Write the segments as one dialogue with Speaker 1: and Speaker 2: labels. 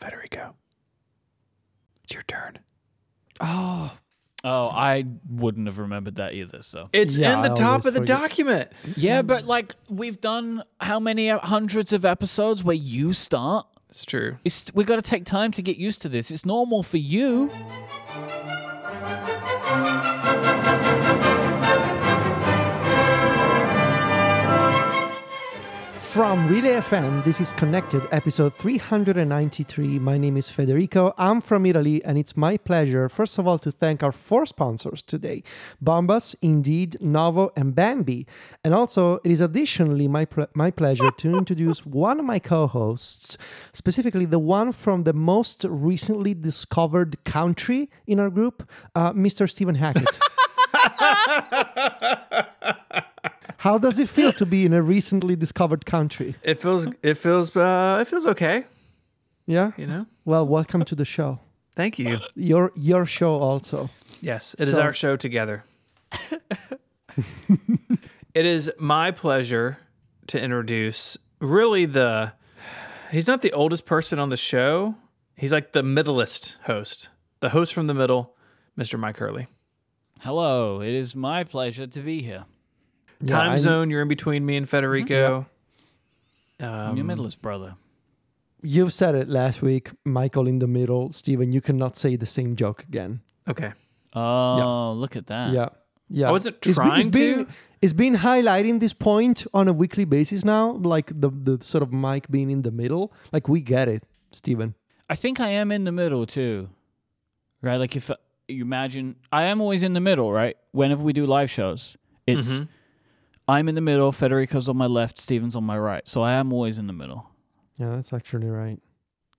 Speaker 1: Federico, it's your turn.
Speaker 2: Oh,
Speaker 3: Oh, I wouldn't have remembered that either. So
Speaker 1: It's
Speaker 2: Yeah,
Speaker 1: in the
Speaker 2: I
Speaker 1: top
Speaker 2: always
Speaker 1: of the
Speaker 2: forget.
Speaker 1: document.
Speaker 3: yeah, but like we've done how many hundreds of episodes where you start.
Speaker 1: It's true.
Speaker 3: It's, we got to take time to get used to this. It's normal for you.
Speaker 2: From Relay FM, this is Connected, episode 393. My name is Federico. I'm from Italy, and it's my pleasure, first of all, to thank our four sponsors today Bombas, Indeed, Novo, and Bambi. And also, it is additionally my, pl- my pleasure to introduce one of my co hosts, specifically the one from the most recently discovered country in our group, uh, Mr. Stephen Hackett. How does it feel to be in a recently discovered country?
Speaker 1: It feels. It feels. Uh, it feels okay.
Speaker 2: Yeah?
Speaker 1: You know.
Speaker 2: Well, welcome to the show.
Speaker 1: Thank you.
Speaker 2: Your your show also.
Speaker 1: Yes, it is
Speaker 2: So-
Speaker 1: our show together. it is my pleasure to introduce really the he's not the oldest person on the show. He's like the middleist host. The host from the middle, Mr. Mike Hurley.
Speaker 3: Hello, it is my pleasure to be here.
Speaker 1: Time
Speaker 2: I'm-
Speaker 1: zone, you're in between me and Federico.
Speaker 2: Mm-hmm,
Speaker 1: Um,
Speaker 3: I'm
Speaker 2: Um,
Speaker 3: your middleist brother.
Speaker 2: You've said it last week, Michael in the middle. Stephen, you cannot say the same joke again.
Speaker 1: Okay.
Speaker 3: Oh, look at that.
Speaker 2: Yeah. Yeah.
Speaker 1: Ah. I wasn't
Speaker 2: It's been- it's
Speaker 1: trying
Speaker 2: been-
Speaker 1: to.
Speaker 2: It's been highlighting this point on a weekly basis now, like the, the sort of Mike being in the middle. Like we get it, Stephen.
Speaker 3: I think I am in the middle too. Right? Like if uh, you imagine I am always in the middle, right? Whenever we do live shows, it's
Speaker 1: Mm-hmm.
Speaker 2: Mm-hmm.
Speaker 3: I'm in the middle, Federico's on my left, Steven's on my right. So I am always in the middle.
Speaker 2: Yeah, that's actually right.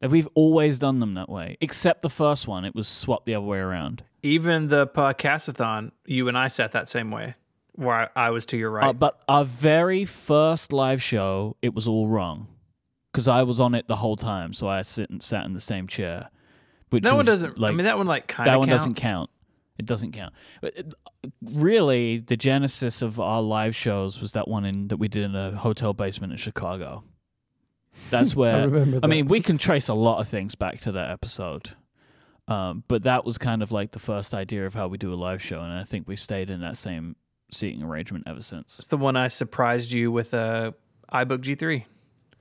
Speaker 3: And We've always done them that way, except the first one. It was swapped the other way around.
Speaker 1: Even the podcastathon, you and I sat that same way, where I, I was to your right.
Speaker 3: Uh, but our very first live show, it was all wrong because I was on it the whole time. So I sit and sat in the same chair. Which
Speaker 1: that one
Speaker 3: was,
Speaker 1: doesn't.
Speaker 3: like,
Speaker 1: I mean, that one like kind of
Speaker 3: that one doesn't count. It doesn't count. But it- really, the genesis of our live shows was that one in that we did in a hotel basement in Chicago. That's where
Speaker 1: Oh,
Speaker 2: I remember that.
Speaker 3: mean, we can trace a lot of things back to that episode. Um, but that was kind of like the first idea of how we do a live show, and I think we stayed in that same seating arrangement ever since.
Speaker 1: It's the one I surprised you with a iBook G3.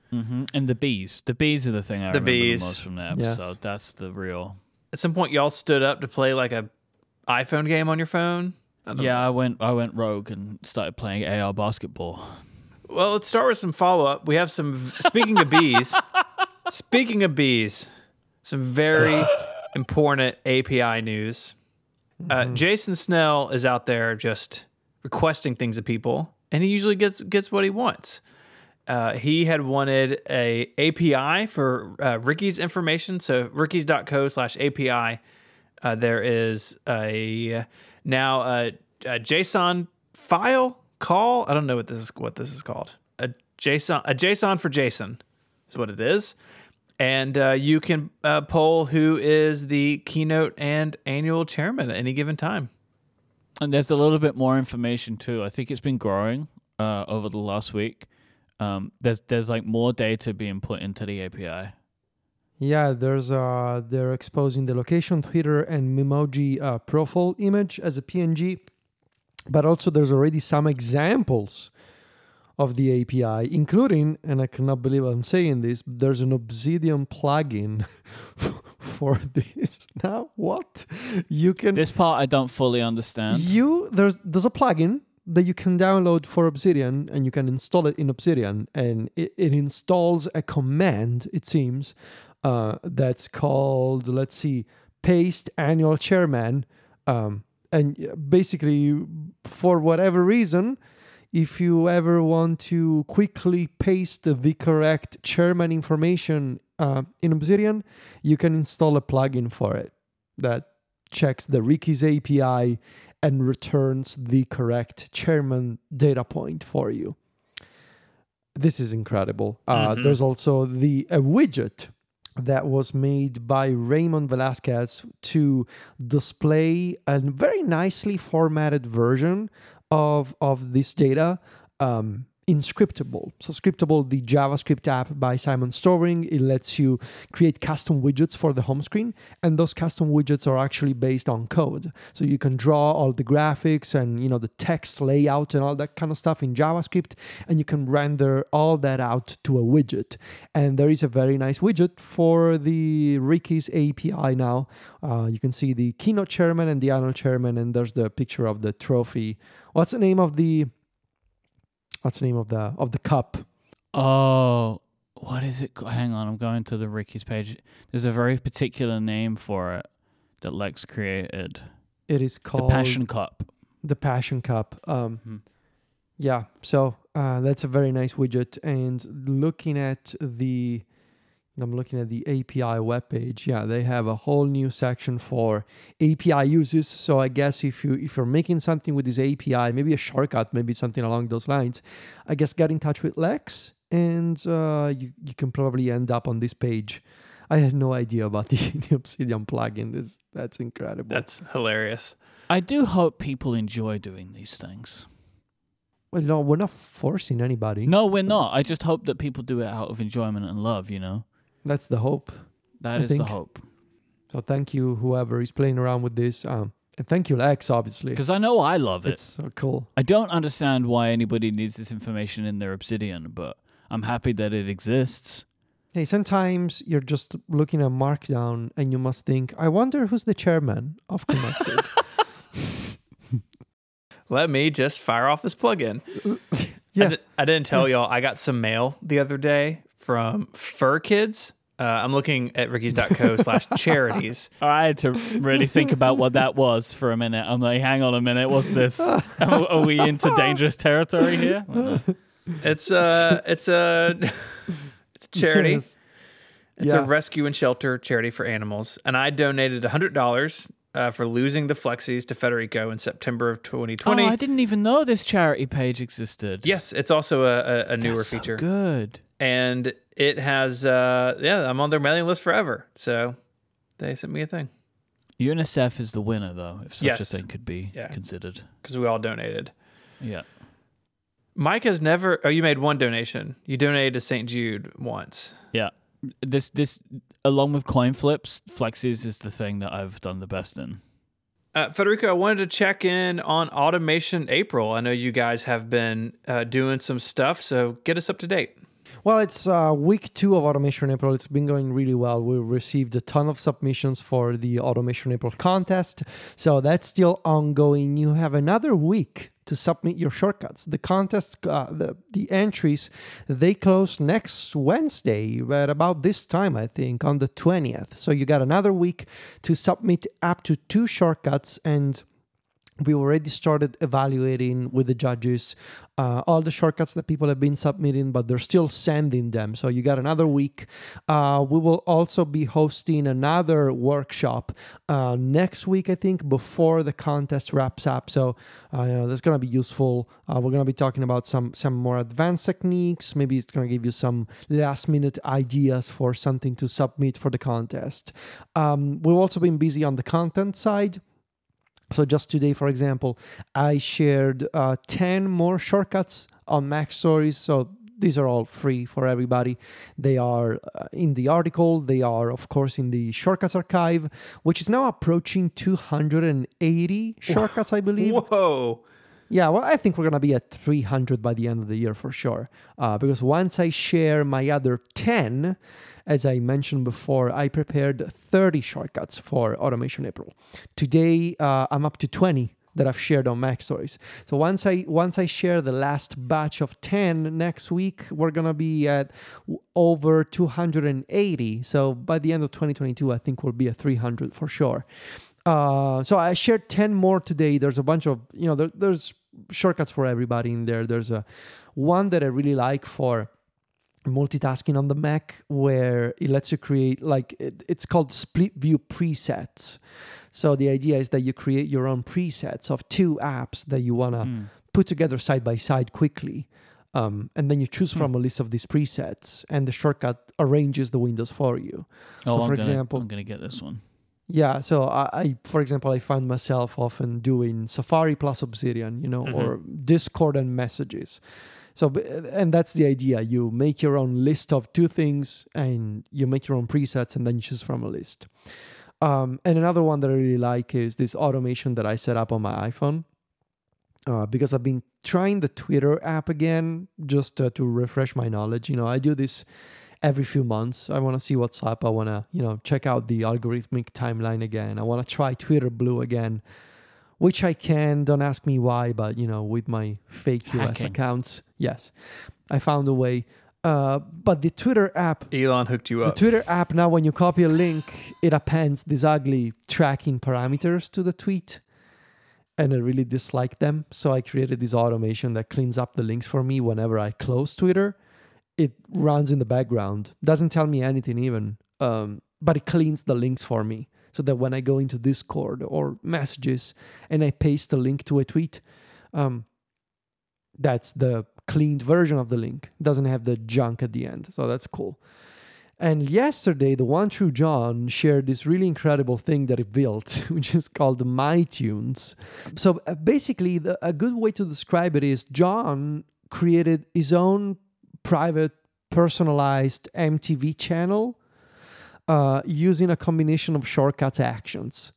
Speaker 3: hmm And the bees, the bees are the thing I
Speaker 1: Mm-hmm. The
Speaker 3: remember
Speaker 1: bees.
Speaker 3: the most from that
Speaker 2: Yes.
Speaker 3: episode. That's the real.
Speaker 1: At some point, y'all stood up to play like a iPhone game on your phone. I don't
Speaker 3: Yeah, I went, I went rogue and started playing AR basketball.
Speaker 1: know. Well, let's start with some follow up. We have some. Speaking of bees, speaking of bees, some very important API news. Uh, Jason Snell is out there just requesting things of people, and he usually gets gets what he wants. Uh, he had wanted a API for uh, Ricky's information. So ricky's.co slash API. Uh, there is a now a, a JSON file call. I don't know what this is what this is called. A JSON a JSON for JSON is what it is. And uh, you can uh, poll who is the keynote and annual chairman at any given time.
Speaker 3: And there's a little bit more information too. I think it's been growing uh, over the last week. Um, there's there's like more data being put into the API.
Speaker 2: Yeah, there's uh they're exposing the location, Twitter, and Memoji uh, profile image as a PNG, but also there's already some examples of the API, including, and I cannot believe I'm saying this, there's an Obsidian plugin for this. Now what? You can
Speaker 3: This part I don't fully understand.
Speaker 2: you there's there's a plugin that you can download for Obsidian and you can install it in Obsidian and it, it installs a command it seems uh, that's called let's see paste annual chairman um, and uh, basically for whatever reason if you ever want to quickly paste the correct chairman information uh, in Obsidian you can install a plugin for it that checks the Ricky's API and returns the correct chairman data point for you. This is incredible. Uh,
Speaker 1: Mhm.
Speaker 2: There's also the a widget that was made by Raymond Velasquez to display a very nicely formatted version of of this data um, Inscriptable. So, Scriptable, the JavaScript app by Simon Storing, it lets you create custom widgets for the home screen. And those custom widgets are actually based on code. So, you can draw all the graphics and, you know, the text layout and all that kind of stuff in JavaScript. And you can render all that out to a widget. And there is a very nice widget for the Ricky's API now. Uh, you can see the keynote chairman and the annual chairman. And there's the picture of the trophy. What's the name of the what's the name of the of the cup
Speaker 3: Oh, what is it? ca- Hang on, I'm going to the Ricky's page. There's a very particular name for it that Lex created.
Speaker 2: it is
Speaker 3: The
Speaker 2: called
Speaker 3: Passion Cup.
Speaker 2: the passion cup um
Speaker 3: Mhm.
Speaker 2: yeah so uh that's a very nice widget and looking at the i'm looking at the api webpage yeah they have a whole new section for api uses so i guess if you if you're making something with this api maybe a shortcut maybe something along those lines i guess get in touch with lex and uh you, you can probably end up on this page i had no idea about the, the obsidian plugin this that's incredible
Speaker 1: That's hilarious.
Speaker 3: I do hope people enjoy doing these things.
Speaker 2: well no we're not forcing anybody
Speaker 3: No, we're not. I just hope that people do it out of enjoyment and love, you know?
Speaker 2: that's the hope
Speaker 3: that
Speaker 2: I
Speaker 3: is the
Speaker 2: think-
Speaker 3: hope.
Speaker 2: So thank you, whoever is playing around with this, um, and thank you, Lex. Obviously,
Speaker 3: Because I know I love it.
Speaker 2: it's so cool.
Speaker 3: I don't understand why anybody needs this information in their Obsidian, but I'm happy that it exists.
Speaker 2: Hey, sometimes you're just looking at Markdown and you must think, I wonder who's the chairman of Connected.
Speaker 1: Let me just fire off this plugin.
Speaker 2: Yeah.
Speaker 1: I, di- I didn't tell
Speaker 3: Hmm.
Speaker 1: y'all. I got some mail the other day from Fur Kids. Uh, I'm looking at rickies.co slash charities.
Speaker 3: I had to really think about what that was for a minute. I'm like, hang on a minute, what's this? Are, are we into dangerous territory here?
Speaker 1: It's uh it's a it's a charity.
Speaker 2: Yes.
Speaker 1: It's
Speaker 2: Yeah.
Speaker 1: a rescue and shelter charity for animals, and I donated hundred dollars uh, for losing the Flexies to Federico in September of 2020.
Speaker 3: Oh, I didn't even know this charity page existed.
Speaker 1: yes, it's also a, a, a newer
Speaker 3: That's so
Speaker 1: feature,
Speaker 3: good.
Speaker 1: and it has uh yeah, I'm on their mailing list forever. So they sent me a thing
Speaker 3: UNICEF is the winner, though, if such a
Speaker 1: Yes.
Speaker 3: thing could be
Speaker 1: Yeah.
Speaker 3: considered.
Speaker 1: because we all donated.
Speaker 3: Yeah.
Speaker 1: Mike has never. Oh, you made one donation. You donated to St. Jude once.
Speaker 3: Yeah. This this along with coin flips, flexies is the thing that I've done the best in.
Speaker 1: Uh, Federico, I wanted to check in on Automation April. I know you guys have been uh, doing some stuff, so get us up to date.
Speaker 2: Well, it's uh, week two of Automation April. It's been going really well. We received a ton of submissions for the Automation April contest. So that's still ongoing. You have another week to submit your shortcuts. The contest, uh, the, the entries, they close next Wednesday at about this time, I think, on the 20th. So you got another week to submit up to two shortcuts and we already started evaluating with the judges uh, all the shortcuts that people have been submitting, but they're still sending them. So you got another week. Uh, we will also be hosting another workshop uh, next week, I think, before the contest wraps up. So uh, you know, that's going to be useful. Uh, we're going to be talking about some some more advanced techniques. Maybe it's going to give you some last minute ideas for something to submit for the contest. Um, we've also been busy on the content side. So just today, for example, I shared uh, 10 more shortcuts on Mac Stories. So these are all free for everybody. They are uh, in the article. They are, of course, in the shortcuts archive, which is now approaching 280 shortcuts, I believe.
Speaker 1: Whoa.
Speaker 2: Yeah, well, I think we're gonna be at 300 by the end of the year for sure. Uh, because once I share my other 10, as I mentioned before, I prepared 30 shortcuts for Automation April. Today, uh, I'm up to 20 that I've shared on Mac Stories. So once I once I share the last batch of 10 next week, we're gonna be at w- over 280. So by the end of 2022, I think we'll be at 300 for sure. Uh, so I shared 10 more today. There's a bunch of, you know, there, there's shortcuts for everybody in there. There's a one that I really like for multitasking on the Mac where it lets you create like it, it's called split view presets. So the idea is that you create your own presets of two apps that you want to
Speaker 3: Hmm.
Speaker 2: put together side by side quickly. Um, and then you choose from a list of these presets and the shortcut arranges the windows for you.
Speaker 3: Oh,
Speaker 2: So,
Speaker 3: I'm
Speaker 2: for
Speaker 3: gonna,
Speaker 2: example-
Speaker 3: I'm gonna get this one.
Speaker 2: Yeah, so I, I, for example, I find myself often doing Safari plus Obsidian, you know, or Discord and messages. So, b- and that's the idea. You make your own list of two things and you make your own presets and then you choose from a list. Um, and another one that I really like is this automation that I set up on my iPhone uh, because I've been trying the Twitter app again just uh, to refresh my knowledge. You know, I do this every few months. I want to see what's up. I want to, you know, check out the algorithmic timeline again. I want to try Twitter Blue again, which I can. Don't ask me why, but, you know, with my fake US
Speaker 3: Hacking.
Speaker 2: accounts, yes, I found a way. Uh, but the Twitter app
Speaker 1: Elon hooked you
Speaker 2: the
Speaker 1: up.
Speaker 2: Twitter app now, when you copy a link, it appends these ugly tracking parameters to the tweet. And I really dislike them. So I created this automation that cleans up the links for me whenever I close Twitter. It runs in the background, doesn't tell me anything even, um, but it cleans the links for me. So that when I go into Discord or messages and I paste a link to a tweet, um, that's the cleaned version of the link. doesn't have the junk at the end. So that's cool. And yesterday, the one true John shared this really incredible thing that he built, which is called MyTunes. So uh, basically, the, a good way to describe it is John created his own private, personalized MTV channel uh, using a combination of shortcuts actions.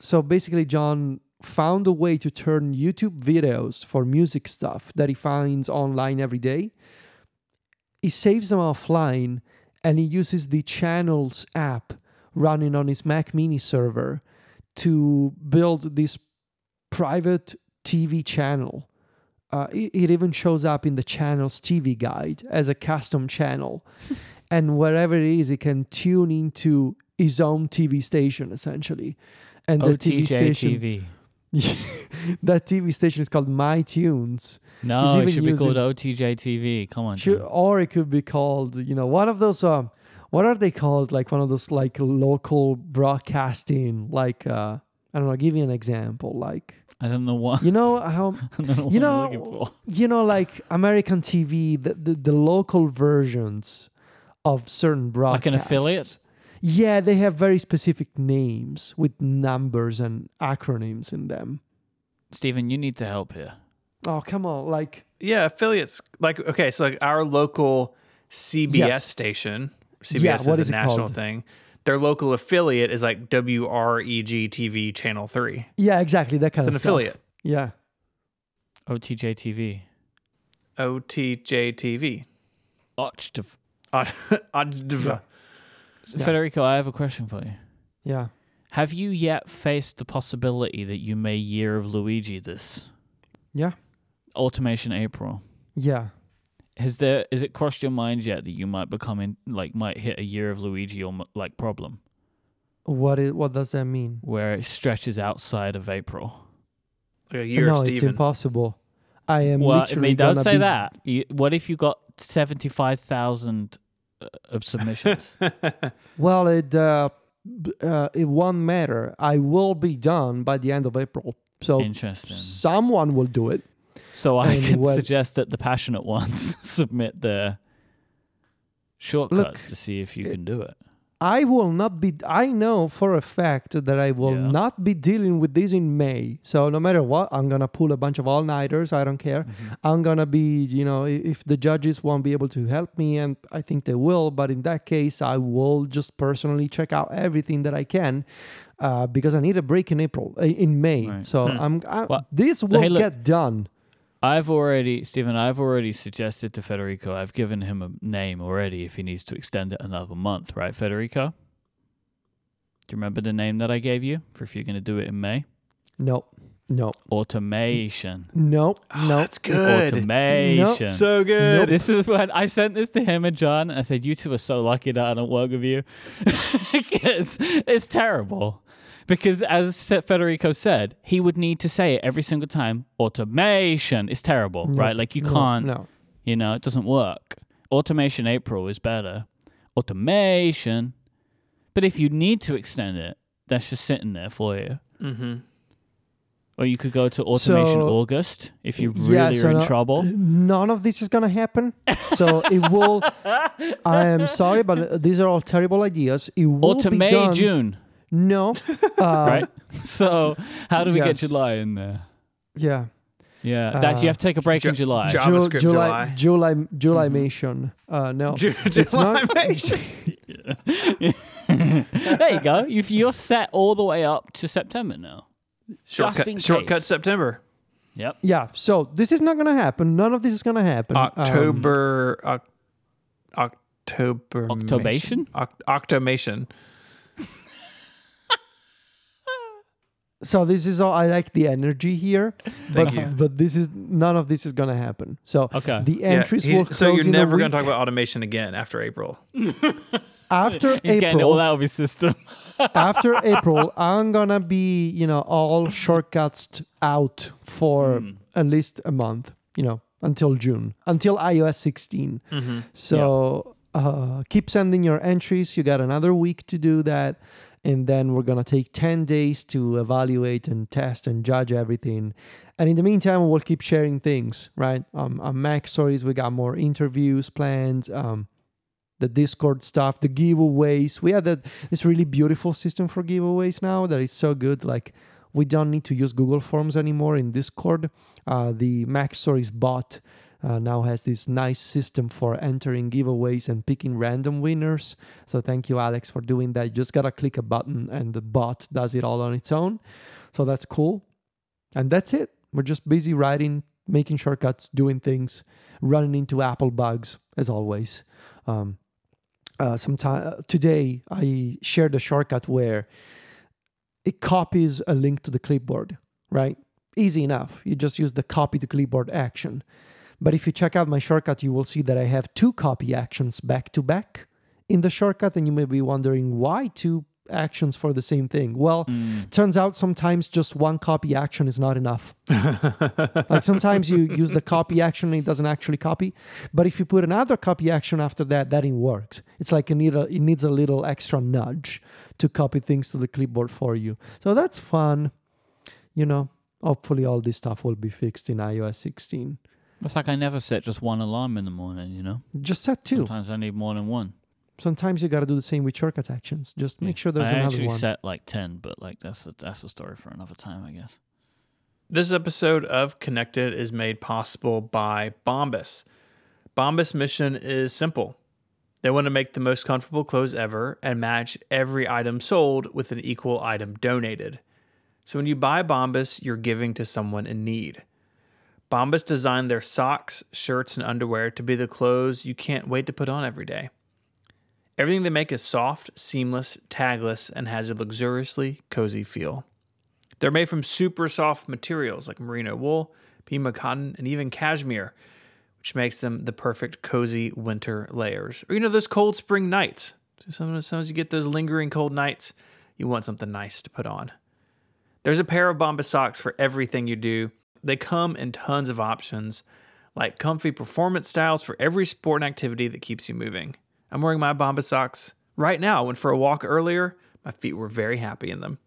Speaker 2: So basically, John found a way to turn YouTube videos for music stuff that he finds online every day he saves them offline and he uses the channels app running on his Mac mini server to build this private TV channel. Uh, it, it even shows up in the channels TV guide as a custom channel. and wherever it is, he can tune into his own TV station essentially. And the TV station,
Speaker 3: OTJTV.
Speaker 2: that TV station is called My Tunes.
Speaker 3: No, it
Speaker 2: even
Speaker 3: should be
Speaker 2: using-
Speaker 3: called OTJTV. Come on.
Speaker 2: Should,
Speaker 3: John.
Speaker 2: or it could be called, you know, one of those. Um, what are they called? Like one of those like local broadcasting. Like uh, I don't know. Give you an example. Like
Speaker 3: I don't know what.
Speaker 2: you know how
Speaker 3: I don't know what
Speaker 2: you
Speaker 3: I'm looking
Speaker 2: know
Speaker 3: for.
Speaker 2: you know like American TV, the the, the local versions of certain broadcasts.
Speaker 3: Like an affiliate?
Speaker 2: Yeah, they have very specific names with numbers and acronyms in them.
Speaker 3: Stephen, you need to help here.
Speaker 2: Oh come on! Like
Speaker 1: yeah, affiliates. Like okay, so like our local CBS
Speaker 2: Yes.
Speaker 1: station. CBS
Speaker 2: what
Speaker 1: is,
Speaker 2: is
Speaker 1: a
Speaker 2: it
Speaker 1: national
Speaker 2: called?
Speaker 1: thing. Their local affiliate is like E WREG TV Channel Three.
Speaker 2: yeah, exactly that kind
Speaker 1: It's an
Speaker 2: of stuff.
Speaker 1: affiliate.
Speaker 2: Yeah.
Speaker 3: Oh, OTJTV.
Speaker 1: OTJTV.
Speaker 3: Otjtv.
Speaker 1: Odd- odd-
Speaker 2: Yeah.
Speaker 3: Federico, I have a question for you.
Speaker 2: Yeah.
Speaker 3: Have you yet faced the possibility that you may year of Luigi this
Speaker 2: Yeah.
Speaker 3: automation April?
Speaker 2: Yeah.
Speaker 3: Has there is it crossed your mind yet that you might become in, like might hit a year of Luigi or m- like problem
Speaker 2: What is what does that mean?
Speaker 3: where it stretches outside of April?
Speaker 1: Like a year
Speaker 2: no,
Speaker 1: of
Speaker 2: it's
Speaker 1: Steven.
Speaker 2: impossible. I am
Speaker 3: Well, I
Speaker 2: literally
Speaker 3: mean, don't
Speaker 2: gonna
Speaker 3: say
Speaker 2: be-
Speaker 3: that. You, what if you got seventy five thousand uh, of submissions?
Speaker 2: Well, it uh, b- uh, it won't matter. I will be done by the end of April, so
Speaker 3: Interesting.
Speaker 2: someone will do it.
Speaker 3: So I
Speaker 2: And
Speaker 3: can
Speaker 2: what-
Speaker 3: suggest that the passionate ones submit their shortcuts to see if you can do it.
Speaker 2: I will not be. I know for a fact that I will
Speaker 3: Yeah.
Speaker 2: not be dealing with this in May. So no matter what, I'm gonna pull a bunch of all nighters. I don't care.
Speaker 3: Mm-hmm.
Speaker 2: I'm gonna be, you know, i- if the judges won't be able to help me, and I think they will. But in that case, I will just personally check out everything that I can, uh, because I need a break in April, uh, in May.
Speaker 3: Right. Hmm.
Speaker 2: So I'm. I,
Speaker 3: Well,
Speaker 2: this will
Speaker 3: look.
Speaker 2: get done.
Speaker 3: I've already, Stephen, I've already suggested to Federico, I've given him a name already if he needs to extend it another month, right, Federico? Do you remember the name that I gave you for if you're going to do it in May?
Speaker 2: No, no,
Speaker 3: Automation.
Speaker 2: no,
Speaker 1: Oh,
Speaker 2: no.
Speaker 1: That's good.
Speaker 3: Automation.
Speaker 1: So good.
Speaker 3: This is when I sent this to him and John. And I said, "You two are so lucky that I don't work with you. because it's terrible." Because as Se- Federico said, he would need to say it every single time. Automation is terrible, right? Like you
Speaker 2: no,
Speaker 3: can't,
Speaker 2: No.
Speaker 3: you know, it doesn't work. Automation April is better. Automation, but if you need to extend it, that's just sitting there for you.
Speaker 1: Mm-hmm.
Speaker 3: Or you could go to Automation
Speaker 2: So-
Speaker 3: August if you really
Speaker 2: Yeah, so
Speaker 3: are in
Speaker 2: no-
Speaker 3: trouble.
Speaker 2: None of this is gonna happen. So it will. I am sorry, but these are all terrible ideas. It will
Speaker 3: Or to
Speaker 2: be
Speaker 3: May,
Speaker 2: done.
Speaker 3: June.
Speaker 2: No. Uh,
Speaker 3: right? So how do we
Speaker 2: yes. Uh,
Speaker 3: get July in there?
Speaker 2: Yeah.
Speaker 3: Yeah, that's you have to take a break in July.
Speaker 1: Ju-
Speaker 2: Ju-
Speaker 1: JavaScript
Speaker 2: July,
Speaker 1: July. Mm-hmm.
Speaker 2: July, July Mation. Uh, no,
Speaker 1: Ju-
Speaker 2: it's not.
Speaker 1: July-mation.
Speaker 3: there you go. If you're set all the way up to September now. Just in
Speaker 1: Shortcut,
Speaker 3: case.
Speaker 1: shortcut September.
Speaker 3: Yep.
Speaker 2: Yeah, so this is not gonna happen. None of this is gonna happen. Um,
Speaker 1: October. Oc October.
Speaker 3: Octobation?
Speaker 1: Oct- Octomation.
Speaker 2: so this is all. I like the energy here, but
Speaker 1: you.
Speaker 2: but this is none of this is gonna happen. So
Speaker 3: Okay.
Speaker 2: the
Speaker 1: Yeah,
Speaker 2: entries
Speaker 1: he's-
Speaker 2: will close
Speaker 1: so you're
Speaker 2: in a
Speaker 1: never going
Speaker 2: week
Speaker 1: to talk about automation again after April.
Speaker 2: after
Speaker 3: He's getting it
Speaker 2: April.
Speaker 3: all out of his system.
Speaker 2: after April, I'm gonna be, you know, all shortcuts out for at least a month, you know, until June, until iOS 16. So uh, keep sending your entries. You got another week to do that. And then we're gonna take 10 days to evaluate and test and judge everything. And in the meantime, we'll keep sharing things, right? Um, on Mac Stories, we got more interviews planned. Um, the Discord stuff, the giveaways. We have that this really beautiful system for giveaways now that is so good. Like we don't need to use Google Forms anymore in Discord. Uh, the Mac Stories bot uh, now has this nice system for entering giveaways and picking random winners. So thank you, Alex, for doing that. You just gotta click a button and the bot does it all on its own. So that's cool. And that's it. We're just busy writing, making shortcuts, doing things, running into Apple bugs as always. Um, uh, sometime today, I shared a shortcut where it copies a link to the clipboard. Right, easy enough. You just use the copy to clipboard action. But if you check out my shortcut, you will see that I have two copy actions back to back in the shortcut, and you may be wondering why two actions for the same thing. Well, turns out sometimes just one copy action is not enough. like sometimes you use the copy action and it doesn't actually copy, but if you put another copy action after that, that it works. It's like you need a, it needs a little extra nudge to copy things to the clipboard for you. So that's fun, you know. Hopefully, all this stuff will be fixed in iOS 16.
Speaker 3: It's like I never set just one alarm in the morning, you know?
Speaker 2: Just set two.
Speaker 3: Sometimes I need more than one.
Speaker 2: Sometimes you got to do the same with shortcut actions. Just make sure there's
Speaker 3: I
Speaker 2: another
Speaker 3: actually
Speaker 2: one.
Speaker 3: set like 10, but like that's a, that's a story for another time, I guess.
Speaker 1: This episode of Connected is made possible by Bombas. Bombas' mission is simple. They want to make the most comfortable clothes ever and match every item sold with an equal item donated. So when you buy Bombas, you're giving to someone in need. Bombas designed their socks, shirts, and underwear to be the clothes you can't wait to put on every day. Everything they make is soft, seamless, tagless, and has a luxuriously cozy feel. They're made from super soft materials like merino wool, pima cotton, and even cashmere, which makes them the perfect cozy winter layers. Or, you know, those cold spring nights. Sometimes, sometimes you get those lingering cold nights. You want something nice to put on. There's a pair of Bombas socks for everything you do. They come in tons of options, like comfy performance styles for every sport and activity that keeps you moving. I'm wearing my Bombas socks right now. I went for a walk earlier. My feet were very happy in them.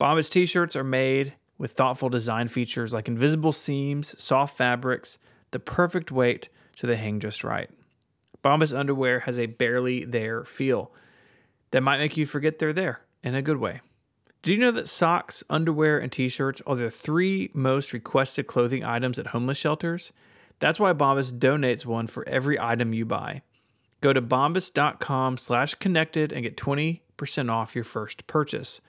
Speaker 1: Bombas t shirts are made with thoughtful design features like invisible seams, soft fabrics, the perfect weight so they hang just right. Bombas underwear has a barely there feel that might make you forget they're there in a good way. Did you know that socks, underwear, and t shirts are the three most requested clothing items at homeless shelters? That's why Bombas donates one for every item you buy. Go to bombas.com slash connected and get 20% off your first purchase.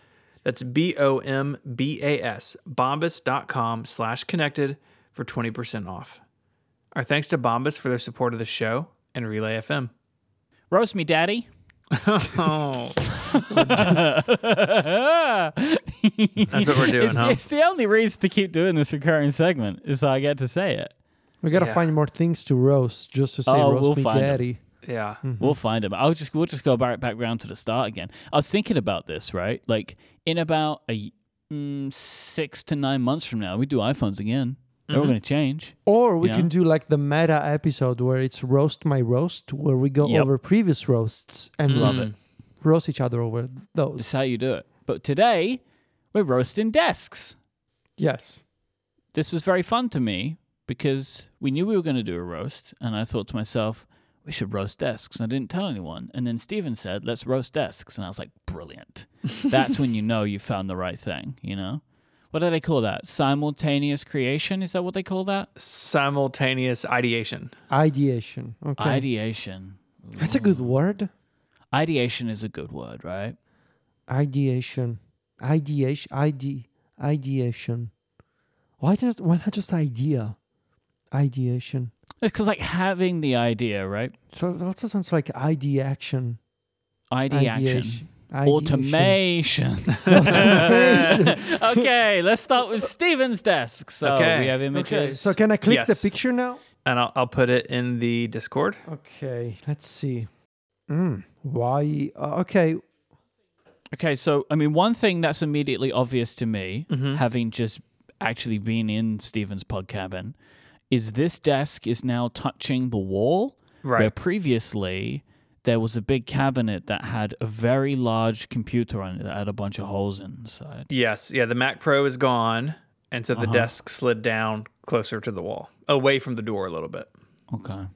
Speaker 1: That's B O M B A S, bombas.com slash connected for 20% off. Our thanks to Bombas for their support of the show and Relay FM.
Speaker 3: Roast me, daddy.
Speaker 1: Oh,
Speaker 3: it's,
Speaker 1: that's what we're doing, huh?
Speaker 3: it's the only reason to keep doing this recurring segment is so I get to say it.
Speaker 2: We gotta
Speaker 1: Yeah.
Speaker 2: find more things to roast just to say
Speaker 3: Oh,
Speaker 2: roast
Speaker 3: we'll
Speaker 2: me
Speaker 3: find 'em.
Speaker 2: daddy.
Speaker 1: Yeah.
Speaker 3: We'll find him. I'll just we'll just go back back round to the start again. I was thinking about this, right? Like in about a y- mm, six to nine months from now, we do iPhones again. They're all going to change.
Speaker 2: Or we
Speaker 3: Yeah.
Speaker 2: can do like the meta episode where it's roast my roast, where we go
Speaker 3: Yep. Mm.
Speaker 2: over previous roasts and
Speaker 3: Love it.
Speaker 2: roast each other over
Speaker 3: It's
Speaker 2: those.
Speaker 3: how you do it. But today we're roasting desks.
Speaker 2: Yes.
Speaker 3: This was very fun to me because we knew we were going to do a roast, and I thought to myself, we should roast desks. And I didn't tell anyone. And then Steven said, let's roast desks. And I was like, brilliant. That's when you know you found the right thing, you know? what do they call that? Simultaneous creation? Is that what they call that?
Speaker 1: Simultaneous ideation.
Speaker 2: Ideation. Okay.
Speaker 3: Ideation.
Speaker 2: That's a good word.
Speaker 3: Ideation is a good word, right?
Speaker 2: Ideation. Ideation. Ide. Ideation. Why just why not just idea? Ideation.
Speaker 3: It's because like having the idea, right?
Speaker 2: So it also sounds like ID action.
Speaker 3: Ideation.
Speaker 2: Automate.
Speaker 3: Automation. okay, let's start with Steven's desk. So
Speaker 1: Okay.
Speaker 3: we have
Speaker 1: Okay,
Speaker 3: images.
Speaker 2: Okay, so can I click the
Speaker 1: Yes.
Speaker 2: picture now?
Speaker 1: And I'll, I'll put it in the Discord.
Speaker 2: Okay, let's see. Mm, why? Uh, okay,
Speaker 3: Okay, so I mean, one thing that's immediately obvious to me, having just actually been in Steven's pod cabin, is this desk is now touching the wall. Where
Speaker 1: Right.
Speaker 3: previously there was a big cabinet that had a very large computer on it that had a bunch of holes inside.
Speaker 1: Yes. Yeah. The Mac Pro is gone. And so the desk slid down closer to the wall, away from the door a little bit.
Speaker 3: Okay.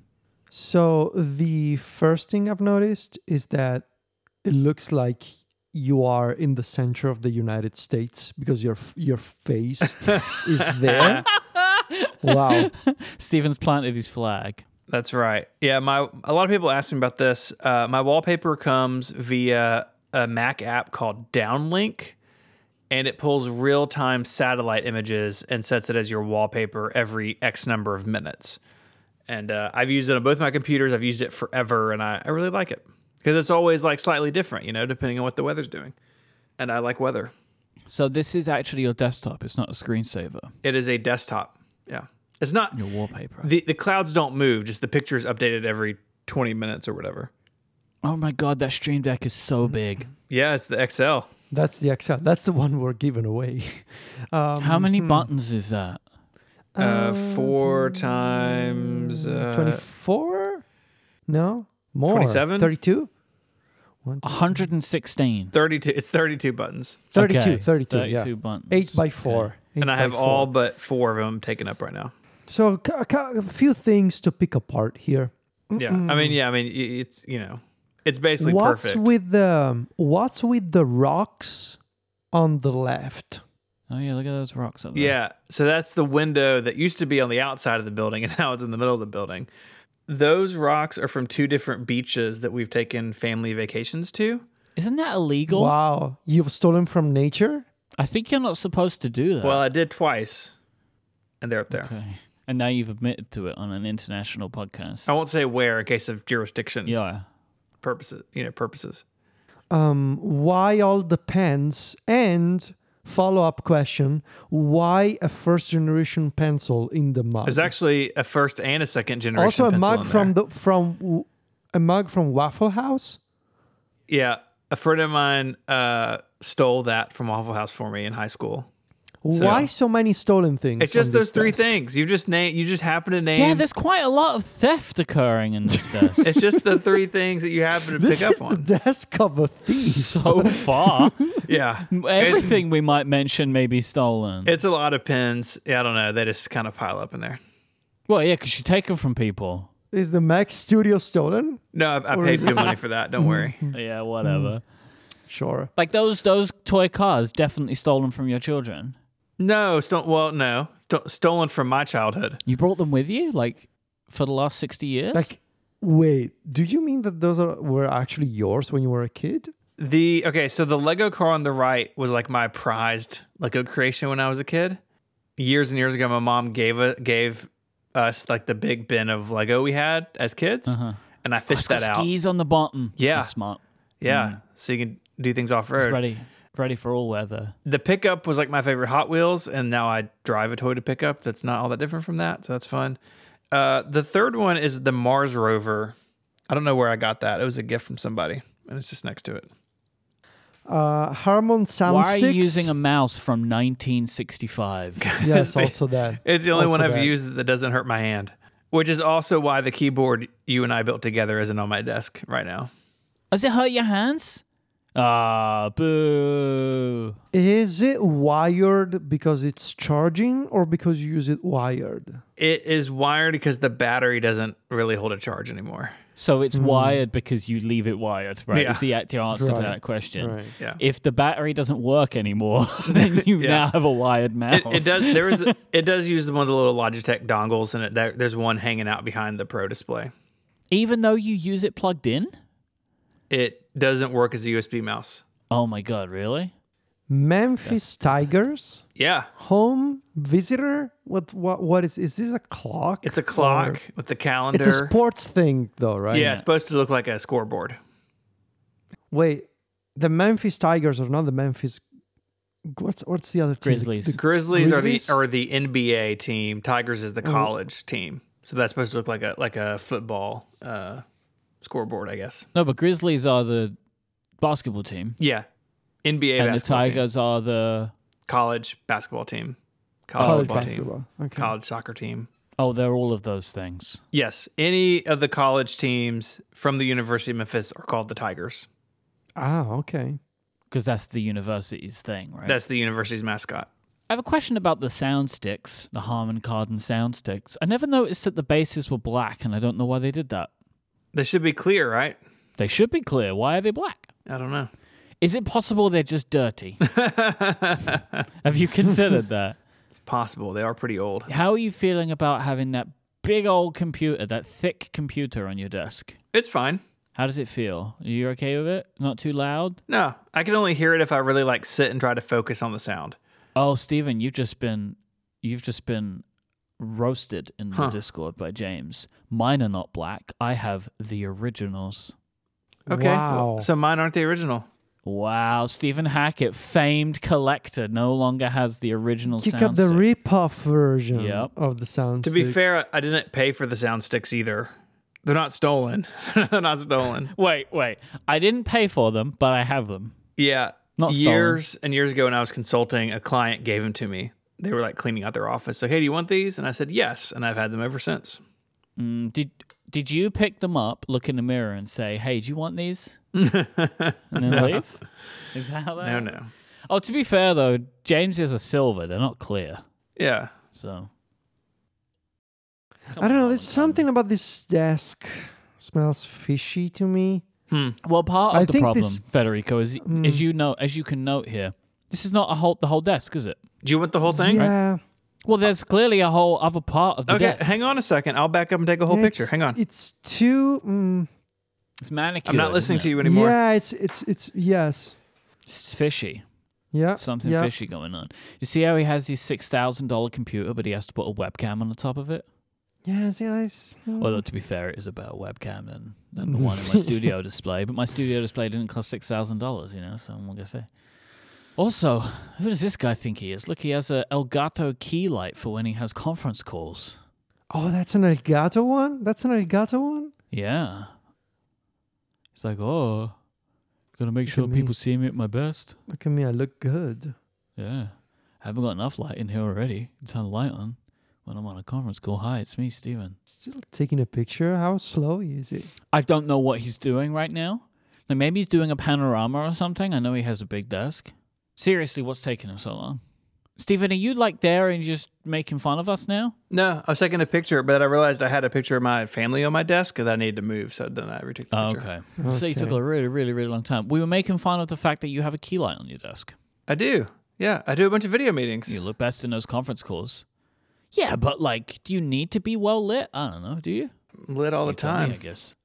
Speaker 2: so the first thing I've noticed is that it looks like you are in the center of the United States because your f- your face is there. Wow.
Speaker 3: Steven's planted his flag.
Speaker 1: That's right. Yeah, my a lot of people ask me about this. Uh, my wallpaper comes via a Mac app called Downlink, and it pulls real time satellite images and sets it as your wallpaper every X number of minutes. And uh, I've used it on both my computers. I've used it forever, and I, I really like it because it's always like slightly different, you know, depending on what the weather's doing. And I like weather.
Speaker 3: So this is actually your desktop. It's not a screensaver.
Speaker 1: It is a desktop. Yeah, it's not
Speaker 3: Your wallpaper.
Speaker 1: the the clouds don't move. Just the pictures updated every twenty minutes or whatever.
Speaker 3: oh my god, that stream deck is so
Speaker 2: Mm-hmm.
Speaker 3: big.
Speaker 1: Yeah, it's the XL.
Speaker 2: That's the Excel. That's the one we're giving away. Mm-hmm. Um, hmm.
Speaker 3: How many buttons is that?
Speaker 1: Uh, four times uh,
Speaker 2: 24? No? More.
Speaker 1: 27?
Speaker 2: 32?
Speaker 3: 116.
Speaker 1: 32. It's 32 buttons.
Speaker 2: 32.
Speaker 3: Okay,
Speaker 2: 32, yeah.
Speaker 3: 32 buttons.
Speaker 2: 8 by 4. Eight
Speaker 1: And I
Speaker 2: by
Speaker 1: have
Speaker 2: four.
Speaker 1: all but four of them taken up right now.
Speaker 2: So ca- ca- a few things to pick apart here.
Speaker 1: Yeah. I mean, yeah, I mean, i- it's, you know, it's basically
Speaker 2: what's
Speaker 1: perfect.
Speaker 2: with the what's with the rocks on the left?
Speaker 3: Oh yeah, look at those rocks up there.
Speaker 1: yeah. So that's the window that used to be on the outside of the building and now it's in the middle of the building. Those rocks are from two different beaches that we've taken family vacations to.
Speaker 3: Isn't that illegal?
Speaker 2: Wow, you've stolen from nature?
Speaker 3: I think you're not supposed to do that.
Speaker 1: Well, I did twice and they're up there.
Speaker 3: okay. And now you've admitted to it on an international podcast.
Speaker 1: I
Speaker 2: Oh.
Speaker 1: won't say where in case of jurisdiction
Speaker 3: Yeah.
Speaker 1: purposes, you know, purposes.
Speaker 2: Um, why all the pens? And follow-up question: Why a first-generation pencil in the mug?
Speaker 1: There's actually a first and a second generation.
Speaker 2: also a
Speaker 1: pencil
Speaker 2: mug
Speaker 1: in there.
Speaker 2: from the from w- a mug from Waffle House?
Speaker 1: Yeah, a friend of mine uh, stole that from Waffle House for me in high school.
Speaker 2: Why so many stolen things?
Speaker 1: It's just
Speaker 2: on
Speaker 1: those
Speaker 2: this
Speaker 1: three
Speaker 2: desk?
Speaker 1: things. You just name. You just happen to name.
Speaker 3: Yeah, there's quite a lot of theft occurring in this desk.
Speaker 1: it's just the three things that you happen to
Speaker 2: This
Speaker 1: pick
Speaker 2: is
Speaker 1: up
Speaker 2: the
Speaker 1: on.
Speaker 2: desk of a thief.
Speaker 3: so far.
Speaker 1: yeah,
Speaker 3: Everything we might mention may be stolen.
Speaker 1: it's a lot of pins. Yeah, I don't know. They just kind of pile up in there.
Speaker 3: well, yeah, because you take them from people.
Speaker 2: Is the Mac Studio stolen?
Speaker 1: No, I, I paid good money for that. Don't worry.
Speaker 2: Mm.
Speaker 3: Yeah, whatever.
Speaker 2: Sure.
Speaker 3: Like those those toy cars definitely stolen from your children.
Speaker 1: No, sto- well, no, sto- stolen from my childhood.
Speaker 3: You brought them with you, like for the last sixty years.
Speaker 2: Like, wait, do you mean that those are were actually yours when you were a kid?
Speaker 1: The okay, so the Lego car on the right was like my prized Lego creation when I was a kid. Years and years ago, my mom gave a, gave us like the big bin of Lego we had as kids, and I
Speaker 3: it's
Speaker 1: fished
Speaker 3: got
Speaker 1: that out.
Speaker 3: skis on the bottom.
Speaker 1: Yeah.
Speaker 3: That's smart.
Speaker 1: Yeah, so you can do things off
Speaker 3: It's
Speaker 1: road.
Speaker 3: ready, ready for all weather.
Speaker 1: The pickup was like my favorite Hot Wheels, and now I drive a toy to pickup that's not all that different from that, so that's fun. Uh, the third one is the Mars rover. I don't know where I got that. It was a gift from somebody, and it's just next to it.
Speaker 2: Uh, Harmon Sound
Speaker 3: Why are you
Speaker 2: Six?
Speaker 3: using a mouse from 1965?
Speaker 2: yes, also that.
Speaker 1: It's the only
Speaker 2: Also
Speaker 1: one I've
Speaker 2: that.
Speaker 1: used that doesn't hurt my hand, which is also why the keyboard you and I built together isn't on my desk right now.
Speaker 3: Does it hurt your hands? Ah, boo.
Speaker 2: Is it wired because it's charging or because you use it wired?
Speaker 1: It is wired because the battery doesn't really hold a charge anymore.
Speaker 3: So it's wired because you leave it wired, right?
Speaker 1: Yeah.
Speaker 3: Is the active answer to
Speaker 2: Hmm. Right,
Speaker 3: that question.
Speaker 2: right.
Speaker 1: Yeah.
Speaker 3: If the battery doesn't work anymore, then you
Speaker 1: Yeah.
Speaker 3: now have a wired mouse.
Speaker 1: It, it does. There is. It does use one of the little Logitech dongles, and it, that, there's one hanging out behind the Pro display.
Speaker 3: Even though you use it plugged in?
Speaker 1: It doesn't work as a USB mouse.
Speaker 3: Oh my god, really?
Speaker 2: Memphis Tigers
Speaker 1: Yeah,
Speaker 2: home visitor. What what what is is this a clock?
Speaker 1: it's a
Speaker 2: Or-
Speaker 1: clock with the calendar.
Speaker 2: It's a sports thing though, right?
Speaker 1: yeah, it's supposed to look like a scoreboard.
Speaker 2: Wait, the Memphis Tigers are not the Memphis. What's what's the other team?
Speaker 3: Grizzlies.
Speaker 2: The, the-
Speaker 1: Grizzlies,
Speaker 2: Grizzlies?
Speaker 1: are the are the NBA team. Tigers is the
Speaker 3: Oh.
Speaker 1: college team. So that's supposed to look like a like a football uh, scoreboard, I guess.
Speaker 3: No, but Grizzlies are the basketball team.
Speaker 1: Yeah, NBA
Speaker 3: and the
Speaker 1: basketball team.
Speaker 3: Tigers are the
Speaker 1: college basketball team, college,
Speaker 2: college
Speaker 1: football team,
Speaker 2: basketball. Okay.
Speaker 1: college soccer team.
Speaker 3: Oh, they're all of those things.
Speaker 1: Yes, any of the college teams from the University of Memphis are called the Tigers.
Speaker 2: Ah, okay.
Speaker 3: Because that's the university's thing, right?
Speaker 1: That's the university's mascot.
Speaker 3: I have a question about the sound sticks, the Harman Kardon sound sticks. I never noticed that the bases were black, and I don't know why they did that.
Speaker 1: They should be clear, right?
Speaker 3: They should be clear. Why are they black?
Speaker 1: I don't know.
Speaker 3: Is it possible they're just dirty? have you considered that?
Speaker 1: It's possible. They are pretty old.
Speaker 3: How are you feeling about having that big old computer, that thick computer on your desk?
Speaker 1: It's fine.
Speaker 3: How does it feel? Are you okay with it? Not too loud?
Speaker 1: No, I can only hear it if I really like sit and try to focus on the sound.
Speaker 3: Oh, Stephen, you've just been you've just been roasted in the
Speaker 1: Huh.
Speaker 3: Discord by James. Mine are not black. I have the originals.
Speaker 1: Okay.
Speaker 2: Wow.
Speaker 1: So mine aren't the original.
Speaker 3: Wow, Stephen Hackett, famed collector, no longer has the original
Speaker 2: You
Speaker 3: sound
Speaker 2: got the
Speaker 3: stick.
Speaker 2: rip-off version
Speaker 3: Yep.
Speaker 2: of the sound.
Speaker 1: To be
Speaker 2: sticks.
Speaker 1: fair, I didn't pay for the sound sticks either. They're not stolen. They're not stolen.
Speaker 3: wait, wait. I didn't pay for them, but I have them.
Speaker 1: Yeah.
Speaker 3: Not stolen.
Speaker 1: years and years ago when I was consulting, a client gave them to me. They were like cleaning out their office. So, hey, do you want these? And I said yes, and I've had them ever since.
Speaker 3: Mm, Did did you pick them up, look in the mirror, and say, "Hey, do you want these?" and then leave? Is that how that?
Speaker 1: No, no.
Speaker 3: Oh, to be fair though, James is a silver. They're not clear,
Speaker 1: Yeah.
Speaker 3: so.
Speaker 2: I don't know. There's something about this desk smells fishy to me.
Speaker 1: Hmm.
Speaker 3: Well, part of
Speaker 2: I
Speaker 3: the
Speaker 2: think
Speaker 3: problem,
Speaker 2: this-
Speaker 3: Federico, is as you know, as you can note here, this is not a whole the whole desk, is it?
Speaker 1: Do you want the whole thing?
Speaker 2: Yeah.
Speaker 3: Well, there's clearly a whole other part of the
Speaker 1: Okay,
Speaker 3: desk.
Speaker 1: hang on a second. I'll back up and take a whole picture.
Speaker 2: It's-
Speaker 1: Hang on.
Speaker 2: It's too. Mm,
Speaker 3: It's manicured.
Speaker 1: I'm not listening to you
Speaker 3: isn't it?
Speaker 1: anymore.
Speaker 2: yeah. It's it's it's yes.
Speaker 3: It's fishy.
Speaker 2: Yeah.
Speaker 3: Something
Speaker 2: yeah.
Speaker 3: fishy going on. You see how he has his six thousand dollar computer, but he has to put a webcam on the top of it.
Speaker 2: Yes. Yeah. It's, mm.
Speaker 3: Although to be fair, it is a better webcam than, than the one in my studio display. But my studio display didn't cost six thousand dollars, you know. So I'm gonna say. Also, who does this guy think he is? Look, he has a Elgato key light for when he has conference calls.
Speaker 2: Oh, that's an Elgato one. That's an Elgato one.
Speaker 3: Yeah. It's like, oh, gotta make
Speaker 2: at
Speaker 3: sure
Speaker 2: me.
Speaker 3: people see me at my best.
Speaker 2: Look at me. I look good.
Speaker 3: Yeah. I haven't got enough light in here already. Turn the light on when I'm on a conference call. Hi, it's me, Steven.
Speaker 2: Still taking a picture. How slow is it?
Speaker 3: I don't know what he's doing right now. Like maybe he's doing a panorama or something. I know he has a big desk. Seriously, what's taking him so long? Stephen, are you like there and just making fun of us now?
Speaker 1: No, I was taking a picture, but I realized I had a picture of my family on my desk that I needed to move, so then I retook the
Speaker 3: Oh,
Speaker 1: picture.
Speaker 3: okay. So you took
Speaker 2: Okay.
Speaker 3: a really, really, really long time. We were making fun of the fact that you have a key light on your desk.
Speaker 1: I do. Yeah, I do a bunch of video meetings.
Speaker 3: You look best in those conference calls. Yeah, but like, do you need to be well lit? I don't know. Do you?
Speaker 1: I'm lit all the
Speaker 3: You tell me, I
Speaker 1: time.
Speaker 3: guess.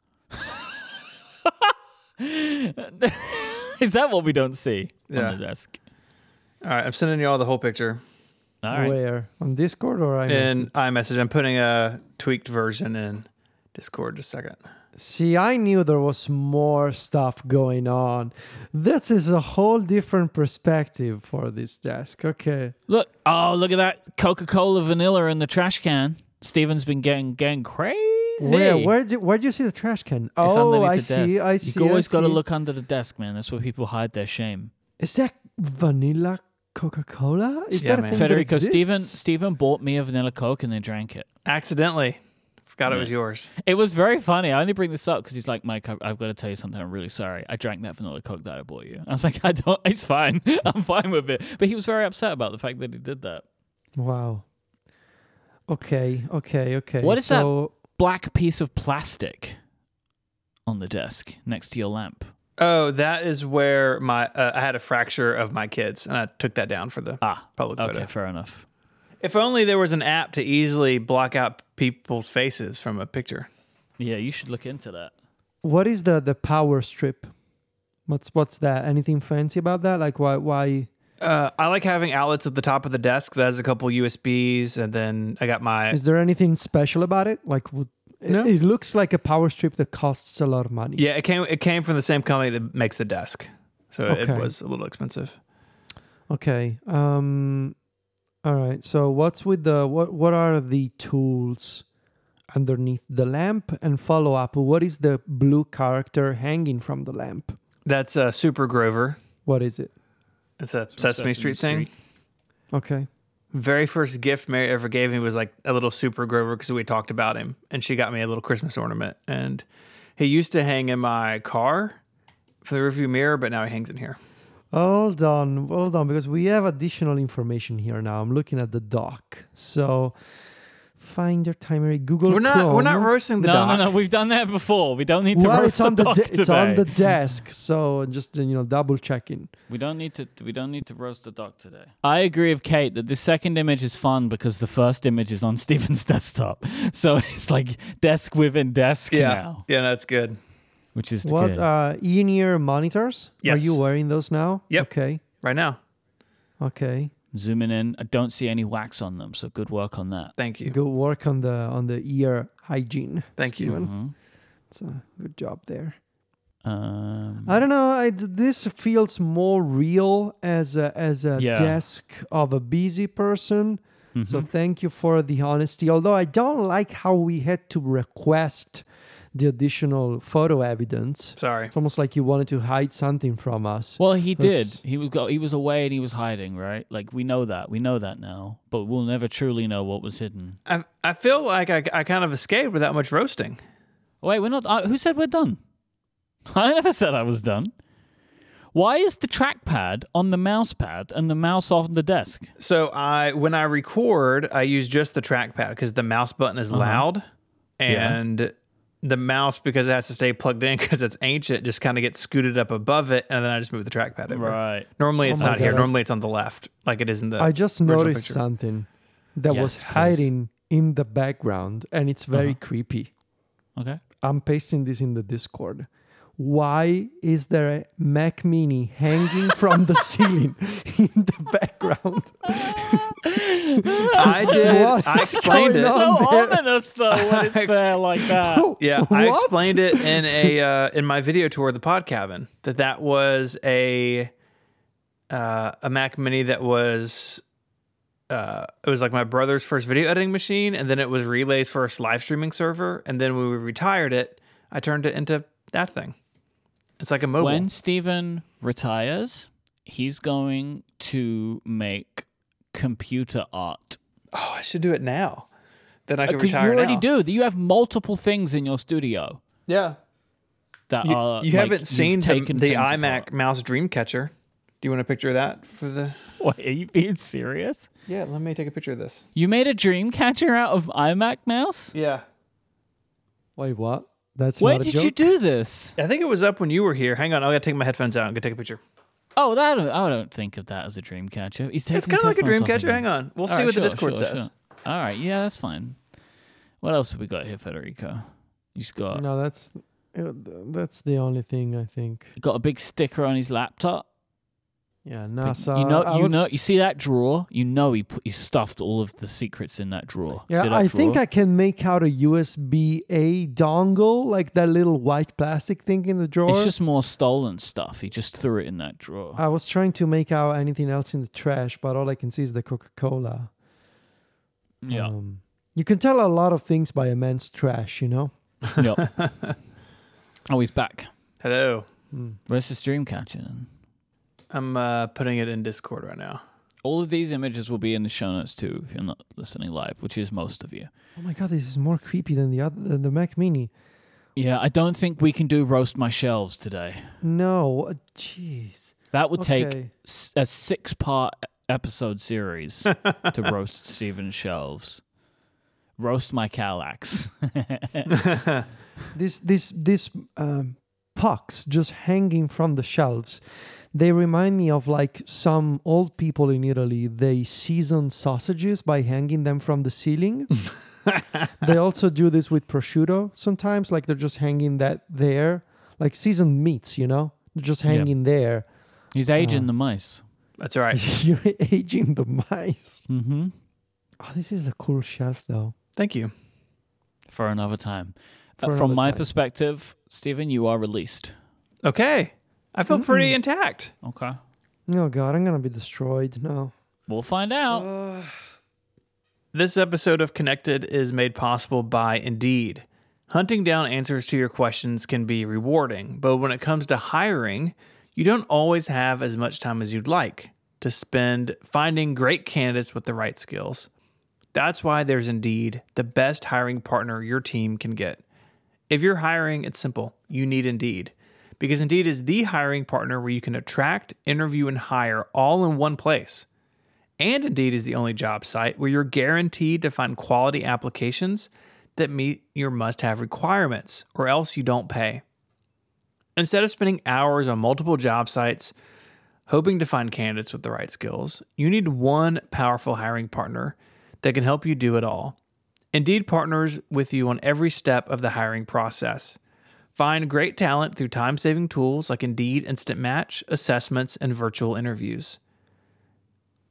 Speaker 3: Is that what we don't see
Speaker 1: Yeah.
Speaker 3: on the desk?
Speaker 1: All right, I'm sending you all the whole picture
Speaker 3: All right.
Speaker 2: Where on Discord or I?
Speaker 1: in iMessage. I'm putting a tweaked version in Discord just a second.
Speaker 2: See, I knew there was more stuff going on. This is a whole different perspective for this desk. Okay.
Speaker 3: Look. Oh, look at that Coca Cola vanilla in the trash can. Steven's been getting getting crazy.
Speaker 2: Where where do where do you see the trash can?
Speaker 3: It's
Speaker 2: Oh, I
Speaker 3: underneath the
Speaker 2: see,
Speaker 3: desk.
Speaker 2: I see.
Speaker 3: You've always
Speaker 2: I
Speaker 3: got to
Speaker 2: see.
Speaker 3: look under the desk, man. That's where people hide their shame.
Speaker 2: Is that vanilla Coca Cola? Is
Speaker 1: Yeah,
Speaker 2: that a
Speaker 1: man.
Speaker 2: thing
Speaker 3: Federico,
Speaker 2: that
Speaker 3: Steven,
Speaker 2: exists?
Speaker 3: Steven bought me a vanilla Coke and they drank it.
Speaker 1: Accidentally. Forgot it was yours.
Speaker 3: It was very funny. I only bring this up because he's like, Mike, I- I've got to tell you something. I'm really sorry. I drank that vanilla coke that I bought you. I was like, I don't. It's fine. I'm fine with it. But he was very upset about the fact that he did that.
Speaker 2: Wow. Okay, okay, okay.
Speaker 3: What is that?
Speaker 2: so,
Speaker 3: Black piece of plastic on the desk next to your lamp.
Speaker 1: Oh, that is where my uh, I had a fracture of my kids, and I took that down for the
Speaker 3: Ah,
Speaker 1: public
Speaker 3: okay,
Speaker 1: photo.
Speaker 3: fair enough.
Speaker 1: If only there was an app to easily block out people's faces from a picture.
Speaker 3: Yeah, you should look into that.
Speaker 2: What is the the power strip? What's what's that? Anything fancy about that? Like why why?
Speaker 1: Uh, I like having outlets at the top of the desk that has a couple USBs, and then I got my.
Speaker 2: Is there anything special about it? Like would,
Speaker 1: No.
Speaker 2: it, it looks like a power strip that costs a lot of money.
Speaker 1: Yeah, it came. It came from the same company that makes the desk, so
Speaker 2: Okay.
Speaker 1: it was a little expensive.
Speaker 2: Okay. Um. All right. So what's with the what? What are the tools underneath the lamp? And follow up. What is the blue character hanging from the lamp?
Speaker 1: That's uh, Super Grover.
Speaker 2: What is it?
Speaker 1: It's a
Speaker 3: from
Speaker 1: Sesame,
Speaker 3: Sesame
Speaker 1: Street, thing.
Speaker 3: Street.
Speaker 2: Okay.
Speaker 1: Very first gift Mary ever gave me was like a little Super Grover because we talked about him, and she got me a little Christmas ornament, and he used to hang in my car for the rearview mirror, but now he hangs in here.
Speaker 2: Hold on, hold on, because we have additional information here now. I'm looking at the doc. So find your timer. Google.
Speaker 1: we're not. We're not
Speaker 2: Chrome.
Speaker 1: roasting the
Speaker 3: no,
Speaker 1: doc.
Speaker 3: no, no. We've done that before. We don't need to
Speaker 2: Well,
Speaker 3: roast
Speaker 2: it's on the,
Speaker 3: doc
Speaker 2: de- it's on
Speaker 3: today.
Speaker 2: the desk, so just you know, double checking.
Speaker 3: We don't need to. We don't need to roast the doc today. I agree with Kate that the second image is fun because the first image is on Steven's desktop, so it's like desk within desk
Speaker 1: Yeah,
Speaker 3: now,
Speaker 1: yeah, that's good.
Speaker 3: which is
Speaker 2: What
Speaker 3: good.
Speaker 2: uh, in-ear monitors? Are
Speaker 1: Yes.
Speaker 2: you wearing those now?
Speaker 1: Yep.
Speaker 2: Okay.
Speaker 1: Right now,
Speaker 2: Okay.
Speaker 3: Zooming in, I don't see any wax on them, so good work on that.
Speaker 1: thank you.
Speaker 2: Good work on the on the ear hygiene.
Speaker 1: Thank you.
Speaker 2: Steven.
Speaker 3: Mhm.
Speaker 2: It's a good job there.
Speaker 3: Um,
Speaker 2: I don't know. I, this feels more real as a as a
Speaker 3: Yeah.
Speaker 2: desk of a busy person.
Speaker 3: mm-hmm.
Speaker 2: So
Speaker 1: Mm-hmm.
Speaker 2: thank you for the honesty. Although I don't like how we had to request the additional photo evidence.
Speaker 1: Sorry.
Speaker 2: It's almost like you wanted to hide something from us.
Speaker 3: Well, he did.
Speaker 2: That's-
Speaker 3: He was go- he was away and he was hiding, right? Like we know that. We know that now, but we'll never truly know what was hidden.
Speaker 1: I I feel like I, I kind of escaped without much roasting.
Speaker 3: Wait, we're not. Uh, who said we're done? I never said I was done. Why is the trackpad on the mouse pad and the mouse on the desk?
Speaker 1: So I when I record, I use just the trackpad because the mouse button
Speaker 2: Uh-huh.
Speaker 1: is loud, and the mouse because it has to stay plugged in because it's ancient just kind of gets scooted up above it, and then I just move the trackpad over.
Speaker 3: Right.
Speaker 1: Normally it's
Speaker 2: Oh my
Speaker 1: not here.
Speaker 2: God.
Speaker 1: Normally it's on the left, like it is in the.
Speaker 2: I just
Speaker 1: original
Speaker 2: noticed
Speaker 1: picture.
Speaker 2: something that was
Speaker 3: Yes, please.
Speaker 2: hiding in the background, and it's very
Speaker 1: Uh-huh.
Speaker 2: creepy.
Speaker 3: Okay.
Speaker 2: I'm pasting this in the Discord. Why is there a Mac Mini hanging from the ceiling in the background?
Speaker 1: I did.
Speaker 2: What
Speaker 1: I
Speaker 2: is
Speaker 1: explained
Speaker 2: going
Speaker 1: it.
Speaker 2: on?
Speaker 3: So
Speaker 2: I'm there.
Speaker 3: ominous though when it's there like that.
Speaker 1: Yeah, I
Speaker 2: What?
Speaker 1: explained it in a uh, in my video tour of the pod cabin that that was a uh, a Mac Mini that was uh, it was like my brother's first video editing machine, and then it was Relay's first live streaming server, and then when we retired it, I turned it into that thing. It's like a mobile.
Speaker 3: When Steven retires, he's going to make computer art.
Speaker 1: Oh, I should do it now. Then I
Speaker 3: Uh,
Speaker 1: could
Speaker 3: 'cause you
Speaker 1: retire
Speaker 3: already
Speaker 1: now.
Speaker 3: do. You have multiple things in your studio
Speaker 1: Yeah,
Speaker 3: that
Speaker 1: you,
Speaker 3: are.
Speaker 1: you
Speaker 3: Uh, like,
Speaker 1: haven't
Speaker 3: you've
Speaker 1: seen the,
Speaker 3: taken
Speaker 1: the
Speaker 3: things
Speaker 1: iMac
Speaker 3: apart.
Speaker 1: mouse dream catcher. Do you want a picture of that for the?
Speaker 3: Wait, are you being serious?
Speaker 1: Yeah, let me take a picture of this.
Speaker 3: You made a dream catcher out of iMac mouse.
Speaker 1: Yeah.
Speaker 2: Wait, what? That's
Speaker 3: When
Speaker 2: not a
Speaker 3: did
Speaker 2: joke?
Speaker 3: you do this?
Speaker 1: I think it was up when you were here. Hang on, I gotta take my headphones out and go take a picture.
Speaker 3: Oh, that I don't, I don't think of that as a dream catcher. He's taking
Speaker 1: It's kind of
Speaker 3: his
Speaker 1: like a dream
Speaker 3: headphones off
Speaker 1: catcher.
Speaker 3: again.
Speaker 1: Hang on, we'll
Speaker 3: All
Speaker 1: see
Speaker 3: right,
Speaker 1: what
Speaker 3: sure,
Speaker 1: the Discord
Speaker 3: sure,
Speaker 1: says.
Speaker 3: sure. All right, yeah, that's fine. What else have we got here, Federico? You just got
Speaker 2: No, that's uh, that's the only thing I think.
Speaker 3: got a big sticker on his laptop.
Speaker 2: Yeah,
Speaker 3: Big-
Speaker 2: NASA.
Speaker 3: you know,
Speaker 2: uh, I
Speaker 3: you
Speaker 2: was-
Speaker 3: know, you see that drawer. You know, he put, he stuffed all of the secrets in that drawer.
Speaker 2: Yeah,
Speaker 3: see that
Speaker 2: I think
Speaker 3: drawer?
Speaker 2: I can make out a USB A dongle, like that little white plastic thing in the drawer.
Speaker 3: It's just more stolen stuff. He just threw it in that drawer.
Speaker 2: I was trying to make out anything else in the trash, but all I can see is the Coca Cola.
Speaker 3: yeah,
Speaker 2: Um, you can tell a lot of things by a man's trash, you know?
Speaker 3: yeah. Oh, he's back.
Speaker 1: Hello,
Speaker 3: Hmm. Where's his dream catcher? Then?
Speaker 1: I'm uh, putting it in Discord right now.
Speaker 3: All of these images will be in the show notes too if you're not listening live, which is most of you.
Speaker 2: Oh my god, this is more creepy than the other than the Mac Mini.
Speaker 3: Yeah, I don't think we can do roast my shelves today.
Speaker 2: No, uh, jeez.
Speaker 3: That would take
Speaker 2: Okay.
Speaker 3: s- a six part episode series to roast Steven's shelves. Roast my Calax.
Speaker 2: This this this um, pucks just hanging from the shelves. They remind me of like some old people in Italy. They season sausages by hanging them from the ceiling. they also do this with prosciutto sometimes. Like they're just hanging that there, like seasoned meats. You know, they're just
Speaker 3: Yeah.
Speaker 2: hanging there.
Speaker 3: He's
Speaker 2: Uh.
Speaker 3: aging the mice.
Speaker 1: That's all right.
Speaker 2: You're aging the mice.
Speaker 3: Mm-hmm.
Speaker 2: Oh, this is a cool shelf though.
Speaker 1: Thank you.
Speaker 3: For another time. Uh,
Speaker 2: For
Speaker 3: from
Speaker 2: another
Speaker 3: my
Speaker 2: time.
Speaker 3: perspective, Steven, you are released.
Speaker 1: Okay. I feel
Speaker 3: Mm.
Speaker 1: pretty intact.
Speaker 3: Okay.
Speaker 2: Oh god, I'm gonna be destroyed now.
Speaker 3: We'll find out.
Speaker 1: This episode of Connected is made possible by Indeed. Hunting down answers to your questions can be rewarding, but when it comes to hiring, you don't always have as much time as you'd like to spend finding great candidates with the right skills. That's why there's Indeed, the best hiring partner your team can get. If you're hiring, it's simple. You need Indeed. Because Indeed is the hiring partner where you can attract, interview, and hire all in one place. And Indeed is the only job site where you're guaranteed to find quality applications that meet your must have requirements, or else you don't pay. Instead of spending hours on multiple job sites hoping to find candidates with the right skills, you need one powerful hiring partner that can help you do it all. Indeed partners with you on every step of the hiring process. Find great talent through time saving tools like Indeed Instant Match, assessments, and virtual interviews.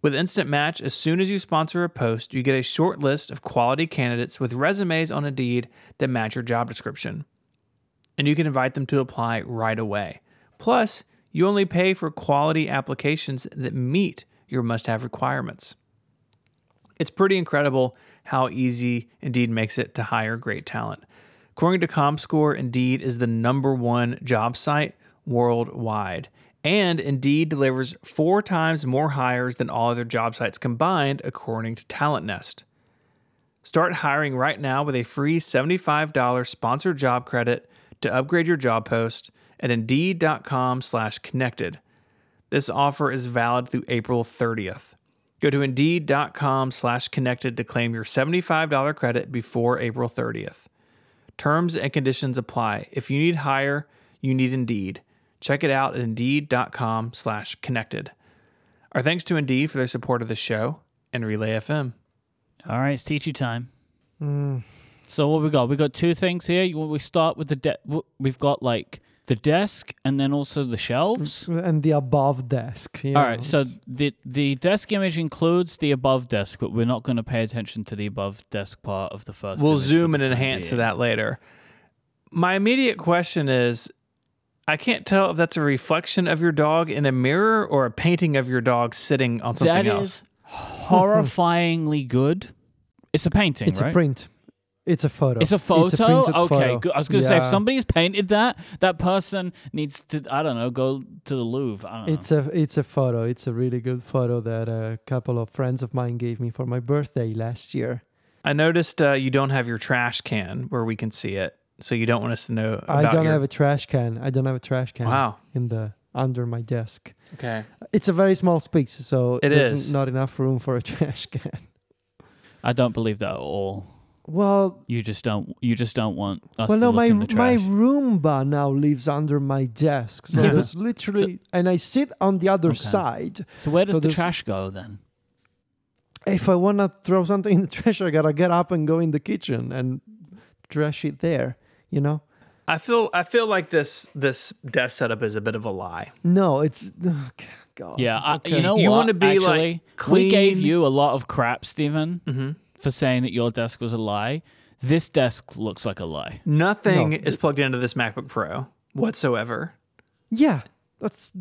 Speaker 1: With Instant Match, as soon as you sponsor a post, you get a short list of quality candidates with resumes on Indeed that match your job description. And you can invite them to apply right away. Plus, you only pay for quality applications that meet your must have requirements. It's pretty incredible how easy Indeed makes it to hire great talent. According to ComScore, Indeed is the number one job site worldwide. And Indeed delivers four times more hires than all other job sites combined, according to Talent Nest. Start hiring right now with a free $75 sponsored job credit to upgrade your job post at indeed.com slash connected. This offer is valid through April 30th. Go to indeed.com slash connected to claim your $75 credit before April 30th. Terms and conditions apply. If you need hire, you need Indeed. Check it out at indeed.com slash connected. Our thanks to Indeed for their support of the show and Relay FM.
Speaker 3: All right, it's teachy time.
Speaker 2: Hmm.
Speaker 3: So what we got? We got two things here. You want we start with the de- w- we've got like the desk and then also the shelves.
Speaker 2: And the above desk. you
Speaker 3: All
Speaker 2: know,
Speaker 3: right, so
Speaker 2: Mm, it's-
Speaker 3: the the desk image includes the above desk, but we're not going to pay attention to the above desk part of the first.
Speaker 1: We'll
Speaker 3: image for
Speaker 1: zoom
Speaker 3: the
Speaker 1: and
Speaker 3: time
Speaker 1: enhance to
Speaker 3: being.
Speaker 1: that later. My immediate question is I can't tell if that's a reflection of your dog in a mirror or a painting of your dog sitting on something
Speaker 3: That
Speaker 1: else.
Speaker 3: is horrifyingly good. It's a painting,
Speaker 2: it's
Speaker 3: right?
Speaker 2: a print. It's a photo.
Speaker 3: It's a photo.
Speaker 2: printed
Speaker 3: okay,
Speaker 2: photo.
Speaker 3: good. I was gonna say if
Speaker 2: Yeah.
Speaker 3: somebody's painted that, that person needs to I don't know go to the Louvre. I don't know.
Speaker 2: It's a it's a photo. It's a really good photo that a couple of friends of mine gave me for my birthday last year.
Speaker 1: I noticed uh, you don't have your trash can where we can see it. So you don't want us to know about
Speaker 2: I don't
Speaker 1: your-
Speaker 2: have a trash can. I don't have a trash can.
Speaker 1: Wow.
Speaker 2: In the under my desk.
Speaker 1: Okay.
Speaker 2: It's a very small space, so
Speaker 1: It
Speaker 2: there's
Speaker 1: is.
Speaker 2: not enough room for a trash can.
Speaker 3: I don't believe that at all.
Speaker 2: Well,
Speaker 3: You just don't. You just don't want us
Speaker 2: well,
Speaker 3: to
Speaker 2: no,
Speaker 3: look
Speaker 2: my
Speaker 3: in the
Speaker 2: my
Speaker 3: trash.
Speaker 2: Roomba now lives under my desk, so
Speaker 3: Yeah, but-
Speaker 2: there's literally, and I sit on the other
Speaker 3: Okay.
Speaker 2: side.
Speaker 3: so where does
Speaker 2: so
Speaker 3: the
Speaker 2: there's-
Speaker 3: trash go then?
Speaker 2: if I want to throw something in the trash, I gotta get up and go in the kitchen and trash it there. You know?
Speaker 1: I feel I feel like this this death setup is a bit of a lie.
Speaker 2: No, it's oh, g- God.
Speaker 3: Yeah, I,
Speaker 2: okay.
Speaker 3: you know
Speaker 1: You
Speaker 3: what?
Speaker 1: wanna be, like,
Speaker 3: Actually, we gave
Speaker 1: clean. Mm-hmm.
Speaker 3: you a lot of crap, Stephen, for saying that your desk was a lie. This desk looks like a lie.
Speaker 1: Nothing
Speaker 2: No.
Speaker 1: is plugged into this MacBook Pro whatsoever.
Speaker 2: Yeah, that's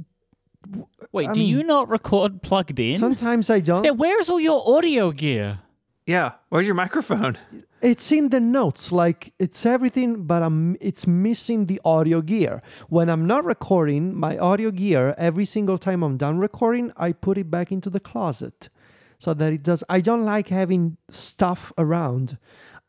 Speaker 3: Wait,
Speaker 2: I
Speaker 3: do you
Speaker 2: mean-
Speaker 3: not record plugged in?
Speaker 2: sometimes I
Speaker 3: Yeah,
Speaker 2: don't.
Speaker 3: where's all your audio gear?
Speaker 1: Yeah, where's your microphone?
Speaker 2: It's in the notes, like it's everything, but I'm it's missing the audio gear. When I'm not recording, my audio gear every single time I'm done recording, I put it back into the closet, so that it does. I don't like having stuff around.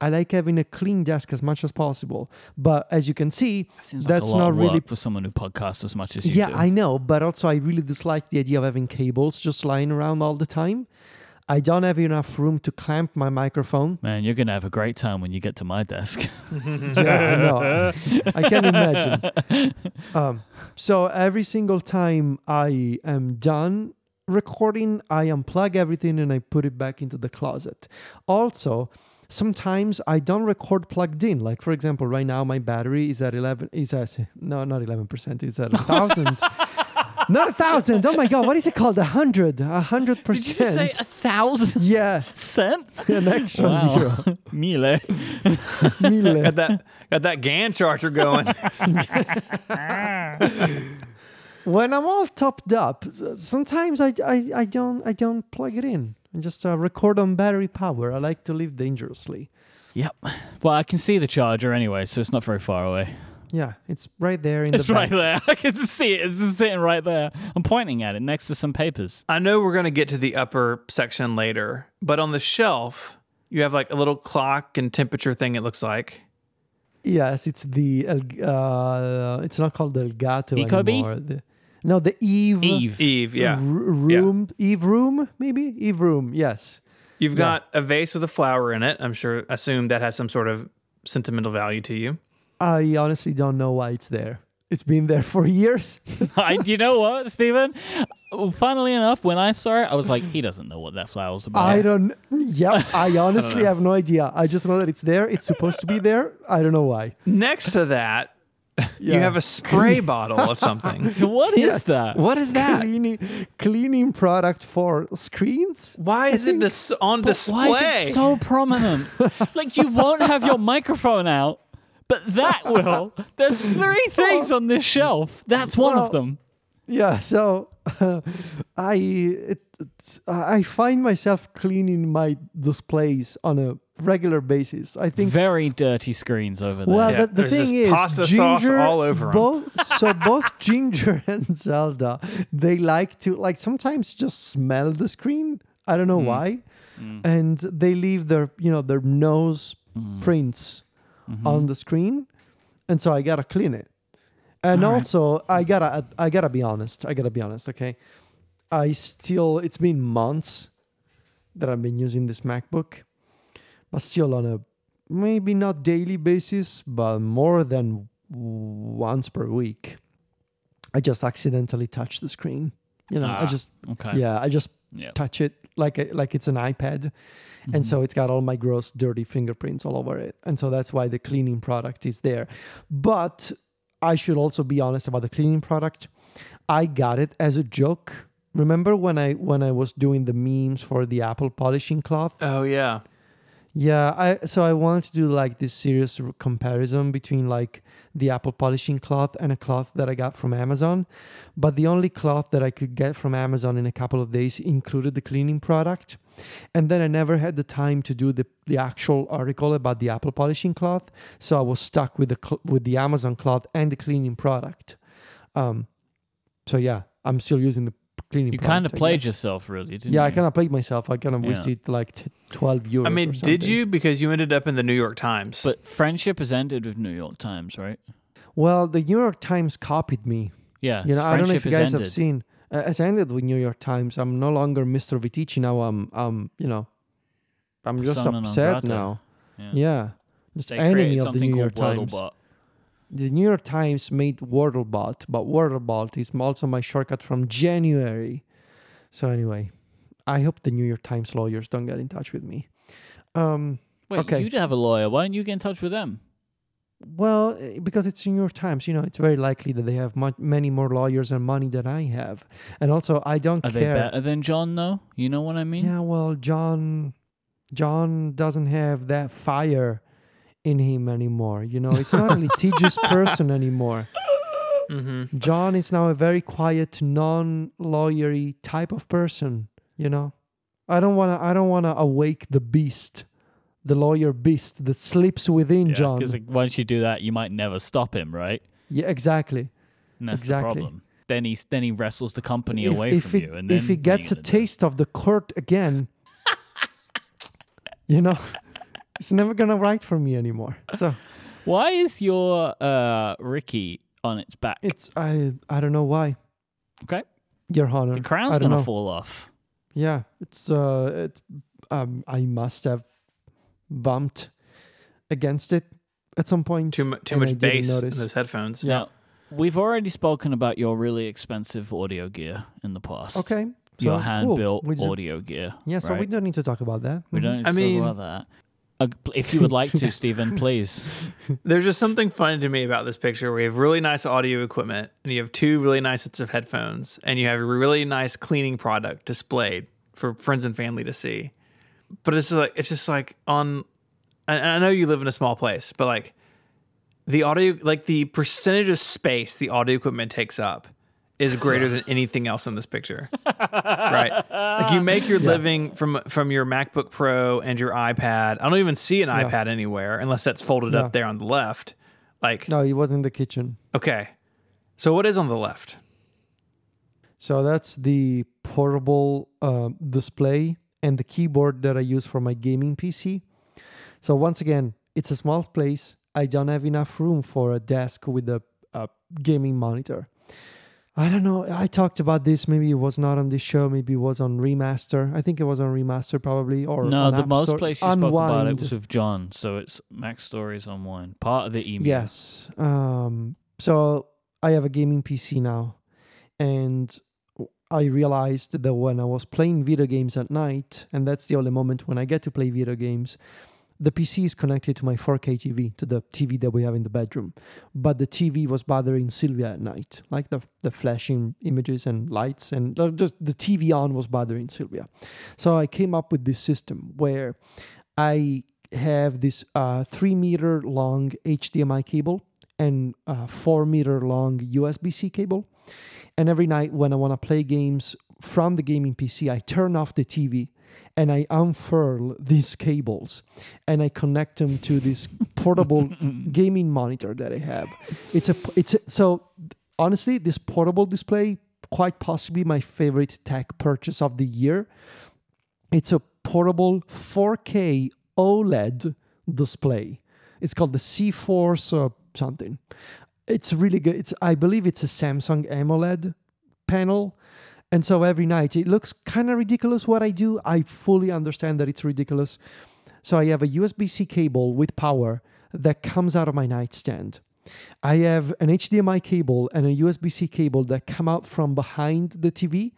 Speaker 2: I like having a clean desk as much as possible. But as you can see,
Speaker 3: Seems like
Speaker 2: that's
Speaker 3: a lot
Speaker 2: not
Speaker 3: of
Speaker 2: really
Speaker 3: work for someone who podcasts as much as you
Speaker 2: yeah,
Speaker 3: do.
Speaker 2: I know, but also I really dislike the idea of having cables just lying around all the time. I don't have enough room to clamp my microphone.
Speaker 3: Man, you're gonna have a great time when you get to my desk.
Speaker 2: Yeah, I know. I can imagine. Um, so every single time I am done recording, I unplug everything and I put it back into the closet. Also, sometimes I don't record plugged in. Like for example, right now my battery is at eleven. Is at no, not eleven percent. Is at a thousand. Not a thousand. Oh my god, what is it called? A hundred. A hundred
Speaker 3: Did you just say
Speaker 2: percent.
Speaker 3: a thousand
Speaker 2: Yeah,
Speaker 3: cent?
Speaker 2: an extra zero.
Speaker 3: Mile.
Speaker 2: Mille.
Speaker 1: Got that got that GAN charger going.
Speaker 2: when I'm all topped up, s- sometimes I, I, I don't I don't plug it in. I just uh, record on battery power. I like to live dangerously.
Speaker 3: Yep. Well, I can see the charger anyway, so it's not very far away.
Speaker 2: Yeah, it's right there in
Speaker 3: It's
Speaker 2: the
Speaker 3: right
Speaker 2: back.
Speaker 3: there. I can see it. It's just sitting right there. I'm pointing at it next to some papers.
Speaker 1: I know we're going to get to the upper section later, but on the shelf, you have like a little clock and temperature thing, it looks like.
Speaker 2: Yes, it's the El- uh, it's not called Elgato
Speaker 3: Ecobee?
Speaker 2: anymore. The- no, the Eve
Speaker 3: Eve.
Speaker 1: Eve, yeah.
Speaker 2: r- room Eve room maybe Eve room. Yes,
Speaker 1: You've got a vase with a flower in it. I'm sure, assume that has some sort of sentimental value to you.
Speaker 2: I honestly don't know why it's there. It's been there for years.
Speaker 3: I, you know what, Stephen? Funnily enough, when I saw it, I was like, he doesn't know what that flower's about.
Speaker 2: I don't. Yep, I honestly have no idea. I just know that it's there. It's supposed to be there. I don't know why.
Speaker 1: Next to that, you
Speaker 2: Yeah.
Speaker 1: have a spray bottle of something.
Speaker 3: What is that?
Speaker 1: What is that?
Speaker 2: cleaning cleaning product for screens.
Speaker 1: Why is it this on display?
Speaker 3: Why is it so prominent? like you won't have your microphone out, but that will. There's three things on this shelf. That's one
Speaker 2: Well-
Speaker 3: of them.
Speaker 2: Yeah, so I it, it's- I find myself cleaning my displays on a regular basis. I think.
Speaker 3: Very dirty screens over there.
Speaker 2: Well,
Speaker 1: Yeah,
Speaker 2: the, the
Speaker 1: there's just
Speaker 2: thing is,
Speaker 1: pasta
Speaker 2: ginger,
Speaker 1: sauce all over 'em.
Speaker 2: both, so both Ginger and Zelda, they like to like sometimes just smell the screen. I don't
Speaker 3: Mm.
Speaker 2: know why, and they leave their you know their nose
Speaker 3: Mm.
Speaker 2: prints
Speaker 3: Mm-hmm.
Speaker 2: on the screen, and so I gotta clean it. And also, I gotta I gotta be honest. I gotta be honest. Okay, I still it's been months that I've been using this MacBook, but still on a maybe not daily basis, but more than once per week. I just accidentally touch the screen. You know, I
Speaker 3: Ah,
Speaker 2: just
Speaker 3: okay.
Speaker 2: yeah, I just
Speaker 3: Yeah.
Speaker 2: touch it like a, like it's an iPad, and so it's got all my gross, dirty fingerprints all over it, and so that's why the cleaning product is there. But I should also be honest about the cleaning product. I got it as a joke. Remember when I when I was doing the memes for the Apple polishing cloth?
Speaker 1: oh, yeah.
Speaker 2: Yeah, I so I wanted to do like this serious r- comparison between like the Apple polishing cloth and a cloth that I got from Amazon, but the only cloth that I could get from Amazon in a couple of days included the cleaning product. And then I never had the time to do the, the actual article about the Apple polishing cloth, so I was stuck with the cl- with the Amazon cloth and the cleaning product. Um, so yeah, I'm still using the p- cleaning.
Speaker 3: You
Speaker 2: product,
Speaker 3: kind of
Speaker 2: I
Speaker 3: played
Speaker 2: guess.
Speaker 3: yourself, really, didn't
Speaker 2: Yeah,
Speaker 3: you?
Speaker 2: I kind of played myself. I kind of
Speaker 3: Yeah.
Speaker 2: wasted like t- twelve euros.
Speaker 1: I mean,
Speaker 2: or
Speaker 1: did
Speaker 2: something.
Speaker 1: you? Because you ended up in the New York Times.
Speaker 3: But friendship has ended with New York Times, right?
Speaker 2: Well, the New York Times copied me.
Speaker 3: Yeah.
Speaker 2: You know, I don't know if
Speaker 3: friendship
Speaker 2: you guys
Speaker 3: has ended.
Speaker 2: have seen. Uh, as ended with New York Times, I'm no longer Mr. Vitici. Now I'm, um, you know, I'm just
Speaker 3: Persona non
Speaker 2: upset
Speaker 3: grata.
Speaker 2: now.
Speaker 3: Yeah.
Speaker 2: Yeah, just
Speaker 3: They
Speaker 2: enemy
Speaker 3: created
Speaker 2: of the
Speaker 3: something
Speaker 2: New
Speaker 3: called
Speaker 2: York Times.
Speaker 3: WordleBot.
Speaker 2: The New York Times made WordleBot, but WordleBot is also my shortcut from January. So anyway, I hope the New York Times lawyers don't get in touch with me. Um,
Speaker 3: Wait,
Speaker 2: Okay.
Speaker 3: you'd have a lawyer. Why don't you get in touch with them?
Speaker 2: Well, eh, because it's New York Times, you know, it's very likely that they have much, many more lawyers and money than I have, and also I don't
Speaker 3: Are they
Speaker 2: care.
Speaker 3: better than John, though? You know what I mean?
Speaker 2: yeah, well, John, John doesn't have that fire in him anymore. You know, it's not a litigious person anymore.
Speaker 1: Mhm.
Speaker 2: John is now a very quiet, non-lawyery type of person. You know, I don't wanna, I don't wanna awake the beast the lawyer beast that sleeps within John.
Speaker 3: Because once you do that, you might never stop him, right?
Speaker 2: yeah, exactly.
Speaker 3: And that's
Speaker 2: Exactly.
Speaker 3: the problem. Then he then he wrestles the company
Speaker 2: If-
Speaker 3: away
Speaker 2: if
Speaker 3: from
Speaker 2: he,
Speaker 3: you, and then
Speaker 2: if he
Speaker 3: what are
Speaker 2: gets
Speaker 3: you
Speaker 2: a
Speaker 3: gonna do?
Speaker 2: taste of the court again, you know, it's never gonna write for me anymore. So
Speaker 3: Why is your uh, Ricky on its back?
Speaker 2: it's I I don't know why,
Speaker 3: okay,
Speaker 2: Your Honor.
Speaker 3: the
Speaker 2: uh, I
Speaker 3: crown's
Speaker 2: don't
Speaker 3: gonna
Speaker 2: know.
Speaker 3: fall off.
Speaker 2: Yeah, it's uh, it, um, I must have bumped against it at some point.
Speaker 1: Too, mu- too
Speaker 2: and I
Speaker 1: much
Speaker 2: didn't
Speaker 1: bass in
Speaker 2: notice.
Speaker 1: those headphones.
Speaker 2: Yeah.
Speaker 3: Now, we've already spoken about your really expensive audio gear in the past.
Speaker 2: Okay.
Speaker 3: your
Speaker 2: so
Speaker 3: hand
Speaker 2: cool.
Speaker 3: built
Speaker 2: We ju-
Speaker 3: audio gear.
Speaker 2: Yeah, so we
Speaker 3: right?
Speaker 2: don't need to talk about that. Mm-hmm.
Speaker 3: We don't need to
Speaker 1: I
Speaker 3: talk
Speaker 1: mean-
Speaker 3: about that. Uh, p- if you would like to, Stephen, please.
Speaker 1: There's just something funny to me about this picture where you have really nice audio equipment and you have two really nice sets of headphones and you have a really nice cleaning product displayed for friends and family to see. But it's like it's just like on and and I know you live in a small place, but like the audio like the percentage of space the audio equipment takes up is greater than anything else in this picture. right. Like you make your living from from your MacBook Pro and your iPad. I don't even see an iPad anywhere unless that's folded
Speaker 2: Yeah.
Speaker 1: up there on the left. Like
Speaker 2: No, it was in the kitchen.
Speaker 1: okay. So what is on the left?
Speaker 2: So that's the portable um, display and the keyboard that I use for my gaming PC. So once again, it's a small place. I don't have enough room for a desk with a, a gaming monitor. I don't know. I talked about this. Maybe it was not on this show. Maybe it was on remaster. I think it was on remaster probably. Or
Speaker 3: no,
Speaker 2: on
Speaker 3: the
Speaker 2: App
Speaker 3: most
Speaker 2: Store.
Speaker 3: place you spoke about it
Speaker 2: Unwind.
Speaker 3: was with John, so it's Mac Stories Unwind, part of the email.
Speaker 2: Yes. Um, so I have a gaming PC now, and I realized that when I was playing video games at night, and that's the only moment when I get to play video games, the PC is connected to my 4K TV, to the TV that we have in the bedroom. But the TV was bothering Sylvia at night, like the, the flashing images and lights, and uh, just the TV on was bothering Sylvia. So I came up with this system where I have this uh, three meter long HDMI cable and uh, four meter long USB C cable. And every night when I want to play games from the gaming PC, I turn off the TV and I unfurl these cables and I connect them to this portable gaming monitor that I have. It's a it's a, so honestly this portable display quite possibly my favorite tech purchase of the year. It's a portable 4K OLED E display. It's called the C Force or something. It's really good. It's I believe it's a Samsung AMOLED panel. And so every night it looks kind of ridiculous what I do. I fully understand that it's ridiculous. So I have a USB-C cable with power that comes out of my nightstand. I have an HDMI cable and a USB-C cable that come out from behind the TV.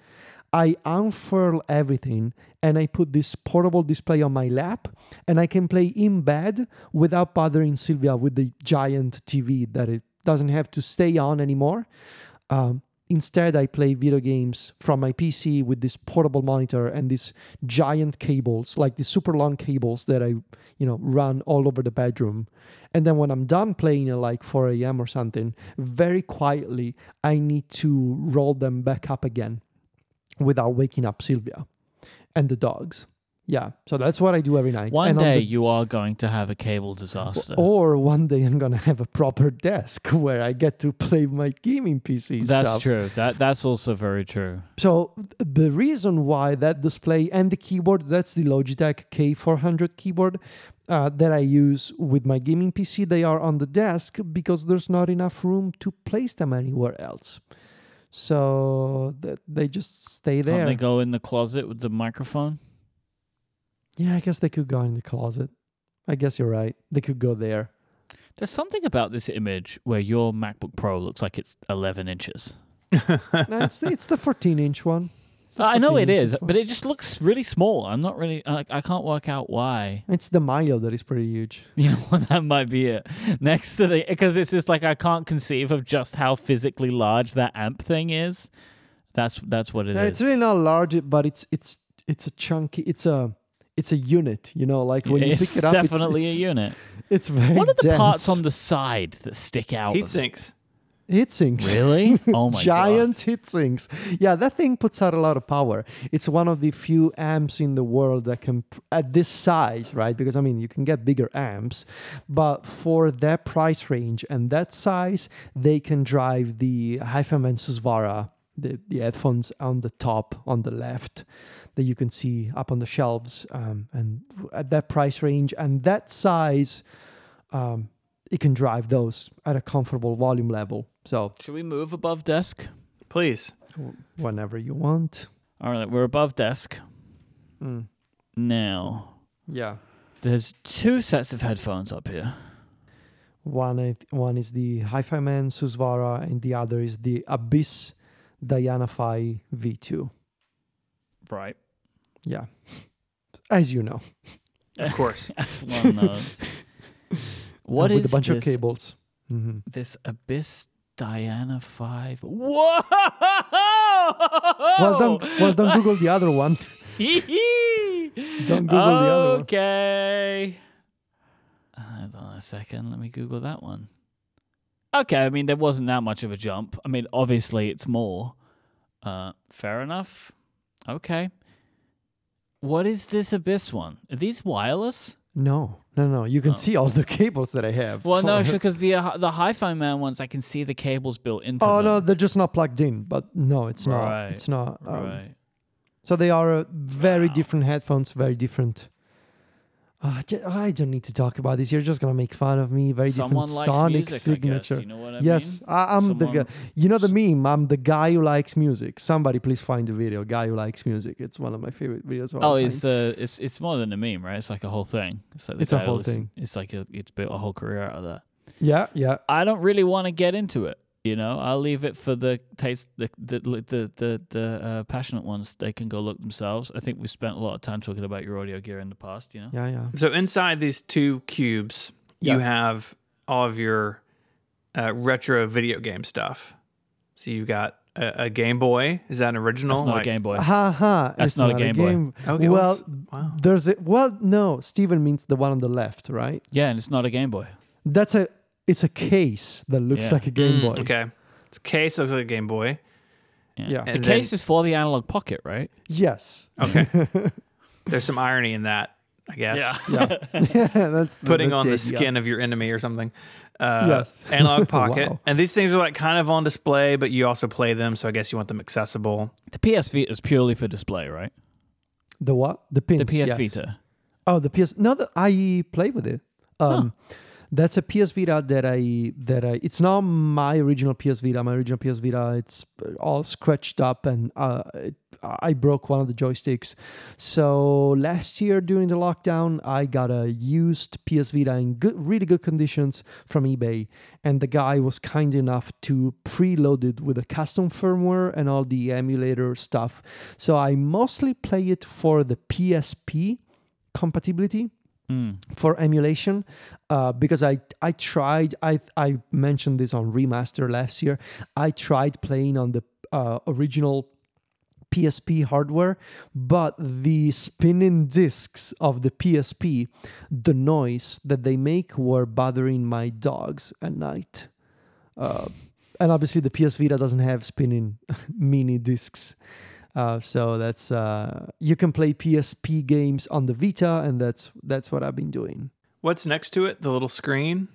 Speaker 2: I unfurl everything and I put this portable display on my lap and I can play in bed without bothering Sylvia with the giant TV that it doesn't have to stay on anymore. Um, instead, I play video games from my PC with this portable monitor and these giant cables, like the super long cables that I, you know, run all over the bedroom. And then when I'm done playing at like 4 a.m. or something, very quietly, I need to roll them back up again without waking up Sylvia and the dogs. Yeah, so that's what I do every night.
Speaker 3: One
Speaker 2: And on
Speaker 3: day
Speaker 2: the-
Speaker 3: you are going to have a cable disaster.
Speaker 2: or one day I'm gonna have a proper desk where I get to play my gaming PC
Speaker 3: that's
Speaker 2: stuff.
Speaker 3: true. That that's also very true.
Speaker 2: So th- the reason why that display and the keyboard—that's the Logitech K400 keyboard uh, that I use with my gaming PC—they are on the desk because there's not enough room to place them anywhere else. So that they just stay
Speaker 3: Can't
Speaker 2: there.
Speaker 3: they go in the closet with the microphone?
Speaker 2: yeah, I guess they could go in the closet. I guess you're right. They could go there.
Speaker 3: There's something about this image where your MacBook Pro looks like it's 11 inches.
Speaker 2: No, it's, the, it's the 14-inch one. It's the
Speaker 3: I know it
Speaker 2: 14 inches
Speaker 3: is,
Speaker 2: one.
Speaker 3: but it just looks really small. I'm not really. I, I can't work out why.
Speaker 2: It's the Mayo that is pretty huge.
Speaker 3: You know what? That might be it. Next to the because it's just like I can't conceive of just how physically large that amp thing is. That's that's what it is.
Speaker 2: Yeah, it's really not large, but it's it's it's a chunky. It's a it's a unit. You know, like when you
Speaker 3: It's
Speaker 2: pick it up, it's-
Speaker 3: definitely
Speaker 2: it's,
Speaker 3: a unit.
Speaker 2: It's very.
Speaker 3: What are the parts
Speaker 2: dense.
Speaker 3: on the side that stick out?
Speaker 1: Heat sinks.
Speaker 2: heat sinks.
Speaker 3: Really? Oh my
Speaker 2: Giant heat sinks. Yeah, that thing puts out a lot of power. It's one of the few amps in the world that can, at this size, right? Because I mean, you can get bigger amps, but for that price range and that size, they can drive the Hyphaman Susvara, the, the headphones on the top, on the left, that you can see up on the shelves. Um, and at that price range and that size, um, it can drive those at a comfortable volume level. So
Speaker 3: God. Should we move above desk?
Speaker 1: Please.
Speaker 2: whenever you want.
Speaker 3: All right, we're above desk
Speaker 2: Mm.
Speaker 3: now.
Speaker 2: Yeah.
Speaker 3: There's two sets of headphones up here.
Speaker 2: One i- one is the Hi-Fi Man Susvara, and the other is the Abyss Dianafy V2.
Speaker 3: Right.
Speaker 2: Yeah. As you know,
Speaker 1: Of course.
Speaker 3: That's one knows. What is
Speaker 2: with a bunch
Speaker 3: this?
Speaker 2: of cables. Mhm.
Speaker 3: This Abyss Diana 5. Whoa! Well
Speaker 2: Well done. Well done. Google the other one.
Speaker 3: Don't
Speaker 2: Don't Google the other one.
Speaker 3: Okay. Uh, Hold on a second. Let me Google that one. Okay, I mean, there wasn't that much of a jump. I mean, obviously, it's more. Uh, fair enough. Okay. What is this Abyss one? Are these wireless?
Speaker 2: No, no, no. You can see all the cables that I have.
Speaker 3: Well, no,
Speaker 2: for-
Speaker 3: because the uh, the Hi-Fi Man ones, I can see the cables built into
Speaker 2: Oh
Speaker 3: them.
Speaker 2: no, they're just not plugged in. But no, it's not.
Speaker 3: Right.
Speaker 2: It's not. um,
Speaker 3: right.
Speaker 2: So they are uh, very
Speaker 3: Wow.
Speaker 2: different headphones, very different. Uh, j- I don't need to talk about this. You're just gonna make fun of me. Very
Speaker 3: Someone
Speaker 2: different
Speaker 3: likes
Speaker 2: sonic
Speaker 3: music, I guess.
Speaker 2: signature.
Speaker 3: You know what I
Speaker 2: yes,
Speaker 3: mean?
Speaker 2: I, I'm the
Speaker 3: Someone-
Speaker 2: guy. You know the meme. I'm the guy who likes music. Somebody please find the video. Guy who likes music. It's one of my favorite videos. Of all
Speaker 3: Oh,
Speaker 2: time.
Speaker 3: it's the it's it's more than a meme, right? It's like a whole thing. It's like the
Speaker 2: It's a
Speaker 3: guy
Speaker 2: whole
Speaker 3: who listen-
Speaker 2: thing.
Speaker 3: It's like a, it's built a whole career out of that.
Speaker 2: yeah, yeah.
Speaker 3: I don't really want to get into it. You know, I'll leave it for the taste, the the the the, the uh, passionate ones. They can go look themselves. I think we've spent a lot of time talking about your audio gear in the past. You know,
Speaker 2: Yeah, yeah.
Speaker 1: So inside these two cubes,
Speaker 2: Yeah.
Speaker 1: you have all of your uh, retro video game stuff. So you've got a, a Game Boy. Is that an original?
Speaker 3: that's not
Speaker 1: Like-
Speaker 3: a Game Boy.
Speaker 2: Ha ha.
Speaker 3: That's
Speaker 2: it's
Speaker 3: not a Game Boy.
Speaker 1: Okay, well,
Speaker 2: well,
Speaker 1: s- wow.
Speaker 2: there's a well. No, Steven means the one on the left, right?
Speaker 3: yeah, and it's not a Game Boy.
Speaker 2: That's a. It's a case that looks
Speaker 3: Yeah.
Speaker 2: like a Game Boy.
Speaker 1: Mm, Okay. It's case looks like a Game Boy.
Speaker 2: Yeah.
Speaker 3: the
Speaker 1: And then-
Speaker 3: case is for the analog pocket, right?
Speaker 2: Yes.
Speaker 1: Okay. There's some irony in that, I guess.
Speaker 2: Yeah. that's
Speaker 1: Putting on the
Speaker 2: that's idea.
Speaker 1: skin of your enemy or something. Uh,
Speaker 2: Yes.
Speaker 1: Analog pocket.
Speaker 2: Wow.
Speaker 1: And these things are like kind of on display, but you also play them. So I guess you want them accessible.
Speaker 3: The PS Vita is purely for display, right?
Speaker 2: The what? The pins.
Speaker 3: The PS
Speaker 2: yes.
Speaker 3: Vita.
Speaker 2: Oh, the PS. No, the, I play with it. Um, That's a PS Vita that I that I. It's not my original PS Vita. My original PS Vita. It's all scratched up, and uh, it, I broke one of the joysticks. So last year during the lockdown, I got a used PS Vita in good, really good conditions from eBay, and the guy was kind enough to preload it with a custom firmware and all the emulator stuff. So I mostly play it for the PSP compatibility
Speaker 3: Mm.
Speaker 2: for emulation uh, because I I tried I I mentioned this on remaster last year. I tried playing on the uh, original PSP hardware, but the spinning discs of the PSP, the noise that they make were bothering my dogs at night. Uh, and obviously, the PS Vita doesn't have spinning mini discs. Uh, so that's uh, you can play PSP games on the Vita, and that's that's what I've been doing.
Speaker 1: What's next to it? The little screen?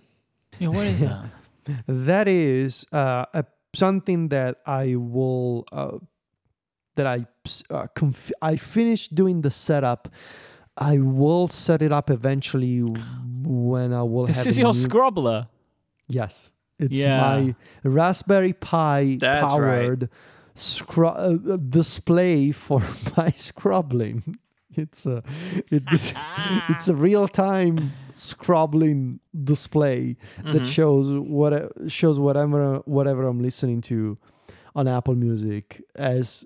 Speaker 3: Yeah, what is that?
Speaker 2: That is uh, a, something that I will uh, that I s- uh, conf- I finished doing the setup. I will set it up eventually when I will.
Speaker 3: this
Speaker 2: have
Speaker 3: is
Speaker 2: a
Speaker 3: your
Speaker 2: new-
Speaker 3: scrobbler.
Speaker 2: Yes, it's
Speaker 3: Yeah.
Speaker 2: my Raspberry Pi
Speaker 1: That's
Speaker 2: powered scro- uh, uh, display for my scrobbling. It's a it, it's, it's a real time scrobbling display that shows what I- shows whatever whatever I'm listening to on Apple Music as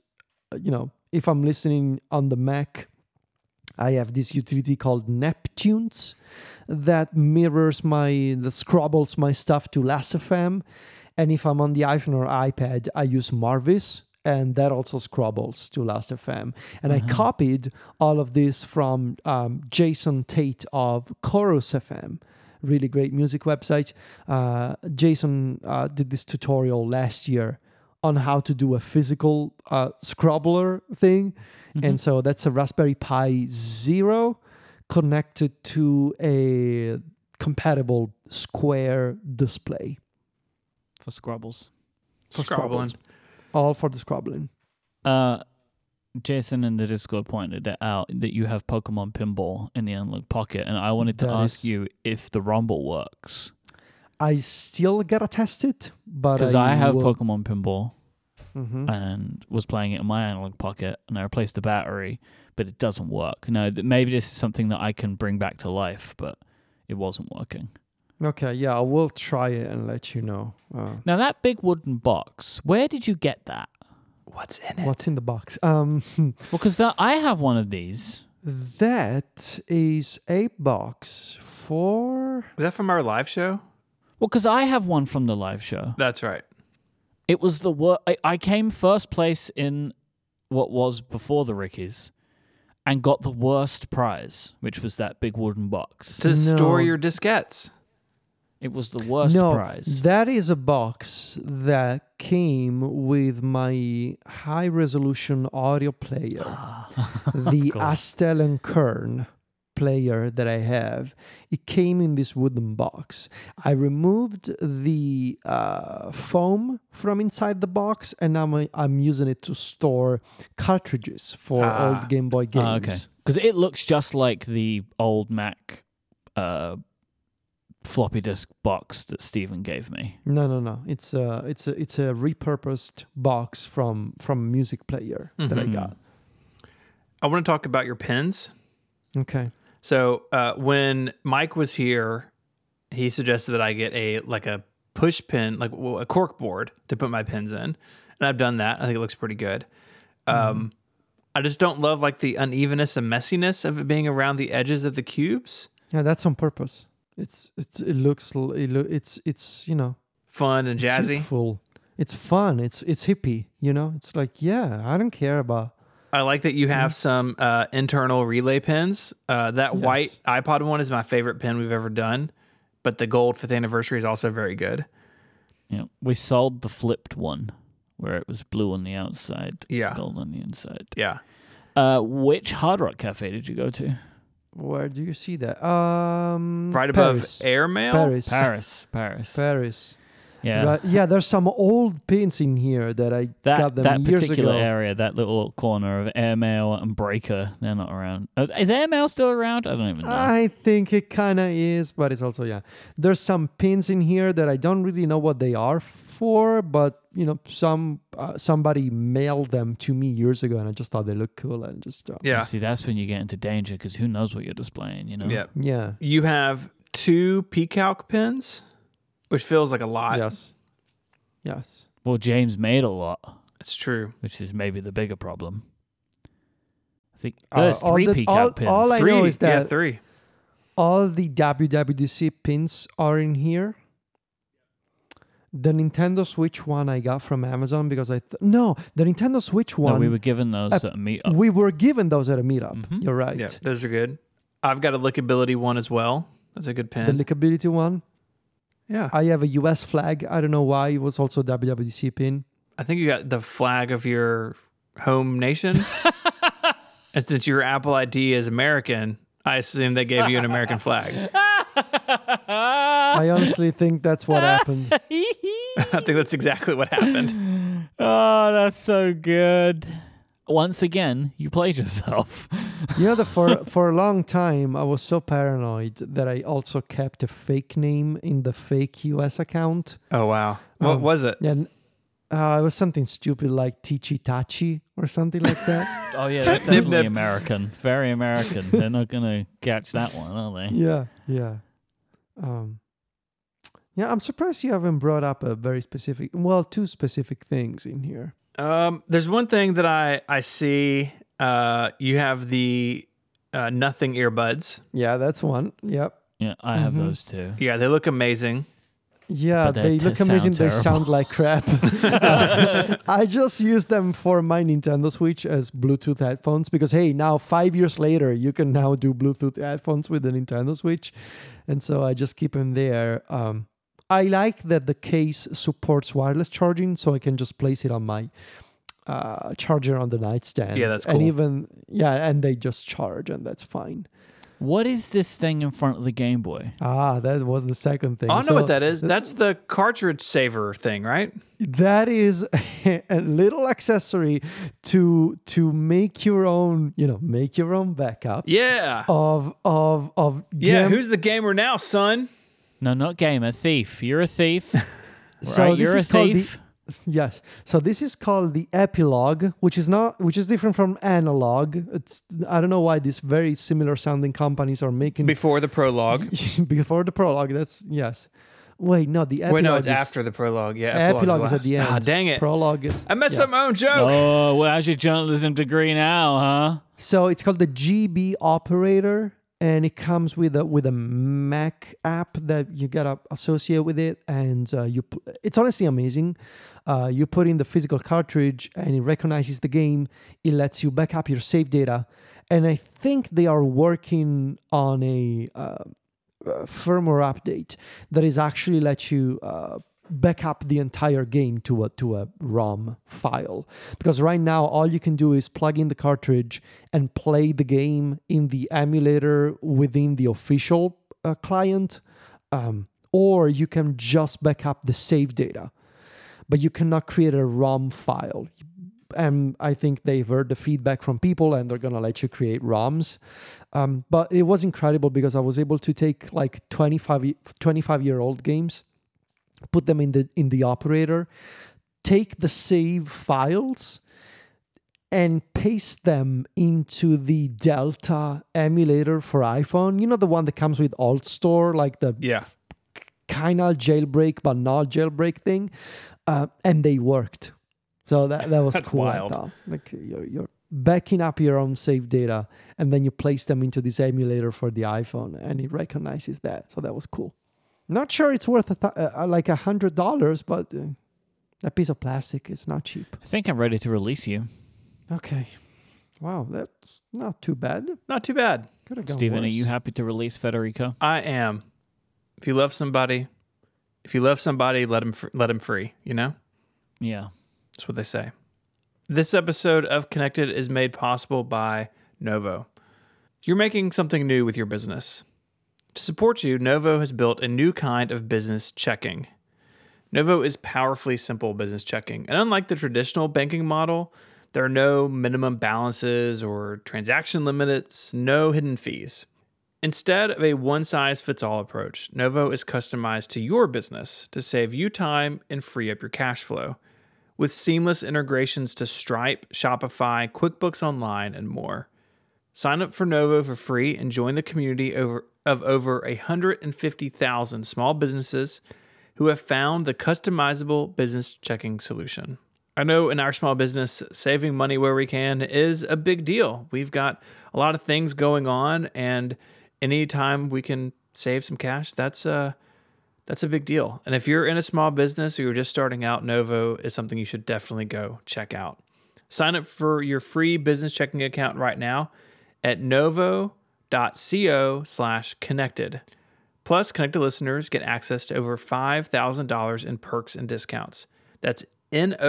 Speaker 2: uh, you know if I'm listening on the Mac I have this utility called Neptunes that mirrors my that scrabbles my stuff to Last.fm. And if I'm on the iPhone or iPad, I use Marvis and that also scrabbles to Last.fm. And I copied all of this from um, Jason Tate of Chorus FM, really great music website. Uh, Jason uh, did this tutorial last year on how to do a physical uh, scrubbler thing.
Speaker 3: Mm-hmm.
Speaker 2: And so that's a Raspberry Pi Zero connected to a compatible square display.
Speaker 3: for Scrubbles.
Speaker 1: For
Speaker 2: Scrabbles. All for the scrubbling.
Speaker 3: Uh, Jason in the Discord pointed out that you have Pokemon Pinball in the Unlock Pocket, and I wanted to
Speaker 2: That
Speaker 3: ask
Speaker 2: is-
Speaker 3: you if the Rumble works
Speaker 2: I still gotta test it, but
Speaker 3: because I have
Speaker 2: will-
Speaker 3: Pokemon Pinball
Speaker 2: Mhm.
Speaker 3: and was playing it in my Analog Pocket, and I replaced the battery, but it doesn't work. Now th- maybe this is something that I can bring back to life, but it wasn't working.
Speaker 2: Okay, yeah, I will try it and let you know. Uh,
Speaker 3: Now that big wooden box, where did you get that?
Speaker 1: What's in
Speaker 2: what's in the box? Um,
Speaker 3: Well, because I have one of these.
Speaker 2: that is a box for
Speaker 1: Is that from our live show?
Speaker 3: Well, because I have one from the live show.
Speaker 1: That's right.
Speaker 3: It was the worst. I, I came first place in what was before the Rickies and got the worst prize, which was that big wooden box.
Speaker 1: To store
Speaker 2: No.
Speaker 1: your diskettes.
Speaker 3: It was the worst
Speaker 2: no.
Speaker 3: prize.
Speaker 2: That is a box that came with my high-resolution audio player.
Speaker 3: Ah,
Speaker 2: the Astel and Kern player that I have. It came in this wooden box. I removed the uh, foam from inside the box, and now I'm, I'm using it to store cartridges for
Speaker 1: Ah.
Speaker 2: old Game Boy games.
Speaker 3: Ah, okay. Because it looks just like the old Mac uh, floppy disk box that Stephen gave me.
Speaker 2: No, no, no. It's a it's a it's a repurposed box from from a music player that I
Speaker 3: Mhm.
Speaker 2: got.
Speaker 1: I want to talk about your pins.
Speaker 2: Okay.
Speaker 1: So uh, when Mike was here, he suggested that I get a like a push pin, like well, a cork board to put my pins in, and I've done that. I think it looks pretty good.
Speaker 2: Mm-hmm.
Speaker 1: Um, I just don't love like the unevenness and messiness of it being around the edges of the cubes.
Speaker 2: Yeah, that's on purpose. It's it's it looks l- it lo- it's it's you know
Speaker 1: Fun and
Speaker 2: it's
Speaker 1: jazzy.
Speaker 2: youthful. It's fun. It's it's hippie. You know. It's like yeah, I don't care about.
Speaker 1: I like that
Speaker 2: Mm-hmm.
Speaker 1: you have some uh, internal relay pins. Uh, that white iPod one is my favorite pin we've ever done, but the gold fifth anniversary is also very good.
Speaker 3: You know, we sold the flipped one where it was blue on the outside,
Speaker 1: Yeah.
Speaker 3: gold on the inside.
Speaker 1: Yeah.
Speaker 2: Mm-hmm.
Speaker 3: Uh, which Hard Rock Cafe did you go to?
Speaker 2: Where do you see that? Um,
Speaker 1: Right
Speaker 2: Paris.
Speaker 1: above airmail.
Speaker 2: Paris.
Speaker 3: Paris. Paris.
Speaker 2: Paris.
Speaker 3: Yeah.
Speaker 2: Yeah. Right, yeah, there's some old pins in here that I
Speaker 3: That,
Speaker 2: got them
Speaker 3: that
Speaker 2: years
Speaker 3: particular
Speaker 2: ago.
Speaker 3: area, that little corner of Airmail and Breaker, they're not around. Is is Airmail still around? I don't even know.
Speaker 2: I think it kind of is, but it's also yeah. There's some pins in here that I don't really know what they are for, but you know, some uh, somebody mailed them to me years ago, and I just thought they looked cool and just uh,
Speaker 1: Yeah.
Speaker 3: See, that's when you get into danger because who knows what you're displaying, you know?
Speaker 1: Yeah.
Speaker 2: yeah,
Speaker 1: You have two PCalc pins, which feels like a lot.
Speaker 2: yes, yes.
Speaker 3: Well, James made a lot,
Speaker 1: It's true.
Speaker 3: which is maybe the bigger problem. I think
Speaker 2: Uh,
Speaker 3: there's
Speaker 2: all
Speaker 3: three
Speaker 2: the-
Speaker 3: peacock
Speaker 2: all-
Speaker 3: pins.
Speaker 2: all I-
Speaker 1: three.
Speaker 2: know is
Speaker 1: yeah,
Speaker 2: that-
Speaker 1: three.
Speaker 2: all the WWDC pins are in here. The Nintendo Switch one I got from Amazon because I th- no the Nintendo Switch
Speaker 3: no,
Speaker 2: one
Speaker 3: we oh. were given those at a meetup.
Speaker 2: we were given those at a meetup.
Speaker 3: Mhm.
Speaker 2: You're right.
Speaker 1: Yeah, those are good. I've got a lickability one as well. That's a good
Speaker 2: The
Speaker 1: pin.
Speaker 2: lickability one.
Speaker 1: yeah. I,
Speaker 2: I have a US flag. I don't know why it was also WWDC pin.
Speaker 1: think you got the flag of your home nation. and since your Apple ID is American, I assume they gave you an American flag.
Speaker 3: Ah.
Speaker 2: I honestly think that's what happened.
Speaker 1: I think that's exactly what happened.
Speaker 3: oh, that's so good. Once again, you played yourself.
Speaker 2: You know, that for for a long time I was so paranoid that I also kept a fake name in the fake US account.
Speaker 1: Oh wow. What
Speaker 2: Um,
Speaker 1: was it?
Speaker 2: And uh, it was something stupid like Tichi Tachi or something like that.
Speaker 3: Oh yeah, that's
Speaker 1: Nib,
Speaker 3: definitely
Speaker 1: nib.
Speaker 3: American. Very American. They're not gonna catch that one, are they?
Speaker 2: yeah, yeah. Um, yeah, I'm surprised you haven't brought up a very specific, well, two specific things in here.
Speaker 1: Um, there's one thing that I I see. Uh, you have the uh, nothing earbuds.
Speaker 2: Yeah, that's one. Yep.
Speaker 3: Yeah, I have
Speaker 2: Mhm.
Speaker 3: those too.
Speaker 1: Yeah, they look amazing.
Speaker 2: Yeah,
Speaker 3: But that
Speaker 2: they look
Speaker 3: does sound
Speaker 2: amazing. They
Speaker 3: terrible.
Speaker 2: sound like crap. I just use them for my Nintendo Switch as Bluetooth headphones because hey, now five years later, you can now do Bluetooth headphones with the Nintendo Switch, and so I just keep them there. Um, I like that the case supports wireless charging, so I can just place it on my uh, charger on the nightstand.
Speaker 1: Yeah, that's
Speaker 2: And
Speaker 1: cool.
Speaker 2: even yeah, and they just charge, and that's fine.
Speaker 3: What is this thing in front of the Game Boy?
Speaker 2: Ah, that was the second thing.
Speaker 1: Oh, I don't know
Speaker 2: So-
Speaker 1: what that is. That's the cartridge saver thing, right?
Speaker 2: that is a little accessory to to make your own you know make your own backups
Speaker 1: Yeah.
Speaker 2: of of of
Speaker 1: Yeah,
Speaker 2: game-
Speaker 1: who's the gamer now, son?
Speaker 3: No, not gamer, thief. You're a thief.
Speaker 2: So
Speaker 3: right?
Speaker 2: this
Speaker 3: You're
Speaker 2: is
Speaker 3: a
Speaker 2: called the-
Speaker 3: thief.
Speaker 2: yes so this is called the epilogue which is not which is different from analog it's i don't know why these very similar sounding companies are making
Speaker 1: Before the prologue.
Speaker 2: before the prologue that's yes wait no the epilogue
Speaker 1: Wait, no, it's
Speaker 2: is,
Speaker 1: after the prologue. Yeah,
Speaker 2: epilogue is
Speaker 1: last.
Speaker 2: at the end
Speaker 1: Ah, dang it!
Speaker 2: prologue is
Speaker 1: I messed
Speaker 2: yeah.
Speaker 1: up my own joke.
Speaker 3: Oh, well, how's your journalism degree now, huh?
Speaker 2: So it's called the GB operator, and it comes with a with a Mac app that you gotta associate with it, and uh, you pu- it's honestly amazing. Uh, you put in the physical cartridge, and it recognizes the game. It lets you back up your save data, and I think they are working on a uh, uh, firmware update that is actually let you. Uh, back up the entire game to a to a ROM file because right now all you can do is plug in the cartridge and play the game in the emulator within the official uh, client, um, or you can just back up the save data, but you cannot create a ROM file. And I think they've heard the feedback from people, and they're gonna let you create ROMs. Um, but it was incredible because I was able to take like 25, y- 25 year old games put them in the in the operator take the save files and paste them into the delta emulator for iphone you know the one that comes with alt store like the
Speaker 1: Yeah,
Speaker 2: kind of jailbreak but not jailbreak thing uh, and they worked so that, that was
Speaker 1: That's
Speaker 2: cool I
Speaker 1: wild.
Speaker 2: thought. like you're, you're backing up your own save data and then you place them into this emulator for the iphone and it recognizes that so that was cool not sure it's worth a th- uh, like a hundred dollars but uh, that piece of plastic is not cheap
Speaker 3: I think I'm ready to release you.
Speaker 2: okay wow that's not too bad
Speaker 1: not too bad.
Speaker 2: could have gone
Speaker 3: Stephen, are
Speaker 2: worse.
Speaker 3: you happy to release Federico?
Speaker 1: I am. If you love somebody, if you love somebody, let him fr- let him free. You know,
Speaker 3: Yeah.
Speaker 1: that's what they say. This episode of Connected is made possible by Novo. You're making something new with your business. To support you, Novo has built a new kind of business checking. Novo is powerfully simple business checking. And unlike the traditional banking model, there are no minimum balances or transaction limits, no hidden fees. Instead of a one size fits all approach, Novo is customized to your business to save you time and free up your cash flow. With seamless integrations to Stripe, Shopify, QuickBooks Online, and more. Sign up for Novo for free and join the community over, of over 150,000 small businesses who have found the customizable business checking solution. I know in our small business, saving money where we can is a big deal. We've got a lot of things going on, and anytime we can save some cash, that's uh, a that's a big deal. And if you're in a small business or you're just starting out, Novo is something you should definitely go check out. Sign up for your free business checking account right now at novo.co slash connected. Plus, connected listeners get access to over $5,000 in perks and discounts. That's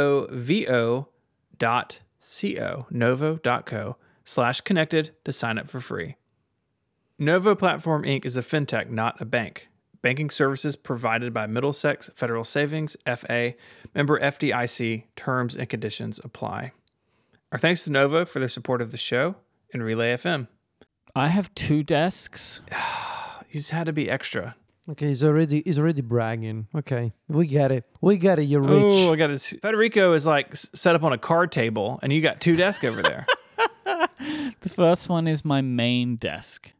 Speaker 1: N-O-V-O dot C-O, novo.co slash connected to sign up for free. Novo Platform Inc. is a fintech, not a bank. Banking services provided by Middlesex Federal Savings, FA, member FDIC, terms and conditions apply. Our thanks to Nova for their support of the show and Relay FM.
Speaker 3: I have two desks.
Speaker 1: He's had to be extra.
Speaker 2: okay he's already he's already bragging okay we get it we get it you're rich
Speaker 1: Oh, I got it. Federico is like s- set up on a card table, and you got two desks over there.
Speaker 3: The first one is my main desk.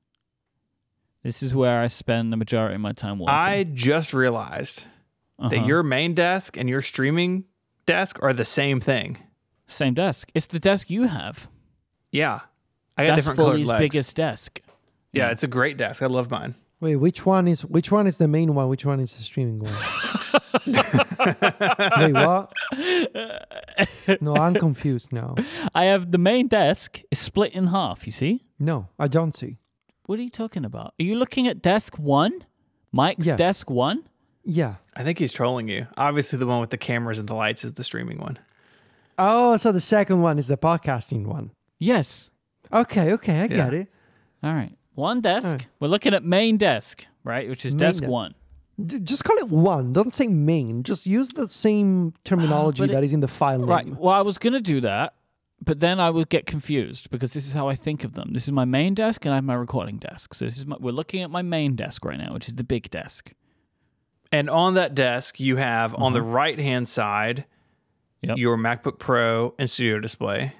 Speaker 3: This is where I spend the majority of my time working.
Speaker 1: I just realized that
Speaker 3: Uh-huh.
Speaker 1: your main desk and your streaming desk are the same thing.
Speaker 3: Same desk. It's the desk you have.
Speaker 1: Yeah, I got
Speaker 3: That's
Speaker 1: different colored
Speaker 3: Foley's
Speaker 1: legs.
Speaker 3: biggest desk.
Speaker 1: yeah, it's a great desk. I love mine.
Speaker 2: Wait, which one is which one is the main one? Which one is the streaming one? Wait, what? No, I'm confused now.
Speaker 3: I have the main desk is split in half, you see?
Speaker 2: No, I don't see.
Speaker 3: What are you talking about? Are you looking at desk one? Mike's
Speaker 2: Yes.
Speaker 3: desk one?
Speaker 2: Yeah.
Speaker 1: I think he's trolling you. Obviously, the one with the cameras and the lights is the streaming one.
Speaker 2: Oh, so the second one is the podcasting one.
Speaker 3: Yes.
Speaker 2: Okay, okay, I get
Speaker 1: Yeah.
Speaker 2: it.
Speaker 3: All right. One desk.
Speaker 2: right.
Speaker 3: We're looking at main desk, right? Which is
Speaker 2: Main
Speaker 3: desk
Speaker 2: desk.
Speaker 3: one.
Speaker 2: D- just call it one. Don't say main. Just use the same terminology
Speaker 3: But
Speaker 2: that is in the file name.
Speaker 3: Right. Well, I was going to do that, but then I would get confused because this is how I think of them. This is my main desk and I have my recording desk. So this is my, we're looking at my main desk right now, which is the big desk.
Speaker 1: And on that desk, you have on the right hand side
Speaker 3: Mm-hmm. Yep.
Speaker 1: your MacBook Pro and Studio Display.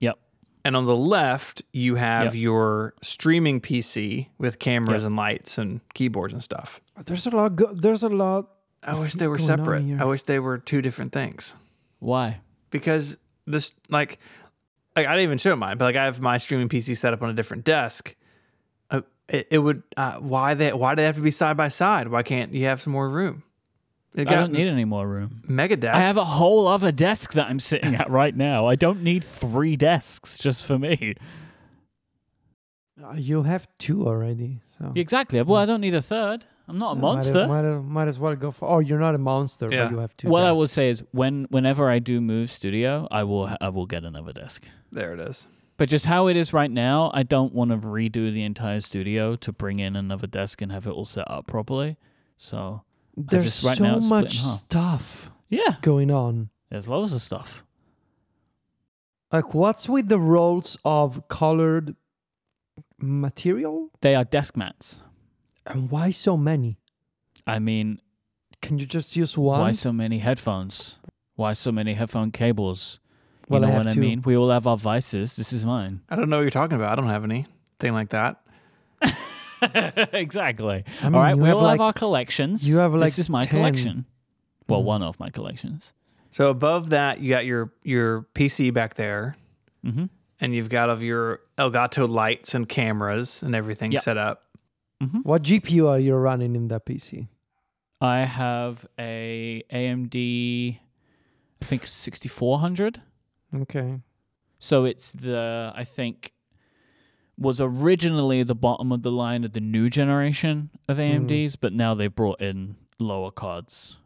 Speaker 3: Yep.
Speaker 1: And on the left, you have
Speaker 3: Yep.
Speaker 1: your streaming PC with cameras
Speaker 3: Yep.
Speaker 1: and lights and keyboards and stuff.
Speaker 2: There's a lot. Go- there's a lot.
Speaker 1: I wish they were
Speaker 2: going on
Speaker 1: separate.
Speaker 2: here?
Speaker 1: I wish they were two different things
Speaker 3: Why?
Speaker 1: because this, like, like I didn't even show mine, but like I have my streaming PC set up on a different desk. Uh, it, it would uh, why they why do they have to be side by side? Why can't you have some more room? They
Speaker 3: I don't need any more room.
Speaker 1: mega desk.
Speaker 3: I have a whole other desk that I'm sitting at right now. I don't need three desks just for me.
Speaker 2: Uh, You have two already. So
Speaker 3: Exactly. Well, I don't need a third. I'm not a
Speaker 2: Yeah,
Speaker 3: monster.
Speaker 2: Might, might, might as well go for. Or you're not a monster,
Speaker 1: Yeah.
Speaker 2: but you have two.
Speaker 3: What I will
Speaker 2: desks.
Speaker 3: say is, when whenever I do move studio, I will I will get another desk.
Speaker 1: there it is.
Speaker 3: But just how it is right now, I don't want to redo the entire studio to bring in another desk and have it all set up properly. So
Speaker 2: there's
Speaker 3: just right
Speaker 2: so
Speaker 3: now it's split in
Speaker 2: much
Speaker 3: half.
Speaker 2: stuff
Speaker 3: yeah,
Speaker 2: going on.
Speaker 3: there's loads of stuff.
Speaker 2: Like, what's with the rolls of colored material,
Speaker 3: They are desk mats.
Speaker 2: and why so many?
Speaker 3: I mean,
Speaker 2: Can you just use one?
Speaker 3: why so many headphones? Why so many headphone cables? You
Speaker 2: Well, I
Speaker 3: know
Speaker 2: have
Speaker 3: what
Speaker 2: two.
Speaker 3: I mean? We all have our vices. This is mine.
Speaker 1: I don't know what you're talking about. I don't have anything like that.
Speaker 3: exactly.
Speaker 2: I mean,
Speaker 3: all right,
Speaker 2: you
Speaker 3: we
Speaker 2: have
Speaker 3: all
Speaker 2: like
Speaker 3: have our collections.
Speaker 2: you have like Mm-hmm.
Speaker 3: this is my
Speaker 2: 10.
Speaker 3: collection. Well, one of my collections.
Speaker 1: So above that, you got your your PC back there,
Speaker 3: hmm
Speaker 1: and you've got of your Elgato lights and cameras and everything
Speaker 3: Yep.
Speaker 1: set up.
Speaker 3: Mm-hmm.
Speaker 2: what GPU are you running in that PC?
Speaker 3: I have a AMD, I think sixty four hundred.
Speaker 2: Okay.
Speaker 3: So it's the I think was originally the bottom of the line of the new generation
Speaker 2: Hmm.
Speaker 3: of AMDs, but now they brought in lower cards.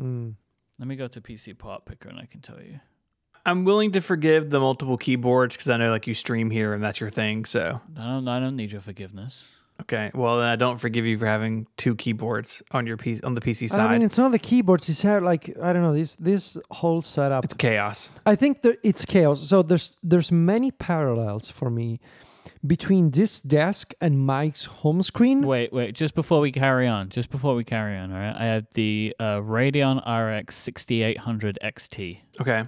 Speaker 2: Mm.
Speaker 3: Let me go to PC Part Picker and I can tell you.
Speaker 1: I'm willing to forgive the multiple keyboards because I know like you stream here and that's your thing. So
Speaker 3: I don't I don't need your forgiveness.
Speaker 1: okay, well then I don't forgive you for having two keyboards on your PC on the PC
Speaker 2: I
Speaker 1: side.
Speaker 2: mean, it's not the keyboards. It's how, like I don't know this this whole setup.
Speaker 1: it's chaos.
Speaker 2: I think that it's chaos. So there's there's many parallels for me between this desk and Mike's home screen.
Speaker 3: Wait, wait, just before we carry on, just before we carry on, all right? I have the uh, Radeon RX 6800 XT.
Speaker 1: Okay.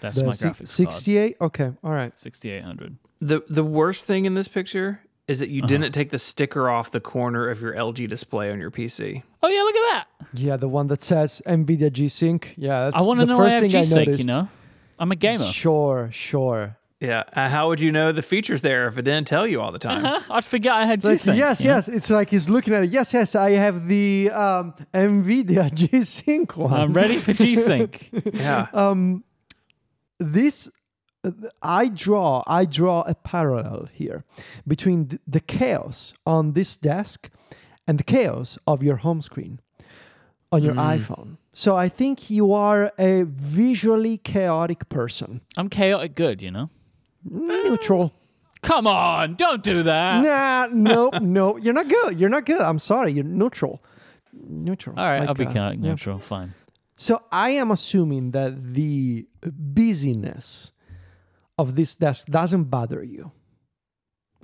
Speaker 3: That's
Speaker 2: The
Speaker 3: my
Speaker 2: si-
Speaker 3: graphics card.
Speaker 2: 68. Okay. All right.
Speaker 3: 6800.
Speaker 1: the The worst thing in this picture is that you didn't take the sticker off the corner of your LG display on your PC.
Speaker 3: Oh yeah, look at that.
Speaker 2: Yeah, the one that says NVIDIA G Sync. Yeah, that's
Speaker 3: I want
Speaker 2: the
Speaker 3: to know
Speaker 2: first
Speaker 3: I have
Speaker 2: thing I
Speaker 3: G-Sync,
Speaker 2: noticed.
Speaker 3: you know? I'm a gamer.
Speaker 2: Sure, sure.
Speaker 1: Yeah. Uh, how would you know the features there if it didn't tell you all the time?
Speaker 3: Huh? I'd forget I had
Speaker 2: Like,
Speaker 3: G-Sync.
Speaker 2: yes,
Speaker 3: you know?
Speaker 2: yes. It's like he's looking at it. Yes, yes. I have the um, NVIDIA G Sync one.
Speaker 3: I'm ready for G-Sync.
Speaker 1: Yeah.
Speaker 2: um this i draw i draw a parallel here between th- the chaos on this desk and the chaos of your home screen on your
Speaker 3: Mm.
Speaker 2: iphone so i think you are a visually chaotic person
Speaker 3: I'm chaotic good, you know? Eh.
Speaker 2: neutral
Speaker 3: Come on, don't do that.
Speaker 2: nah no no you're not good you're not good i'm sorry you're neutral neutral
Speaker 3: All right,
Speaker 2: Like,
Speaker 3: I'll be
Speaker 2: uh,
Speaker 3: chaotic
Speaker 2: yeah.
Speaker 3: neutral. Fine.
Speaker 2: So I am assuming that the busyness of this desk doesn't bother you.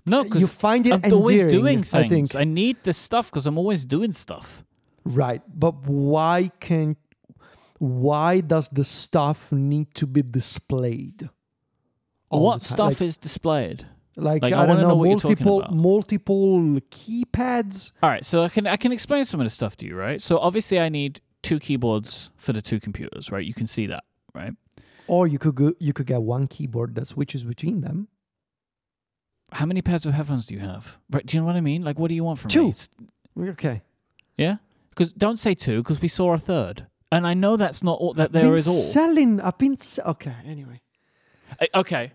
Speaker 3: No,
Speaker 2: You
Speaker 3: because
Speaker 2: find it
Speaker 3: I'm always
Speaker 2: endearing,
Speaker 3: doing
Speaker 2: I
Speaker 3: things.
Speaker 2: think.
Speaker 3: I need this stuff because I'm always doing stuff.
Speaker 2: Right. But why can why does the stuff need to be displayed? all
Speaker 3: what
Speaker 2: the time?
Speaker 3: stuff is displayed?
Speaker 2: Like,
Speaker 3: like,
Speaker 2: like
Speaker 3: I
Speaker 2: I, don't
Speaker 3: wanna
Speaker 2: know,
Speaker 3: know what you're talking
Speaker 2: multiple
Speaker 3: about.
Speaker 2: multiple keypads.
Speaker 3: All right, so I can I can explain some of the stuff to you, right? So obviously I need two keyboards for the two computers, right? You can see that, right?
Speaker 2: Or you could go, you could get one keyboard that switches between them.
Speaker 3: How many pairs of headphones do you have? Right? Do you know what I mean? Like, what do you want from
Speaker 2: Two.
Speaker 3: me? It's-
Speaker 2: Okay.
Speaker 3: Yeah, because don't say two, because we saw a third, and I know that's not all that there
Speaker 2: been
Speaker 3: is all.
Speaker 2: selling. I've been. Se- okay. Anyway.
Speaker 3: I- okay,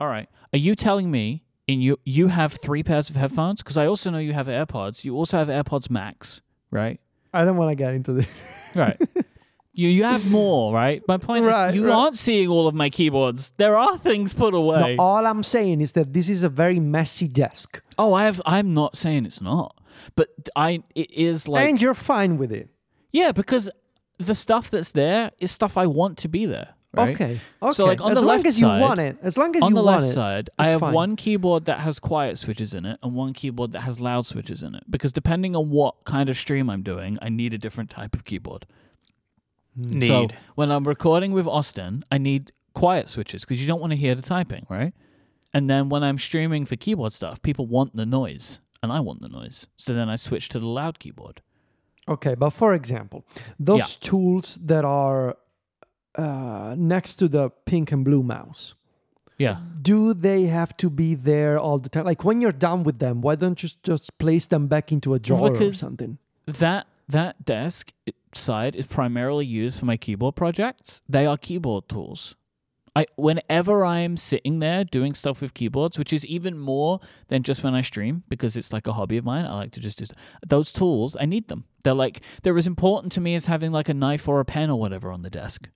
Speaker 3: all right. Are you telling me in you you have three pairs of headphones? Because I also know you have AirPods. You also have AirPods Max, right?
Speaker 2: I don't want to get into this.
Speaker 3: Right. you you have more, right? My point
Speaker 2: Right,
Speaker 3: is you
Speaker 2: right.
Speaker 3: aren't seeing all of my keyboards. There are things put away.
Speaker 2: No, all I'm saying is that this is a very messy desk,
Speaker 3: oh, I have. I'm not saying it's not, but I it is like
Speaker 2: and you're fine with it.
Speaker 3: yeah because the stuff that's there is stuff I want to be there. Right?
Speaker 2: Okay. Okay.
Speaker 3: So like on
Speaker 2: as
Speaker 3: the
Speaker 2: long
Speaker 3: left
Speaker 2: as you
Speaker 3: side,
Speaker 2: want it, as long as
Speaker 3: on
Speaker 2: you
Speaker 3: the
Speaker 2: want
Speaker 3: left
Speaker 2: it,
Speaker 3: side, I
Speaker 2: it's
Speaker 3: have
Speaker 2: fine.
Speaker 3: one keyboard that has quiet switches in it and one keyboard that has loud switches in it because depending on what kind of stream I'm doing, I need a different type of keyboard.
Speaker 1: Need.
Speaker 3: So when I'm recording with Austin, I need quiet switches because you don't want to hear the typing, right? And then when I'm streaming for keyboard stuff, people want the noise and I want the noise. So then I switch to the loud keyboard.
Speaker 2: Okay, but for example, those tools that are uh, next to the pink and blue mouse,
Speaker 3: Yeah.
Speaker 2: do they have to be there all the time? Like when you're done with them, why don't you s- just place them back into a drawer or
Speaker 3: because-
Speaker 2: something?
Speaker 3: That that desk i- side is primarily used for my keyboard projects. They are keyboard tools. I whenever I am sitting there doing stuff with keyboards, which is even more than just when I stream because it's like a hobby of mine. I like to just do s- those tools. I need them. They're like they're as important to me as having like a knife or a pen or whatever on the desk.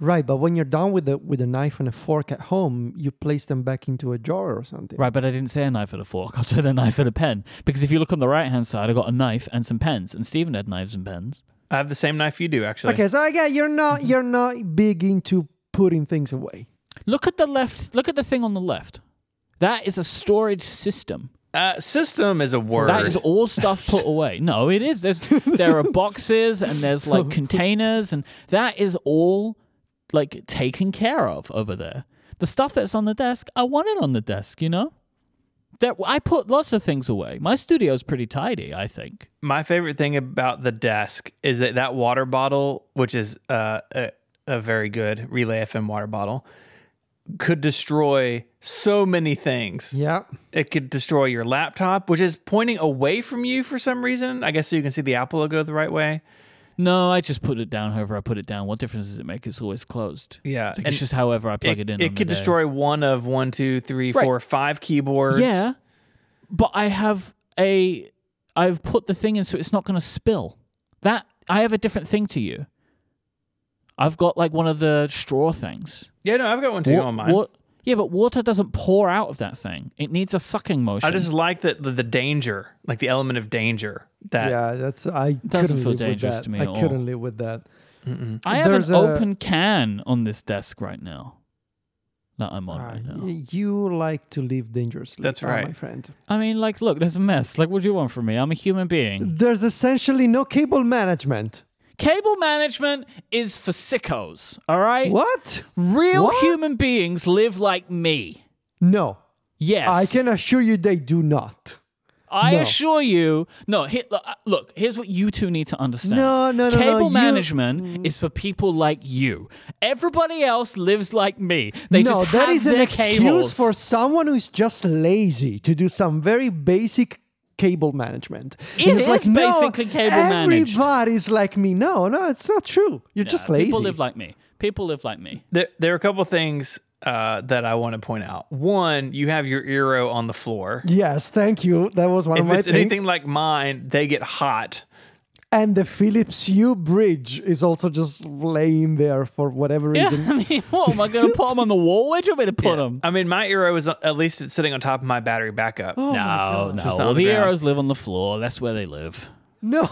Speaker 2: Right, but when you're done with it with a knife and a fork at home, you place them back into a drawer or something.
Speaker 3: Right, but I didn't say a knife and a fork. I said a knife and a pen because if you look on the right hand side, I got a knife and some pens, and Stephen had knives and pens.
Speaker 1: I have the same knife you do, actually.
Speaker 2: Okay, so I get you're not you're not big into putting things away.
Speaker 3: Look at the left. Look at the thing on the left. That is a storage system.
Speaker 1: Uh, system is a word.
Speaker 3: That is all stuff put away. No, it is. There's there are boxes and there's like containers and that is all like taken care of over there. The stuff that's on the desk, I want it on the desk. You know, that I put lots of things away. My studio's pretty tidy, I think.
Speaker 1: My favorite thing about the desk is that that water bottle, which is uh, a, a very good Relay FM water bottle, could destroy so many things.
Speaker 2: Yeah.
Speaker 1: It could destroy your laptop, which is pointing away from you for some reason. I guess so you can see the Apple logo the right way.
Speaker 3: No, I just put it down. However, I put it down. What difference does it make? It's always closed.
Speaker 1: Yeah,
Speaker 3: It's, like,
Speaker 1: and
Speaker 3: it's just however I plug it, in. on the
Speaker 1: could
Speaker 3: day.
Speaker 1: destroy one of one, two, three,
Speaker 3: Right.
Speaker 1: four, five keyboards.
Speaker 3: Yeah, but I have a I've put the thing in so it's not going to spill. That I have a different thing to you. I've got like one of the straw things.
Speaker 1: yeah. No, I've got one too
Speaker 3: Wa-
Speaker 1: on mine.
Speaker 3: wa- yeah, but water doesn't pour out of that thing. It needs a sucking motion.
Speaker 1: I just like the, the the danger, like the element of danger that
Speaker 2: Yeah, that's I
Speaker 3: Uh, doesn't
Speaker 2: couldn't
Speaker 3: feel
Speaker 2: live with
Speaker 3: dangerous
Speaker 2: that.
Speaker 3: to me
Speaker 2: I
Speaker 3: at all.
Speaker 2: couldn't live with that.
Speaker 3: I have
Speaker 2: there's
Speaker 3: an
Speaker 2: a-
Speaker 3: open can on this desk right now that I'm on
Speaker 2: Ah,
Speaker 3: right now.
Speaker 2: y- you like to live dangerously.
Speaker 1: That's
Speaker 2: ah, my
Speaker 1: right.
Speaker 2: friend.
Speaker 3: I mean, like, look, there's a mess. Like, what do you want from me? I'm a human being.
Speaker 2: There's essentially no cable management.
Speaker 3: Cable management is for sickos. All right.
Speaker 2: What?
Speaker 3: Real
Speaker 2: What?
Speaker 3: human beings live like me.
Speaker 2: No,
Speaker 3: Yes.
Speaker 2: I can assure you they do not.
Speaker 3: I
Speaker 2: no.
Speaker 3: assure you. No, he, look, uh, look, here's what you two need to understand.
Speaker 2: No, no, no, no,
Speaker 3: Cable
Speaker 2: you- Mm.
Speaker 3: management is for people like you. Everybody else lives like me. They
Speaker 2: no,
Speaker 3: just
Speaker 2: that
Speaker 3: have
Speaker 2: is an
Speaker 3: their
Speaker 2: excuse
Speaker 3: cables.
Speaker 2: for someone who's just lazy to do some very basic cable management.
Speaker 3: It
Speaker 2: It's
Speaker 3: is
Speaker 2: like, no,
Speaker 3: basically cable managed.
Speaker 2: Everybody's like me. No, no, it's not true.
Speaker 3: Yeah,
Speaker 2: You're just lazy.
Speaker 3: People live like me. People live like me.
Speaker 1: there, there are a couple things uh, that I want to point out. One, you have your Eero on the floor.
Speaker 2: yes, thank you. That was one of
Speaker 1: If
Speaker 2: my
Speaker 1: it's
Speaker 2: things.
Speaker 1: anything like mine, they get hot.
Speaker 2: and the Philips Hue bridge is also just laying there for whatever
Speaker 3: Yeah,
Speaker 2: reason.
Speaker 3: I mean, what am I going to put them on the wall? Where do you want me to put them?
Speaker 1: I mean, my Eero is at least it's sitting on top of my battery backup.
Speaker 3: no,
Speaker 2: Oh
Speaker 3: no.
Speaker 1: on
Speaker 3: Well,
Speaker 1: Oh, the
Speaker 3: the
Speaker 1: ground.
Speaker 3: arrows live on the floor. That's where they live.
Speaker 2: No,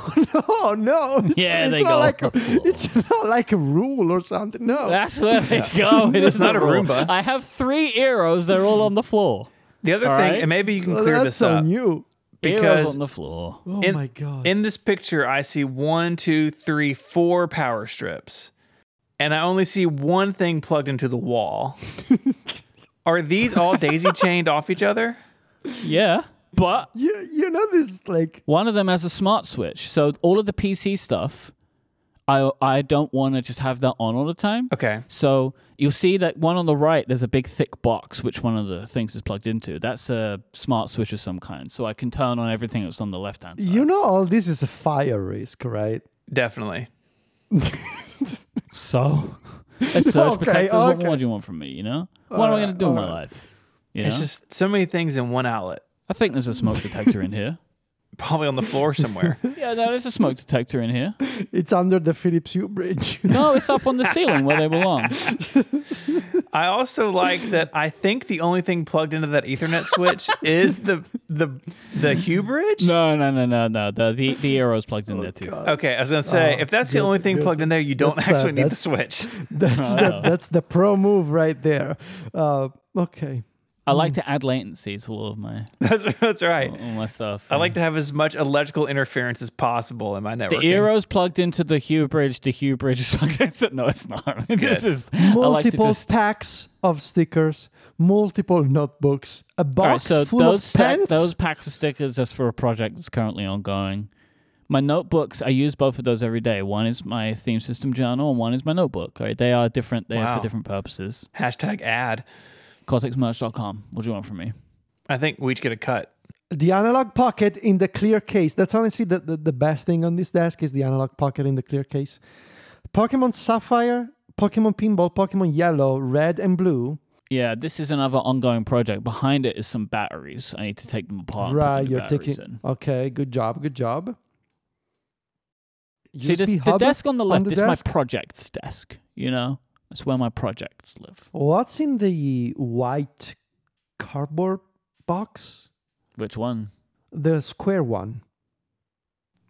Speaker 2: no, no. It's,
Speaker 3: Yeah,
Speaker 2: it's
Speaker 3: they
Speaker 2: not
Speaker 3: go Ah,
Speaker 2: like
Speaker 3: off the floor.
Speaker 2: it's not like a rule or something. No.
Speaker 3: That's where they go. It is
Speaker 1: It's not
Speaker 3: the
Speaker 1: a
Speaker 3: rule.
Speaker 1: Roomba.
Speaker 3: I have three arrows. They're all on the floor.
Speaker 1: The other
Speaker 3: All
Speaker 1: thing,
Speaker 3: right.
Speaker 1: and maybe you can
Speaker 2: Well,
Speaker 1: clear
Speaker 2: that's
Speaker 1: this up.
Speaker 2: on you.
Speaker 3: Arrows
Speaker 1: Because-
Speaker 3: on the floor.
Speaker 2: Oh
Speaker 1: In-
Speaker 2: my god.
Speaker 1: In this picture, I see one, two, three, four power strips, and I only see one thing plugged into the wall. Are these all daisy chained off each other?
Speaker 3: Yeah, but
Speaker 2: you you know this like
Speaker 3: one of them has a smart switch. So all of the PC stuff I I don't want to just have that on all the time.
Speaker 1: Okay.
Speaker 3: So you'll see that one on the right, there's a big thick box, which one of the things is plugged into. That's a smart switch of some kind. So I can turn on everything that's on the left hand side.
Speaker 2: You know, all this is a fire risk, right?
Speaker 1: Definitely.
Speaker 3: So it's surge
Speaker 2: Okay,
Speaker 3: protectors. What
Speaker 2: okay.
Speaker 3: more do you want from me? You know, what am I going to do in my life? You know?
Speaker 1: It's just so many things in one outlet,
Speaker 3: I think there's a smoke detector in here.
Speaker 1: probably on the floor somewhere.
Speaker 3: Yeah, no, there's a smoke detector in here.
Speaker 2: It's under the Philips Hue bridge.
Speaker 3: No, it's up on the ceiling where they belong.
Speaker 1: I also like that. I think the only thing plugged into that Ethernet switch is the the the Hue bridge.
Speaker 3: No, no, no, no, no. The the, the arrow's plugged in there too.
Speaker 1: Okay, I was gonna say if that's the
Speaker 2: good,
Speaker 1: only thing
Speaker 2: good.
Speaker 1: plugged in there, you don't
Speaker 2: That's, uh,
Speaker 1: actually need the
Speaker 2: that's-
Speaker 1: switch.
Speaker 2: that's, the, that's the pro move right there. Uh, okay.
Speaker 3: I like
Speaker 2: Mm.
Speaker 3: to add latency to all of my
Speaker 1: That's that's right.
Speaker 3: all my stuff.
Speaker 1: I like to have as much electrical interference as possible in my network.
Speaker 3: the arrow's plugged into the Hue bridge. The Hue bridge is plugged into. No, it's not. It's
Speaker 1: good.
Speaker 3: just, I like to
Speaker 2: Multiple
Speaker 3: just,
Speaker 2: packs of stickers, multiple notebooks, a
Speaker 3: All right,
Speaker 2: box
Speaker 3: so
Speaker 2: full
Speaker 3: those
Speaker 2: of
Speaker 3: stack-
Speaker 2: pens.
Speaker 3: those packs of stickers. That's for a project that's currently ongoing. My notebooks, I use both of those every day. One is my theme system journal, and one is my notebook. Right, they are different. They are
Speaker 1: Wow.
Speaker 3: for different purposes.
Speaker 1: Hashtag ad.
Speaker 3: Cortexmerch.com. What do you want from me?
Speaker 1: I think we each get a cut.
Speaker 2: the analog pocket in the clear case. That's honestly the, the, the best thing on this desk is the analog pocket in the clear case. Pokemon Sapphire, Pokemon Pinball, Pokemon Yellow, Red and Blue.
Speaker 3: Yeah, this is another ongoing project. Behind it is some batteries. I need to take them apart. and put the
Speaker 2: right,
Speaker 3: new
Speaker 2: you're
Speaker 3: batteries
Speaker 2: taking.
Speaker 3: in.
Speaker 2: Okay, good job, good job.
Speaker 3: See, the,
Speaker 2: USB
Speaker 3: the
Speaker 2: hub?
Speaker 3: desk on the left
Speaker 2: the
Speaker 3: is
Speaker 2: desk?
Speaker 3: my projects desk. You know, that's where my projects live.
Speaker 2: What's in the white cardboard box?
Speaker 3: Which one?
Speaker 2: The square one.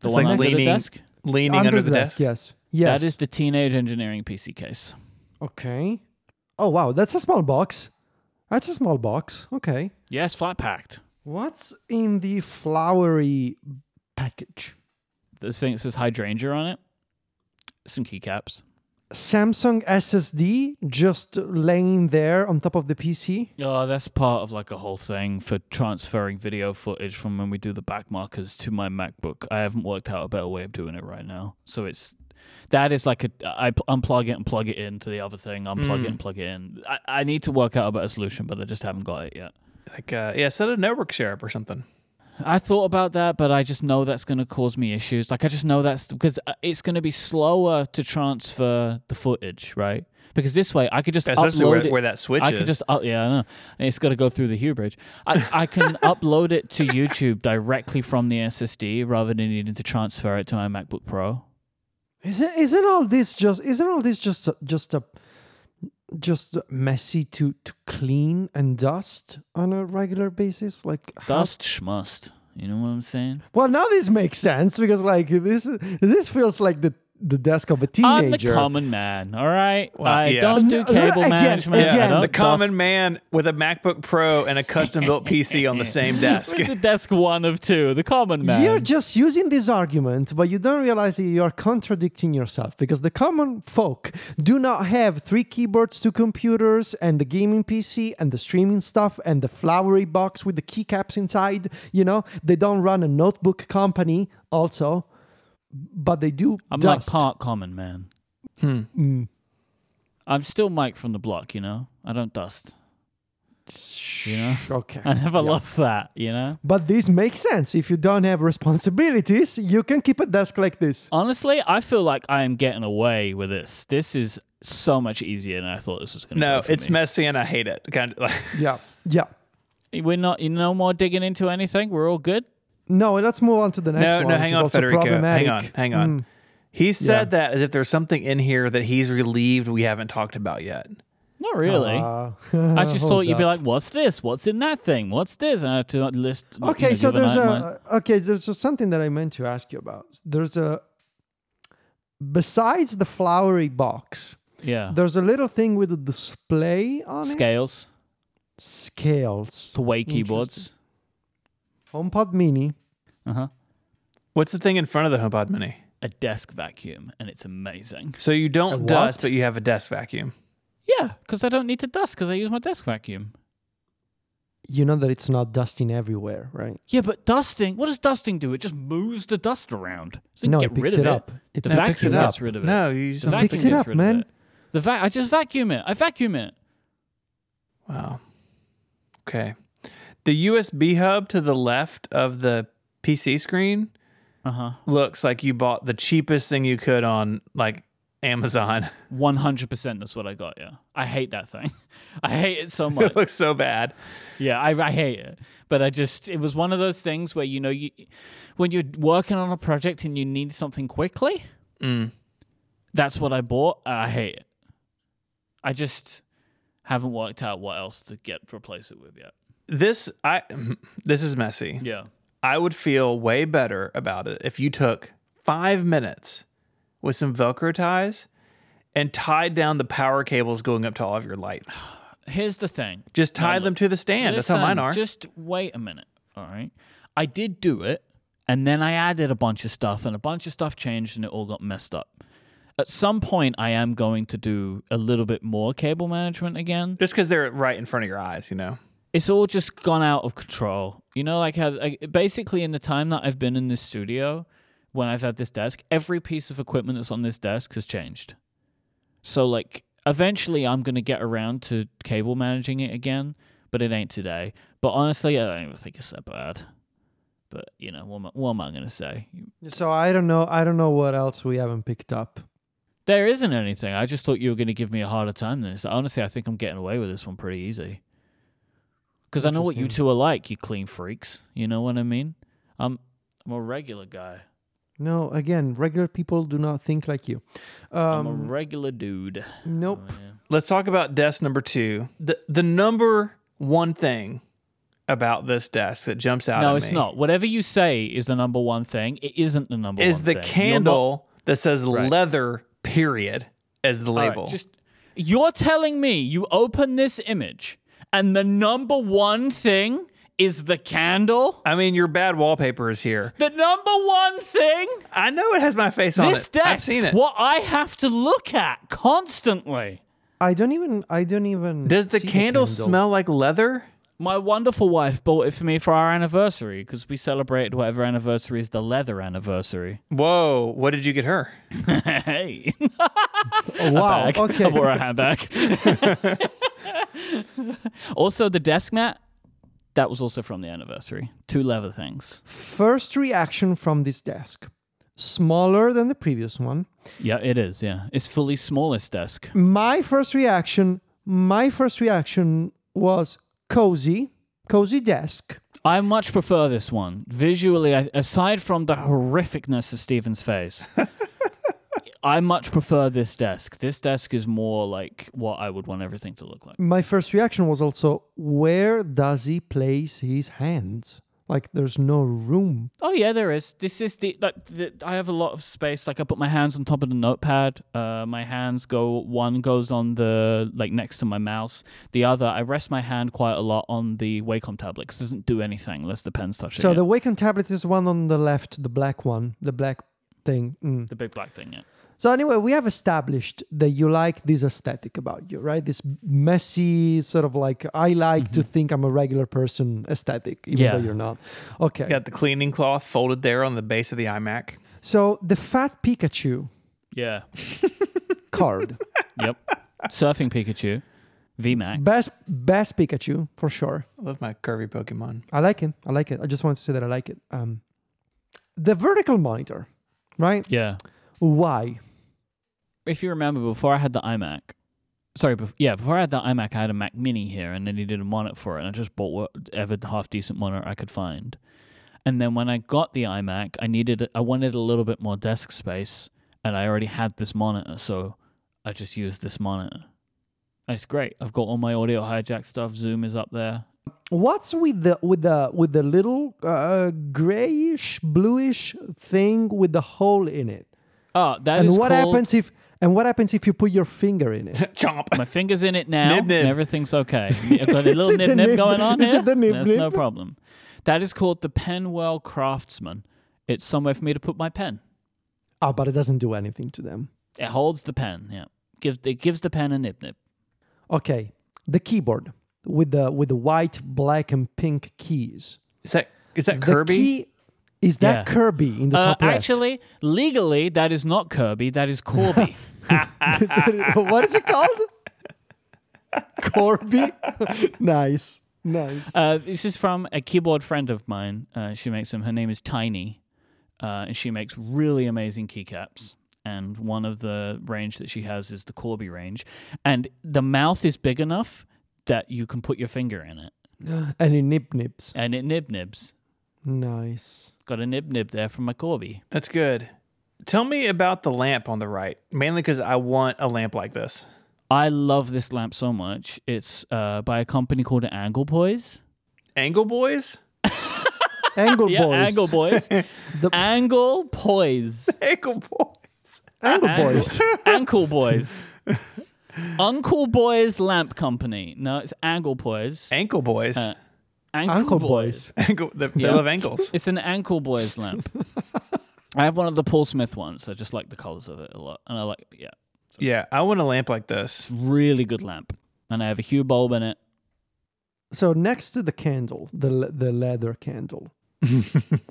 Speaker 3: The
Speaker 1: It's
Speaker 3: one
Speaker 1: like
Speaker 3: under the
Speaker 1: leaning-
Speaker 3: desk.
Speaker 1: Leaning under, the desk.
Speaker 2: Yes. Yes.
Speaker 3: That is the teenage engineering PC case.
Speaker 2: okay. Oh wow, that's a small box. That's a small box. Okay.
Speaker 3: Yes, flat packed.
Speaker 2: What's in the flowery package?
Speaker 3: This thing that says hydrangea on it. Some keycaps.
Speaker 2: Samsung SSD just laying there on top of the PC.
Speaker 3: Oh, that's part of like a whole thing for transferring video footage from when we do the back markers to my MacBook. I haven't worked out a better way of doing it right now. So it's that is like a I p- unplug it and plug it into the other thing, unplug it and plug it in. I, I need to work out a better solution, but I just haven't got it yet.
Speaker 1: Like uh, yeah, set a network share up or something.
Speaker 3: I thought about that, but I just know that's going to cause me issues. Like I just know that's because uh, it's going to be slower to transfer the footage, right? Because this way, I could just
Speaker 1: Especially
Speaker 3: upload
Speaker 1: where,
Speaker 3: it.
Speaker 1: where that switch
Speaker 3: I
Speaker 1: is.
Speaker 3: can just up, yeah, I know. And It's got to go through the Hue bridge. I, I can upload it to YouTube directly from the SSD rather than needing to transfer it to my MacBook Pro.
Speaker 2: Isn't isn't all this just isn't all this just a, just a just messy to to clean and dust on a regular basis? Like how-
Speaker 3: Dust schmust. You know what I'm saying?
Speaker 2: well, now this makes sense because like this this feels like the the desk of a
Speaker 3: I'm the
Speaker 2: teenager.
Speaker 3: common man. All right,
Speaker 1: Well,
Speaker 3: I
Speaker 1: yeah.
Speaker 3: don't do
Speaker 2: No,
Speaker 3: cable
Speaker 2: again,
Speaker 3: management. I
Speaker 2: again,
Speaker 3: don't
Speaker 1: the common
Speaker 3: dust-
Speaker 1: man with a MacBook Pro and a custom built PC on the same desk.
Speaker 3: the desk one of two. The common man.
Speaker 2: You're just using this argument, but you don't realize that you're contradicting yourself because the common folk do not have three keyboards, two computers, and the gaming PC and the streaming stuff and the flowery box with the keycaps inside. You know, they don't run a notebook company, also, but they do.
Speaker 3: I'm
Speaker 2: dust. Hmm.
Speaker 3: like part common man. Mm. I'm still Mike from the block. You know, I don't dust. You know,
Speaker 2: Okay.
Speaker 3: I never lost that. You know.
Speaker 2: But this makes sense. If you don't have responsibilities, you can keep a desk like this.
Speaker 1: Oh.
Speaker 3: Honestly, I feel like I am getting away with this. This is so much easier than I thought this was going to be.
Speaker 1: no, it's messy and I hate it. Kind of like,
Speaker 2: Yeah. Yeah.
Speaker 3: We're not, you no more digging into anything. We're all good.
Speaker 2: No, let's move on to the next
Speaker 1: no,
Speaker 2: one.
Speaker 1: no,
Speaker 2: which
Speaker 1: hang
Speaker 2: is
Speaker 1: on,
Speaker 2: also
Speaker 1: Federico. Hang
Speaker 2: problematic. Hmm. Mm.
Speaker 1: on, hang on. He said that as if there's something in here that he's relieved we haven't talked about yet.
Speaker 3: Not really.
Speaker 2: Uh,
Speaker 3: I just
Speaker 2: oh,
Speaker 3: thought you'd be like, "What's this? What's in that thing? What's this?" And I have to list. you
Speaker 2: okay
Speaker 3: know,
Speaker 2: so
Speaker 3: the other
Speaker 2: there's
Speaker 3: night,
Speaker 2: a
Speaker 3: my-
Speaker 2: okay there's just something that i meant to ask you about there's a besides the flowery box
Speaker 3: yeah
Speaker 2: there's a little thing with a display on it
Speaker 3: scales
Speaker 2: scales
Speaker 3: to way keyboards.
Speaker 2: homepod mini
Speaker 3: Uh huh.
Speaker 1: What's the thing in front of the HomePod Mini?
Speaker 3: A desk vacuum, and it's amazing.
Speaker 1: So you
Speaker 2: A
Speaker 1: don't
Speaker 2: what?
Speaker 1: dust, but you have a desk vacuum.
Speaker 3: Yeah, because I don't need to dust because I use my desk vacuum.
Speaker 2: you know that it's not dusting everywhere, right?
Speaker 3: Yeah, but dusting. What does dusting do? It just moves the dust around. It doesn't
Speaker 2: no,
Speaker 3: get
Speaker 2: it picks
Speaker 3: rid of
Speaker 2: it up. It
Speaker 3: The
Speaker 2: picks
Speaker 3: vacuum
Speaker 2: it up.
Speaker 3: gets rid of it.
Speaker 1: No, you
Speaker 3: the
Speaker 1: just
Speaker 3: vacuum
Speaker 2: picks it
Speaker 3: gets
Speaker 2: up,
Speaker 3: rid of
Speaker 2: man.
Speaker 3: it. The va- I just vacuum it. I vacuum it.
Speaker 1: Wow. Okay. The USB hub to the left of the PC screen
Speaker 3: Uh huh.
Speaker 1: looks like you bought the cheapest thing you could on like Amazon.
Speaker 3: One hundred percent. That's what I got. Yeah, I hate that thing. I hate it so much.
Speaker 1: it looks so bad.
Speaker 3: Yeah, I, I hate it. But I just, it was one of those things where, you know, you when you're working on a project and you need something quickly,
Speaker 1: Mm.
Speaker 3: that's what I bought. I hate it. I just haven't worked out what else to get to replace it with yet.
Speaker 1: This I this is messy.
Speaker 3: Yeah.
Speaker 1: I would feel way better about it if you took five minutes with some Velcro ties and tied down the power cables going up to all of your lights.
Speaker 3: Here's the thing.
Speaker 1: Just tie them to the stand. That's how mine
Speaker 3: Listen,
Speaker 1: are.
Speaker 3: Just wait a minute. All right. I did do it, and then I added a bunch of stuff, and a bunch of stuff changed, and it all got messed up. At some point, I am going to do a little bit more cable management again.
Speaker 1: just because they're right in front of your eyes, you know.
Speaker 3: it's all just gone out of control. You know, like how like, basically in the time that I've been in this studio, when I've had this desk, every piece of equipment that's on this desk has changed. So like eventually I'm gonna get around to cable managing it again, but it ain't today. But honestly, I don't even think it's that bad. But you know, what am I, what am I gonna say?
Speaker 2: So I don't know. I don't know what else we haven't picked up.
Speaker 3: There isn't anything. I just thought you were gonna give me a harder time than this. Honestly, I think I'm getting away with this one pretty easy. Because I know what you
Speaker 2: Interesting.
Speaker 3: two are like, you clean freaks. You know what I mean? I'm I'm a regular guy.
Speaker 2: No, again, regular people do not think like you.
Speaker 3: I'm a
Speaker 2: Um,
Speaker 3: regular dude.
Speaker 2: nope.
Speaker 3: Oh,
Speaker 1: Let's talk about desk number two. The the number one thing about this desk that jumps out.
Speaker 3: no,
Speaker 1: at
Speaker 3: it's
Speaker 1: me
Speaker 3: not. Whatever you say is the number one thing. It isn't the number
Speaker 1: Is the
Speaker 3: one thing. You're not-
Speaker 1: candle that says
Speaker 3: Right.
Speaker 1: leather period as the
Speaker 3: All right,
Speaker 1: label?
Speaker 3: just you're telling me you open this image and the number one thing is the candle.
Speaker 1: I mean, your bad wallpaper is here.
Speaker 3: The number one thing.
Speaker 1: I know it has my face on it.
Speaker 3: this desk,
Speaker 1: I've seen it.
Speaker 3: what I have to look at constantly.
Speaker 2: I don't even. I don't even.
Speaker 1: Does the
Speaker 2: see
Speaker 1: candle, smell like leather?
Speaker 3: My wonderful wife bought it for me for our anniversary because we celebrated whatever anniversary is the leather anniversary.
Speaker 1: Whoa! What did you get her?
Speaker 3: hey,
Speaker 2: Oh, wow.
Speaker 3: bag. I
Speaker 2: Okay.
Speaker 3: bought her a handbag. also, the desk mat that was also from the anniversary. Two leather things.
Speaker 2: First reaction from this desk: smaller than the previous one.
Speaker 3: Yeah, it is. Yeah, it's fully smallest desk.
Speaker 2: my first reaction my first reaction was cozy cozy desk
Speaker 3: I much prefer this one visually. I- Aside from the horrificness of Steven's face, I much prefer this desk. This desk is more like what I would want everything to look like.
Speaker 2: my first reaction was also where does he place his hands like there's no room
Speaker 3: Oh yeah, there is. This is the like. The, I have a lot of space. Like I put my hands on top of the notepad. Uh, my hands go. One goes on the like next to my mouse. The other, I rest my hand quite a lot on the Wacom tablet 'cause it doesn't do anything unless the pen's touching.
Speaker 2: so
Speaker 3: it.
Speaker 2: the wacom tablet is the one on the left the black one the black thing Mm.
Speaker 3: the big black thing. Yeah.
Speaker 2: so anyway we have established that you like this aesthetic about you right this messy sort of like i like to think i'm a regular person aesthetic even
Speaker 3: Yeah.
Speaker 2: though you're not okay
Speaker 1: Got the cleaning cloth folded there on the base of the iMac.
Speaker 2: so the fat pikachu
Speaker 3: Yeah.
Speaker 2: card
Speaker 3: Yep. Surfing Pikachu. VMAX.
Speaker 2: Best best Pikachu for sure.
Speaker 1: I love my curvy Pokemon.
Speaker 2: I like it. I like it. I just wanted to say that I like it. Um, the vertical monitor, right?
Speaker 3: Yeah.
Speaker 2: Why?
Speaker 3: If you remember, before I had the iMac, sorry, bef- yeah, before I had the iMac, I had a Mac Mini here, and I needed a monitor for it, and I just bought whatever half decent monitor I could find. And then when I got the iMac, I needed, I wanted a little bit more desk space, and I already had this monitor, so I just used this monitor. And It's great. I've got all my audio hijack stuff. Zoom is up there.
Speaker 2: What's with the with the with the little uh, grayish bluish thing with the hole in it?
Speaker 3: Oh, that is
Speaker 2: and what
Speaker 3: called-
Speaker 2: happens if and what happens if you put your finger in it?
Speaker 1: Chomp.
Speaker 3: My finger's in it now,
Speaker 1: Nib, nib.
Speaker 3: and everything's okay. I've got a
Speaker 2: Is
Speaker 3: little
Speaker 2: it the
Speaker 3: nib nib
Speaker 2: nib?
Speaker 3: going on
Speaker 2: Is it
Speaker 3: here.
Speaker 2: the nib
Speaker 3: That's no
Speaker 2: nib?
Speaker 3: problem. That is called the Penwell Craftsman. It's somewhere for me to put my pen.
Speaker 2: Ah, but it doesn't do anything to them.
Speaker 3: It holds the pen. Yeah, gives it gives the pen a nib nib.
Speaker 2: Okay, the keyboard. with the with the white, black, and pink keys.
Speaker 1: Is that is that
Speaker 2: The
Speaker 1: Kirby?
Speaker 2: key- is that
Speaker 3: Yeah.
Speaker 2: Kirby in the
Speaker 3: Uh,
Speaker 2: top left?
Speaker 3: actually, legally, that is not Kirby. That is Corby.
Speaker 2: what is it called? Corby. nice, nice.
Speaker 3: Uh, this is from a keyboard friend of mine. Uh, she makes them. Her name is Tiny, uh, and she makes really amazing keycaps. And one of the range that she has is the Corby range, and the mouth is big enough that you can put your finger in it,
Speaker 2: And it nip nips.
Speaker 3: and it nib nibs.
Speaker 2: Nice.
Speaker 3: Got a nib nib there from my Corby.
Speaker 1: That's good. Tell me about the lamp on the right, mainly because I want a lamp like this.
Speaker 3: I love this lamp so much. It's uh, by a company called Angle Boys.
Speaker 1: Angle Boys?
Speaker 2: Angle
Speaker 3: Yeah,
Speaker 2: boys.
Speaker 3: Angle Boys.
Speaker 2: The-
Speaker 3: Angle Boys.
Speaker 1: Angle Boys.
Speaker 2: Angle
Speaker 3: Angle-
Speaker 2: boys.
Speaker 3: Ankle Boys. Uncle Boys Lamp Company. No, it's Angle Boys.
Speaker 1: Ankle Boys.
Speaker 3: Uh, Ankle,
Speaker 2: Ankle boys.
Speaker 1: Ankle, they, they
Speaker 3: yeah.
Speaker 1: love ankles.
Speaker 3: It's an Ankle Boys lamp. I have one of the Paul Smith ones. I just like the colors of it a lot. And I like, yeah,
Speaker 1: yeah, I want a lamp like this.
Speaker 3: really good lamp. And I have a Hue bulb in it.
Speaker 2: So next to the candle, the le- the leather candle.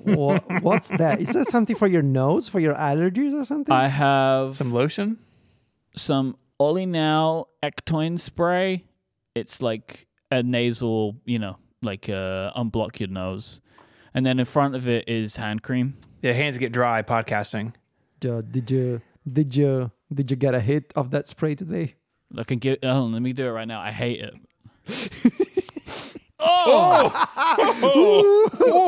Speaker 2: Wha- what's that? Is that something for your nose, for your allergies, or something?
Speaker 3: I have
Speaker 1: Some lotion?
Speaker 3: some Ollie Now Ectoin spray. It's like a nasal, you know, like uh, unblock your nose. And then in front of it is hand cream.
Speaker 1: Yeah, hands get dry podcasting.
Speaker 2: Uh, did you did you did you get a hit of that spray today?
Speaker 3: I can give. Hold on, let me do it right now. I hate it. oh,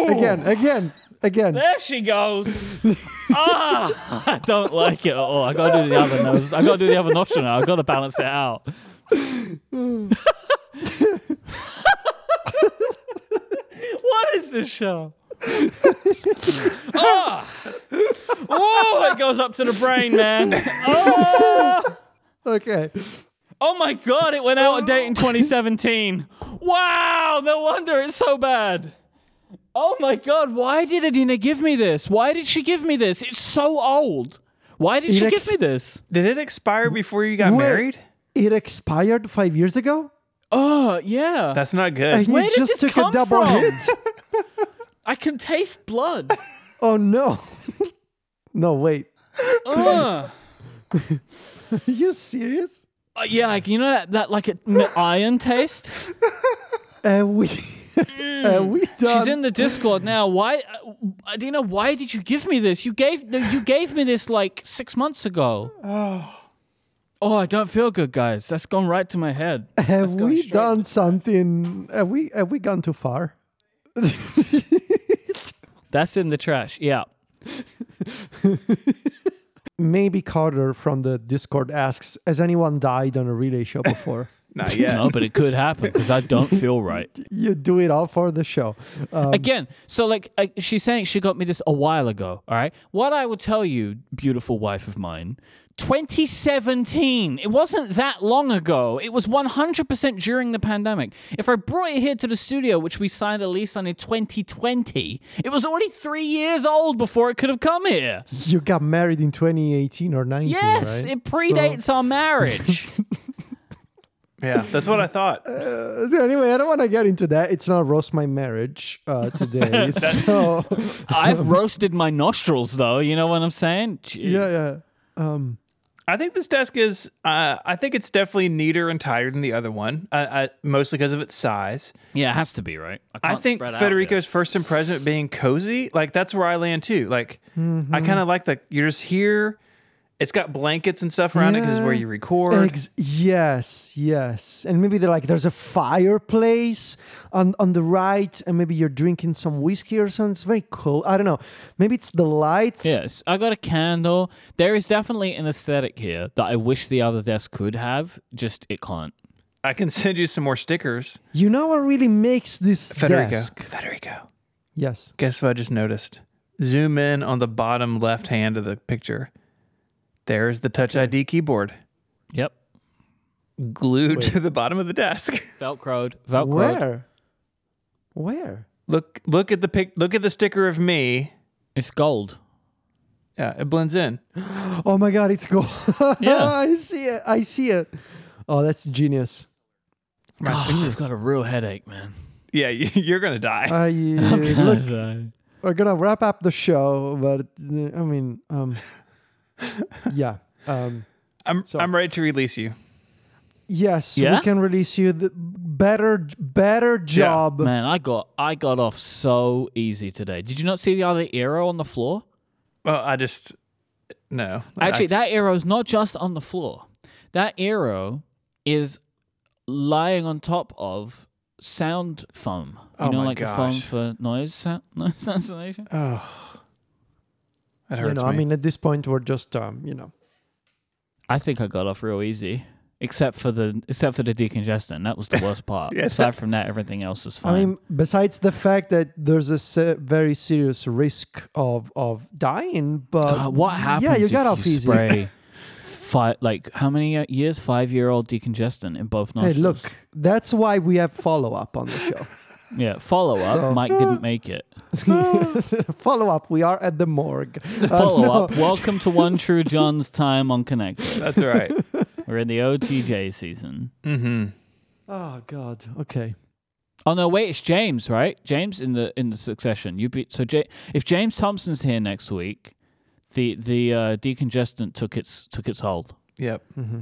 Speaker 2: Again, again, again.
Speaker 3: there she goes. ah, I don't like it at all. I gotta do the other nose. I gotta do the other nostril now. I gotta balance it out. what is this show? ah, oh, it goes up to the brain, man. Oh.
Speaker 2: Okay.
Speaker 3: Oh my god, it went out of date in 2017. Wow, no wonder it's so bad. Oh my god, why did Adina give me this? Why did she give me this? It's so old. Why did she
Speaker 2: ex-
Speaker 3: give me this?
Speaker 1: Did it expire before you got
Speaker 2: Wait.
Speaker 1: married?
Speaker 2: It expired five years ago,
Speaker 3: Oh, yeah.
Speaker 1: That's not
Speaker 2: and
Speaker 1: good.
Speaker 2: you
Speaker 3: Where did this
Speaker 2: just took
Speaker 3: come
Speaker 2: a double
Speaker 3: from?
Speaker 2: hit.
Speaker 3: I can taste blood.
Speaker 2: Oh no! no, wait.
Speaker 3: Ugh.
Speaker 2: Are you serious?
Speaker 3: Uh, yeah, like, you know that, that like a, an iron taste?
Speaker 2: And we and we done.
Speaker 3: Mm. She's in the Discord now. Why uh, Adina, why did you give me this? You gave no, you gave me this like 6 months ago. Oh. Oh, I don't feel good, guys. That's gone right to my head.
Speaker 2: have
Speaker 3: going
Speaker 2: we
Speaker 3: straight
Speaker 2: done something? Have we have we gone too far?
Speaker 3: That's in the trash. Yeah.
Speaker 2: Maybe Carter from the Discord asks, "Has anyone died on a relay show before?"
Speaker 1: Not yet.
Speaker 3: No, but it could happen because I don't feel right.
Speaker 2: you do it all for the show. Um,
Speaker 3: Again, so like I, she's saying she got me this a while ago. All right. What I will tell you, beautiful wife of mine, 2017. It wasn't that long ago. It was 100% during the pandemic. If I brought it here to the studio, which we signed a lease on in 2020, it was already three years old before it could have come here.
Speaker 2: you got married in 2018 or 19,
Speaker 3: Yes,
Speaker 2: right?
Speaker 3: it predates our marriage.
Speaker 1: Yeah, that's what I thought.
Speaker 2: So, so anyway, I don't want to get into that. It's not roast my marriage uh, today. so
Speaker 3: I've roasted my nostrils, though. You know what I'm saying? Jeez.
Speaker 2: yeah, yeah. Um,
Speaker 1: I think this desk is. Uh, I think it's definitely neater and tighter than the other one, uh, uh, mostly because of its size.
Speaker 3: Yeah, it has to be, right?
Speaker 1: I
Speaker 3: can't
Speaker 1: think
Speaker 3: spread out
Speaker 1: Federico's first impression of being cozy, like that's where I land too. Like
Speaker 2: Mm-hmm.
Speaker 1: I kind of like the you're just here. It's got blankets and stuff around it 'cause it because it's where
Speaker 2: Yeah.
Speaker 1: you record.
Speaker 2: Ex- yes, yes. And maybe they're like, there's a fireplace on, on the right, and maybe you're drinking some whiskey or something. It's very cool. I don't know. Maybe it's the lights.
Speaker 3: here. Yes, I got a candle. There is definitely an aesthetic here that I wish the other desk could have, just it can't.
Speaker 1: I can send you some more stickers,
Speaker 2: You know what really makes this
Speaker 1: Federico.
Speaker 2: desk?
Speaker 1: Federico,
Speaker 2: Yes.
Speaker 1: guess what I just noticed? Zoom in on the bottom left hand of the picture. There's the Touch ID keyboard
Speaker 3: Yep.
Speaker 1: glued to the bottom of the desk.
Speaker 3: Velcroed. Velcroed.
Speaker 2: Where? Where?
Speaker 1: look, look at the pic. Look at the sticker of me.
Speaker 3: It's gold.
Speaker 1: Yeah, it blends in.
Speaker 2: Oh my God, it's cool.
Speaker 3: Yeah.
Speaker 2: I see it. I see it. Oh, that's genius.
Speaker 1: My
Speaker 3: I've got a real headache, man.
Speaker 1: Yeah, you- you're gonna die.
Speaker 2: I, uh, look,
Speaker 3: Look,
Speaker 2: we're gonna wrap up the show, but uh, I mean, um, yeah, um,
Speaker 1: I'm
Speaker 2: so-
Speaker 1: I'm ready to release you.
Speaker 2: yes,
Speaker 3: Yeah?
Speaker 2: we can release you the better, better job.
Speaker 3: man, I got I got off so easy today. Did you not see the other arrow on the floor?
Speaker 1: Well, I just no.
Speaker 3: Actually,
Speaker 1: I,
Speaker 3: that arrow is not just on the floor. That arrow is lying on top of sound foam. You
Speaker 1: Oh
Speaker 3: know,
Speaker 1: my
Speaker 3: like the
Speaker 1: gosh.
Speaker 3: foam for noise, sound, noise cancellation.
Speaker 1: oh, that
Speaker 2: you
Speaker 1: hurts me.
Speaker 2: know, I mean, at this point, we're just, um, you know,
Speaker 3: I think I got off real easy, except for the except for the decongestant. That was the worst part.
Speaker 1: Yeah.
Speaker 3: Aside from that, everything else is fine.
Speaker 2: I mean, besides the fact that there's a se- very serious risk of of dying, but
Speaker 3: God, what happens?
Speaker 2: uh, Yeah, you
Speaker 3: if
Speaker 2: got off
Speaker 3: you
Speaker 2: easy.
Speaker 3: Spray five, like how many uh, years? Five year old decongestant in both
Speaker 2: Hey,
Speaker 3: nostrils.
Speaker 2: look, that's why we have follow up on the show.
Speaker 3: Yeah, follow up.
Speaker 2: So-
Speaker 3: Mike didn't make it.
Speaker 2: follow up. We are at the morgue. Uh,
Speaker 3: Follow
Speaker 2: no.
Speaker 3: up. Welcome to One True John's time on Connected.
Speaker 1: That's all right.
Speaker 3: We're in the OTJ season.
Speaker 1: mm-hmm.
Speaker 2: Oh God. Okay.
Speaker 3: Oh no, wait, it's James, right? James in the in the succession. You be, so J- if James Thompson's here next week, the the uh, decongestant took its took its hold.
Speaker 1: Yep.
Speaker 2: Mm-hmm.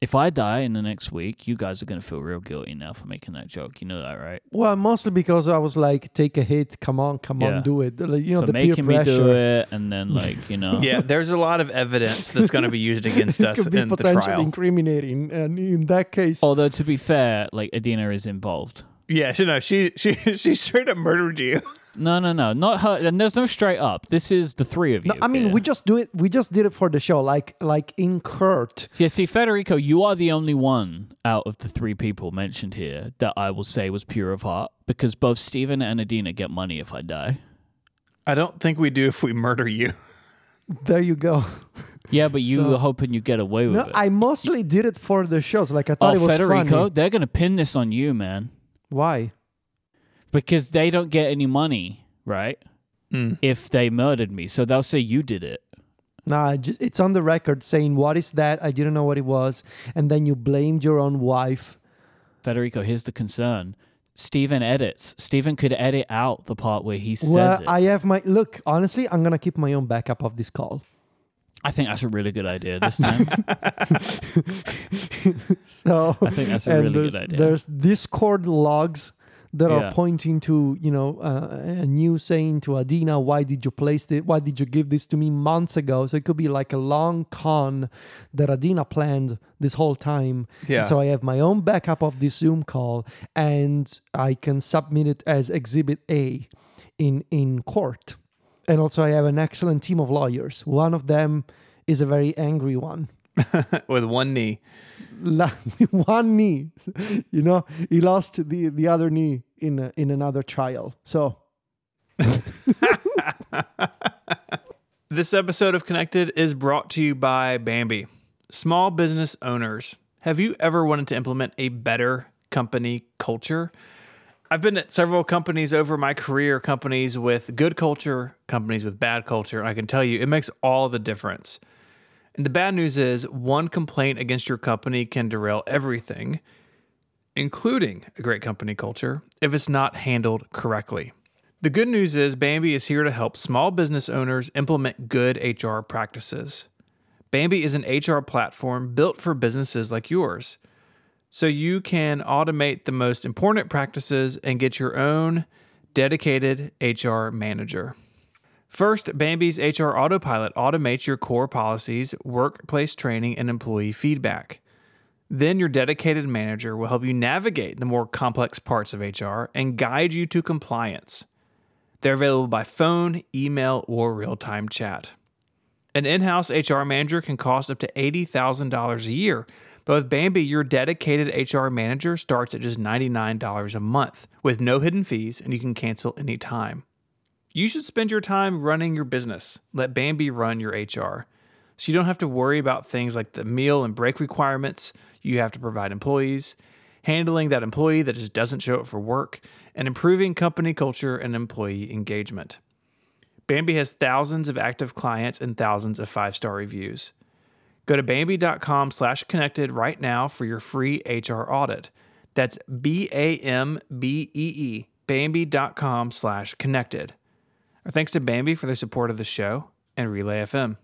Speaker 3: If I die in the next week, you guys are gonna feel real guilty now for making that joke. You know that, right?
Speaker 2: Well, mostly because I was like, take a hit. Come on, come
Speaker 3: Yeah.
Speaker 2: on, do it. Like, you know,
Speaker 3: for
Speaker 2: the peer
Speaker 3: making me
Speaker 2: pressure.
Speaker 3: do it, and then like you know,
Speaker 1: Yeah, there's a lot of evidence that's going to be used against
Speaker 2: It
Speaker 1: us
Speaker 2: could be
Speaker 1: in the
Speaker 2: potentially
Speaker 1: trial.
Speaker 2: incriminating, and in that case,
Speaker 3: Although to be fair, like Adina is involved.
Speaker 1: Yeah, she no, she she she straight up murdered you.
Speaker 3: No, no, no, not her. And there's no straight up. This is the three of you.
Speaker 2: no, I mean,
Speaker 3: here.
Speaker 2: we just do it. We just did it for the show, like like in Kurt.
Speaker 3: Yeah, see, Federico, you are the only one out of the three people mentioned here that I will say was pure of heart because both Steven and Adina get money if I die.
Speaker 1: I don't think we do if we murder you.
Speaker 2: There you go.
Speaker 3: Yeah, but you
Speaker 2: So-
Speaker 3: were hoping you get away with
Speaker 2: No,
Speaker 3: it.
Speaker 2: I mostly did it for the shows. Like I thought
Speaker 3: oh,
Speaker 2: it was
Speaker 3: Federico,
Speaker 2: funny.
Speaker 3: they're going to pin this on you, man,
Speaker 2: Why?
Speaker 3: because they don't get any money, right?
Speaker 1: Mm.
Speaker 3: If they murdered me. So they'll say you did it.
Speaker 2: Nah, just, it's on the record saying, "What is that? I didn't know what it was," and then you blamed your own wife.
Speaker 3: Federico, here's the concern. Steven edits. Steven could edit out the part where he says
Speaker 2: well,
Speaker 3: it.
Speaker 2: I have my look. Honestly, I'm gonna keep my own backup of this call.
Speaker 3: I think that's a really good idea this time.
Speaker 2: So
Speaker 3: I think that's a
Speaker 2: and
Speaker 3: really
Speaker 2: there's,
Speaker 3: good idea.
Speaker 2: there's Discord logs that
Speaker 3: Yeah.
Speaker 2: are pointing to you know uh, a new saying to Adina, "Why did you place it? Why did you give this to me months ago?" So it could be like a long con that Adina planned this whole time. And
Speaker 1: Yeah.
Speaker 2: so I have my own backup of this Zoom call, and I can submit it as Exhibit A in in court. And also, I have an excellent team of lawyers. One of them is a very angry one.
Speaker 1: With one knee.
Speaker 2: La- one knee. You know, he lost the, the other knee in a, in another trial. So
Speaker 1: This episode of Connected is brought to you by Bambi. Small business owners, have you ever wanted to implement a better company culture? I've been at several companies over my career, companies with good culture, companies with bad culture, and I can tell you it makes all the difference. And the bad news is one complaint against your company can derail everything, including a great company culture, if it's not handled correctly. The good news is Bambi is here to help small business owners implement good HR practices. Bambi is an HR platform built for businesses like yours. So you can automate the most important practices and get your own dedicated HR manager. First, Bambi's HR Autopilot automates your core policies, workplace training, and employee feedback. Then your dedicated manager will help you navigate the more complex parts of HR and guide you to compliance. They're available by phone, email, or real time chat. An in house HR manager can cost up to $80,000 a year, but with Bambi, your dedicated HR manager starts at just $99 a month with no hidden fees and you can cancel anytime. You should spend your time running your business. Let Bambi run your HR. So you don't have to worry about things like the meal and break requirements you have to provide employees, handling that employee that just doesn't show up for work, and improving company culture and employee engagement. Bambi has thousands of active clients and thousands of five-star reviews. Go to Bambi.com slash connected right now for your free HR audit. That's B A M B E E, Bambi.com slash connected. Our thanks to Bambi for their support of the show and Relay FM.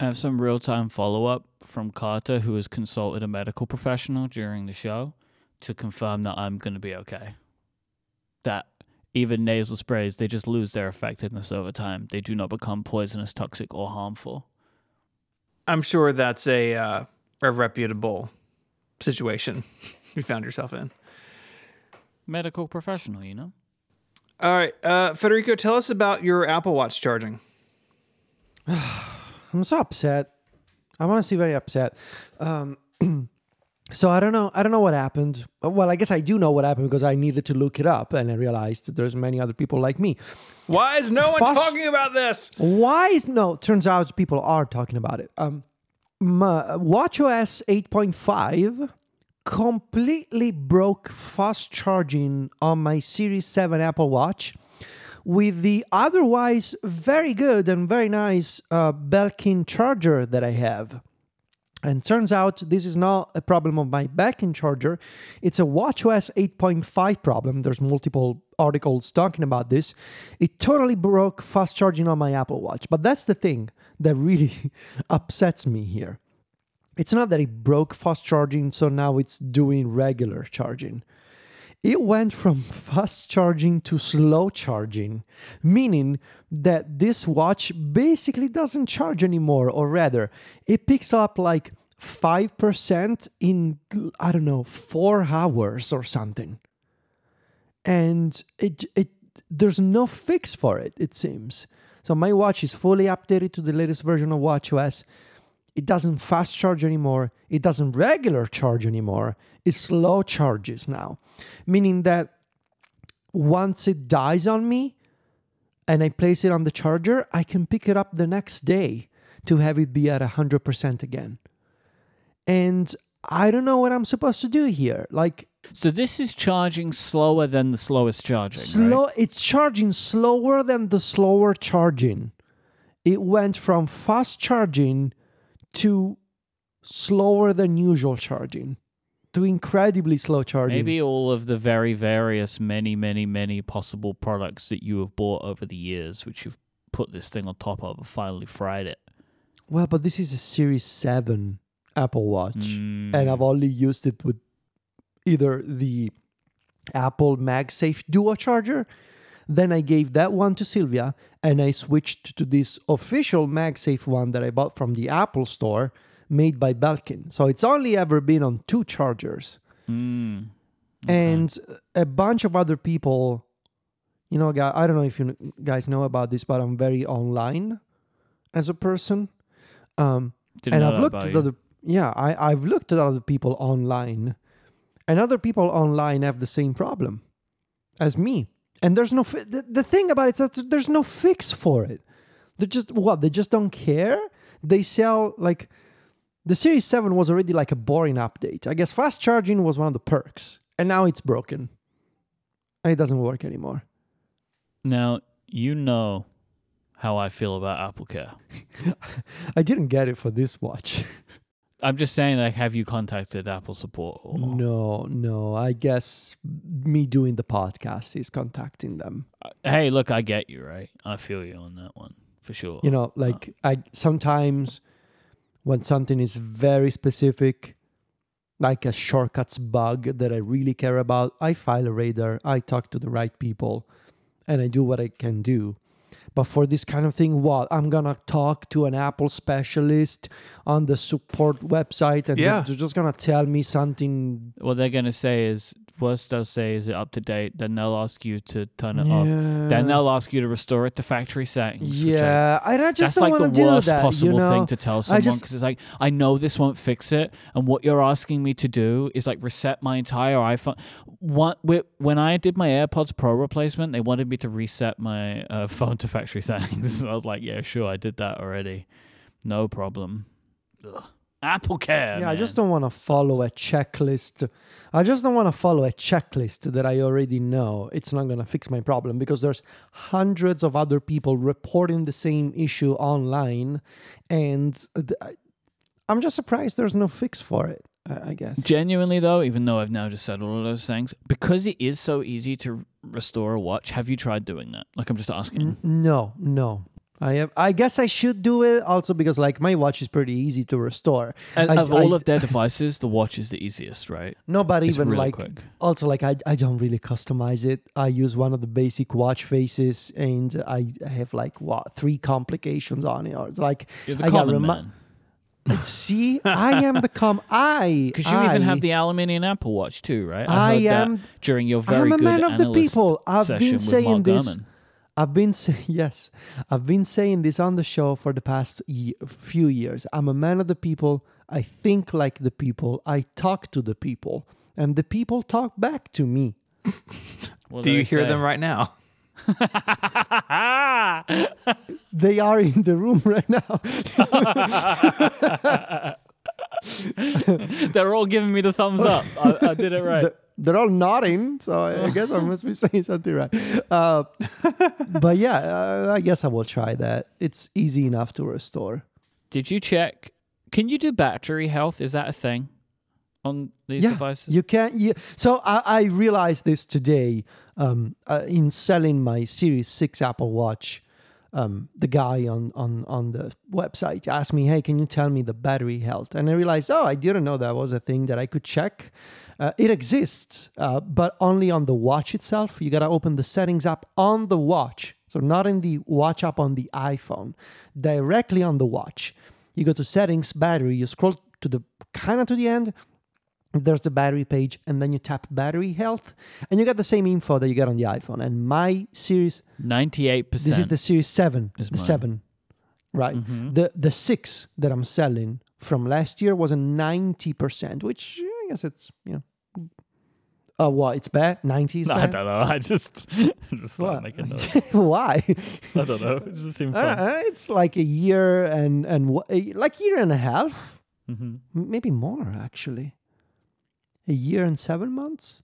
Speaker 3: I have some real time follow up from Carter, who has consulted a medical professional during the show to confirm that I'm going to be okay. That even nasal sprays, they just lose their effectiveness over time. They do not become poisonous, toxic, or harmful.
Speaker 1: I'm sure that's a, uh, a reputable situation you found yourself in.
Speaker 3: Medical professional, you know?
Speaker 1: All right, uh, Federico, tell us about your Apple Watch charging.
Speaker 2: I'm so upset. I'm honestly very upset. Um, so I don't know. I don't know what happened. Well, I guess I do know what happened because I needed to look it up, and I realized that there's many other people like me.
Speaker 1: Why is no one
Speaker 2: Fast-
Speaker 1: talking about this?
Speaker 2: Why is no? Turns out people are talking about it. Um, my, WatchOS 8.5 completely broke fast charging on my Series 7 Apple Watch with the otherwise very good and very nice uh, Belkin charger that I have. And turns out this is not a problem of my backend charger. It's a WatchOS 8.5 problem. There's multiple articles talking about this. It totally broke fast charging on my Apple Watch. But that's the thing that really upsets me here. It's not that it broke fast charging, so now it's doing regular charging. It went from fast charging to slow charging, meaning that this watch basically doesn't charge anymore, or rather, it picks up like 5% in, I don't know, four hours or something. And it, it, there's no fix for it, it seems. So my watch is fully updated to the latest version of WatchOS. It doesn't fast charge anymore. It doesn't regular charge anymore. It slow charges now, meaning that once it dies on me and I place it on the charger, I can pick it up the next day to have it be at 100% again. And I don't know what I'm supposed to do here. Like,
Speaker 3: So this is charging slower than the slowest charging. right?
Speaker 2: slow it's charging slower than the slower charging it went from fast charging to slower than usual charging to incredibly slow charging
Speaker 3: Maybe all of the very various, many, many, many possible products that you have bought over the years, which you've put this thing on top of and finally fried it.
Speaker 2: well but this is a series 7 apple watch and i've only used it with either the apple magsafe duo charger then i gave that one to sylvia and i switched to this official magsafe one that i bought from the apple store made by belkin so it's only ever been on two chargers
Speaker 3: Mm.
Speaker 2: and a bunch of other people you know guy i don't know if you kn- guys know about this but i'm very online as a person um
Speaker 3: Didn't know
Speaker 2: and
Speaker 3: that
Speaker 2: I've looked
Speaker 3: about
Speaker 2: at
Speaker 3: you.
Speaker 2: other yeah, I, I've looked at other people online, and other people online have the same problem as me. And there's no fi- the, the thing about it is that there's no fix for it. They just what they just don't care. They sell like the Series Seven was already like a boring update. I guess fast charging was one of the perks, and now it's broken, and it doesn't work anymore.
Speaker 3: Now you know how I feel about AppleCare.
Speaker 2: I didn't get it for this watch.
Speaker 3: I'm just saying, like, have you contacted Apple support? Or,
Speaker 2: No, no. I guess me doing the podcast is contacting them.
Speaker 3: Hey, look, I get you, right? I feel you on that one for sure.
Speaker 2: You know, like I sometimes when something is very specific, like a shortcuts bug that I really care about, I file a radar, I talk to the right people, and I do what I can do. But for this kind of thing, what I'm gonna talk to an Apple specialist on the support website, and
Speaker 1: Yeah.
Speaker 2: they're just gonna tell me something.
Speaker 3: what they're gonna say is worst they'll say is it up to date then they'll ask you to turn it off then they'll ask you to restore it to factory settings which I-
Speaker 2: Yeah, I, don't- I just
Speaker 3: that's
Speaker 2: don't
Speaker 3: like
Speaker 2: want
Speaker 3: the
Speaker 2: to do
Speaker 3: worst
Speaker 2: that.
Speaker 3: possible
Speaker 2: you know?
Speaker 3: thing to tell someone
Speaker 2: just-
Speaker 3: because it's like i know this won't fix it and what you're asking me to do is like reset my entire iphone what, whe- when i did my airpods pro replacement they wanted me to reset my uh, phone to factory settings i was like yeah sure i did that already no problem Ugh. apple care
Speaker 2: Yeah, I just don't want to follow a checklist. I just don't want to follow a checklist that I already know it's not going to fix my problem because there's hundreds of other people reporting the same issue online and uh, th- I- I'm just surprised there's no fix for it. I, I guess.
Speaker 3: Genuinely though, even though I've now just said all of those things, because it is so easy to restore a watch, have you tried doing that? Like I'm just asking.
Speaker 2: N- no, no. I have, I guess I should do it also because like my watch is pretty easy to restore.
Speaker 3: And
Speaker 2: I,
Speaker 3: of all
Speaker 2: I-
Speaker 3: of their devices, the watch is the easiest, right?
Speaker 2: no, but
Speaker 3: It's
Speaker 2: even
Speaker 3: really
Speaker 2: like
Speaker 3: quick.
Speaker 2: also like I, I don't really customize it. I use one of the basic watch faces and I have like what three complications on it or it's like
Speaker 3: You're the
Speaker 2: I got
Speaker 3: common
Speaker 2: remi-
Speaker 3: man.
Speaker 2: see I am the com I
Speaker 3: Because you even have the aluminium Apple Watch too, right?
Speaker 2: I
Speaker 3: heard that
Speaker 2: am-
Speaker 3: during your very
Speaker 2: I'm a
Speaker 3: good
Speaker 2: man of the
Speaker 3: analyst
Speaker 2: people. I've
Speaker 3: session
Speaker 2: been
Speaker 3: with
Speaker 2: saying
Speaker 3: Mark
Speaker 2: this.
Speaker 3: Gurman.
Speaker 2: I've been saying yes. I've been saying this on the show for the past ye- few years. I'm a man of the people. I think like the people. I talk to the people, and the people talk back to me.
Speaker 3: What
Speaker 1: Do
Speaker 3: did
Speaker 1: you
Speaker 3: I
Speaker 1: hear
Speaker 3: say?
Speaker 1: them right now?
Speaker 2: They are in the room right now.
Speaker 3: They're all giving me the thumbs up. I, I did it right.
Speaker 2: They're- They're all nodding, so I I guess I must be saying something right. Uh, but yeah, uh, I guess I will try that. It's easy enough to restore.
Speaker 3: Did you check? Can you do battery health? Is that a thing on these devices?
Speaker 2: You can't. You, so I, I realized this today um, uh, in selling my Series Six Apple Watch. Um, the guy on, on on the website asked me, "Hey, can you tell me the battery health?" And I realized, oh, I didn't know that was a thing that I could check. Uh, it exists, uh, but only on the watch itself. You gotta open the settings app on the watch, so not in the watch app on the iPhone, directly on the watch. You go to settings, battery. You scroll to the kind of to the end, there's the battery page and then you tap battery health and you get the same info that you get on the iphone and my series
Speaker 3: Ninety-eight
Speaker 2: this is
Speaker 3: percent.
Speaker 2: the series 7
Speaker 3: Is
Speaker 2: the
Speaker 3: mine. Mm-hmm.
Speaker 2: 7 right the the 6 that i'm selling from last year was a 90% which yeah, i guess it's you know oh well it's bad 90 is
Speaker 3: I
Speaker 2: bad
Speaker 3: don't know. I just, just
Speaker 2: What?
Speaker 3: started making those.
Speaker 2: why
Speaker 3: I don't know. It just seemed
Speaker 2: I don't
Speaker 3: fun.
Speaker 2: know, it's like a year and and wha- eh, like year and a half
Speaker 3: hmm
Speaker 2: M- maybe more actually a year and seven months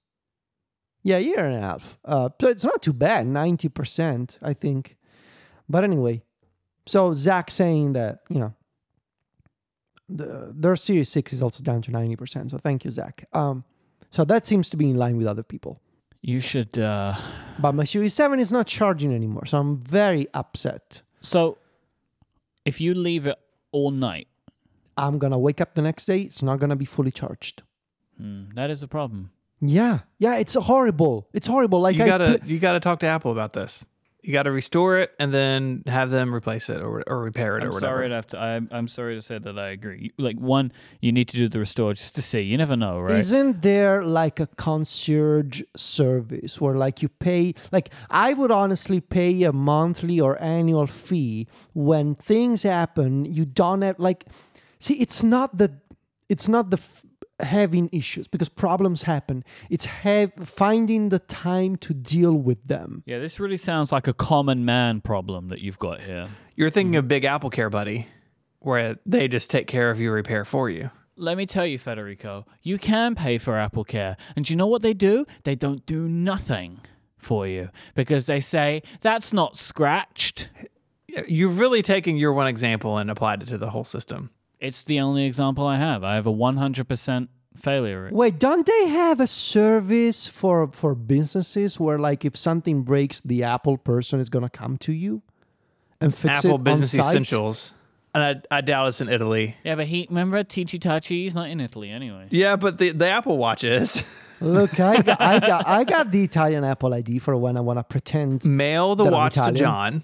Speaker 2: yeah a year and a half uh so it's not too bad 90% i think but anyway so zach saying that you know the, their series 6 is also down to 90% so thank you zach um so that seems to be in line with other people
Speaker 3: You should. Uh,
Speaker 2: but my series 7 is not charging anymore so i'm very upset
Speaker 3: so, if you leave it all night,
Speaker 2: i'm gonna wake up the next day it's not gonna be fully charged
Speaker 3: hmm, that is a problem.
Speaker 2: yeah yeah it's horrible it's horrible like
Speaker 1: You
Speaker 2: I pl-
Speaker 1: gotta you gotta talk to Apple about this. You gotta restore it and then have them replace it or or repair it or
Speaker 3: I'm
Speaker 1: whatever.
Speaker 3: sorry to have to. I'm, I'm sorry to say that I agree. You- Like one, you need to do the restore just to see. You never know, right?
Speaker 2: Isn't there like a concierge service where like you pay like I would honestly pay a monthly or annual fee when things happen you don't have like see it's not the it's not the f- having issues because problems happen it's have finding the time to deal with them
Speaker 3: yeah, this really sounds like a common man problem that you've got here.
Speaker 1: You're thinking of Big Apple Care Buddy, where they just take care of your repair for you.
Speaker 3: Let me tell you, Federico, you can pay for Apple Care. And do you know what they do? They don't do nothing for you because they say, that's not scratched.
Speaker 1: You've really taken your one example and applied it to the whole system.
Speaker 3: It's the only example I have. I have a 100% failure rate.
Speaker 2: Wait, don't they have a service for for businesses where like if something breaks, the Apple person is gonna come to you and fix it
Speaker 1: Apple
Speaker 2: on
Speaker 1: Business
Speaker 2: site?
Speaker 1: Essentials. And I, I doubt it's in Italy.
Speaker 3: Yeah, but he, remember Tichy Tachi? He's not in Italy anyway.
Speaker 1: Yeah, but the, the Apple Watch is.
Speaker 2: Look, I got, I got I got the Italian Apple ID for when I want to pretend.
Speaker 1: Mail the
Speaker 2: That I'm
Speaker 1: watch to
Speaker 2: Italian?
Speaker 1: John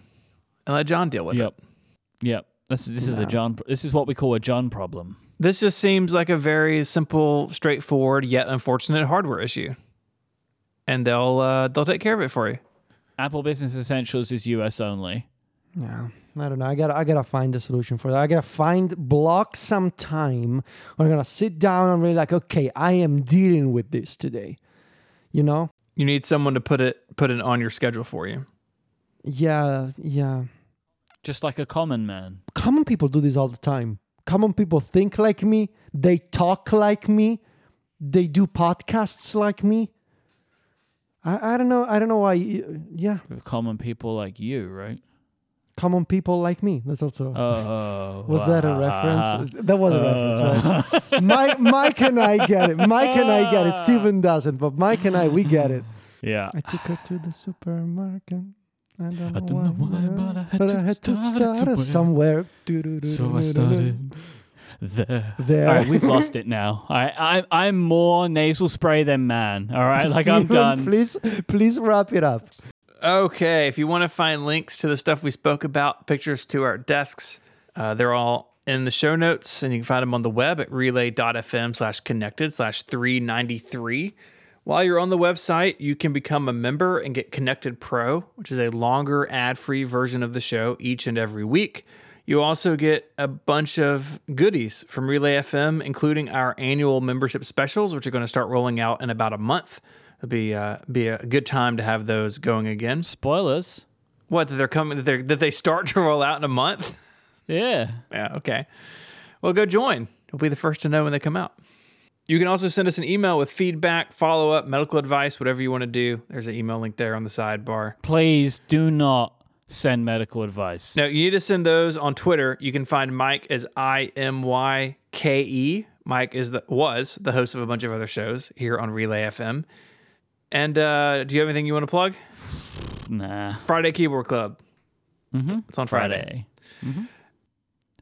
Speaker 1: and let John deal with it.
Speaker 3: Yep. Yep. This, this is a John. This is what we call a John problem.
Speaker 1: This just seems like a very simple, straightforward, yet unfortunate hardware issue. And they'll uh, they'll take care of it for you.
Speaker 3: Apple Business Essentials is US only.
Speaker 2: Yeah, I don't know. I got to I gotta find a solution for that. I gotta find block some time. We're gonna sit down and really like, okay, I am dealing with this today. You know?
Speaker 1: You need someone to put it put it on your schedule for you.
Speaker 2: Yeah, yeah.
Speaker 3: Just like a common man.
Speaker 2: Common people do this all the time. Common people think like me. They talk like me. They do podcasts like me. I, I don't know. I don't know why. you- Yeah.
Speaker 3: Common people like you, right?
Speaker 2: common people like me. That's also.
Speaker 3: Oh,
Speaker 2: was that a reference? That was a reference, right? Mike, Mike and I get it. Mike and I get it. Steven doesn't, but Mike and I, we get it.
Speaker 3: Yeah.
Speaker 2: Uh-huh. I took her to the supermarket. I don't know,
Speaker 3: I don't know why, but I had to start
Speaker 2: start us somewhere. Do-do-do-do-do-do.
Speaker 3: So I started there.
Speaker 2: There.
Speaker 3: All right, we've lost it now. All right, I, I'm more nasal spray than man. All right, like I'm
Speaker 2: Steven,
Speaker 3: done.
Speaker 2: Please, please wrap it up.
Speaker 1: Okay, if you want to find links to the stuff we spoke about, pictures to our desks, uh, they're all in the show notes, and you can find them on the web at relay.fm slash connected slash 393. While you're on the website, you can become a member and get Connected Pro, which is a longer ad free version of the show each and every week. You also get a bunch of goodies from Relay FM, including our annual membership specials, which are going to start rolling out in about a month. It'll be uh, be a good time to have those going again.
Speaker 3: Spoilers.
Speaker 1: What that they're coming that, they're, that they start to roll out in a month?
Speaker 3: Yeah.
Speaker 1: yeah, okay. Well, go join. You'll be the first to know when they come out. You can also send us an email with feedback, follow up, medical advice, whatever you want to do. There's an email link there on the sidebar.
Speaker 3: Please do not send medical advice.
Speaker 1: Now you need to send those on Twitter. You can find Mike as I M Y K E. Mike is the was the host of a bunch of other shows here on Relay FM. And uh, do you have anything you want to plug?
Speaker 3: Nah.
Speaker 1: Friday Keyboard Club.
Speaker 3: Mhm.
Speaker 1: It's on Friday.
Speaker 3: Friday. Mhm.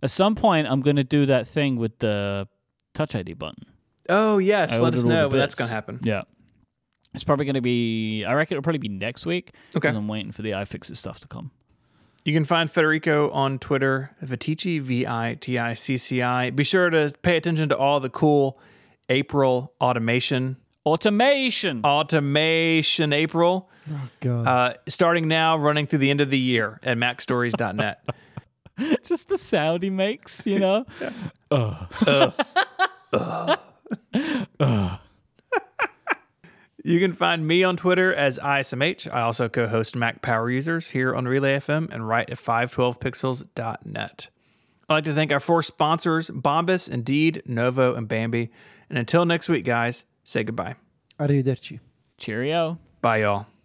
Speaker 3: At some point, I'm going to do that thing with the Touch ID button.
Speaker 1: Oh yes,
Speaker 3: I
Speaker 1: let
Speaker 3: ordered
Speaker 1: us
Speaker 3: all the
Speaker 1: know when that's
Speaker 3: bits.
Speaker 1: gonna happen.
Speaker 3: Yeah. It's probably going to be, I reckon it'll probably be next week. 'cause
Speaker 1: Okay.
Speaker 3: I'm waiting for the iFixit stuff to come.
Speaker 1: You can find Federico on Twitter, Vitici V I T I C C I. Be sure to pay attention to all the cool April automation.
Speaker 3: Automation.
Speaker 1: Automation April.
Speaker 2: God.
Speaker 1: Uh, starting now, running through the end of the year at maxstories.net.
Speaker 3: Just the sound he makes, you know?
Speaker 1: You can find me on Twitter as ISMH. I also co host Mac Power Users here on Relay FM and write at 512pixels.net. I'd like to thank our four sponsors Bombas, Indeed, Novo, and Bambi. And until next week, guys, say goodbye.
Speaker 2: Arrivederci.
Speaker 3: Cheerio.
Speaker 1: Bye, y'all.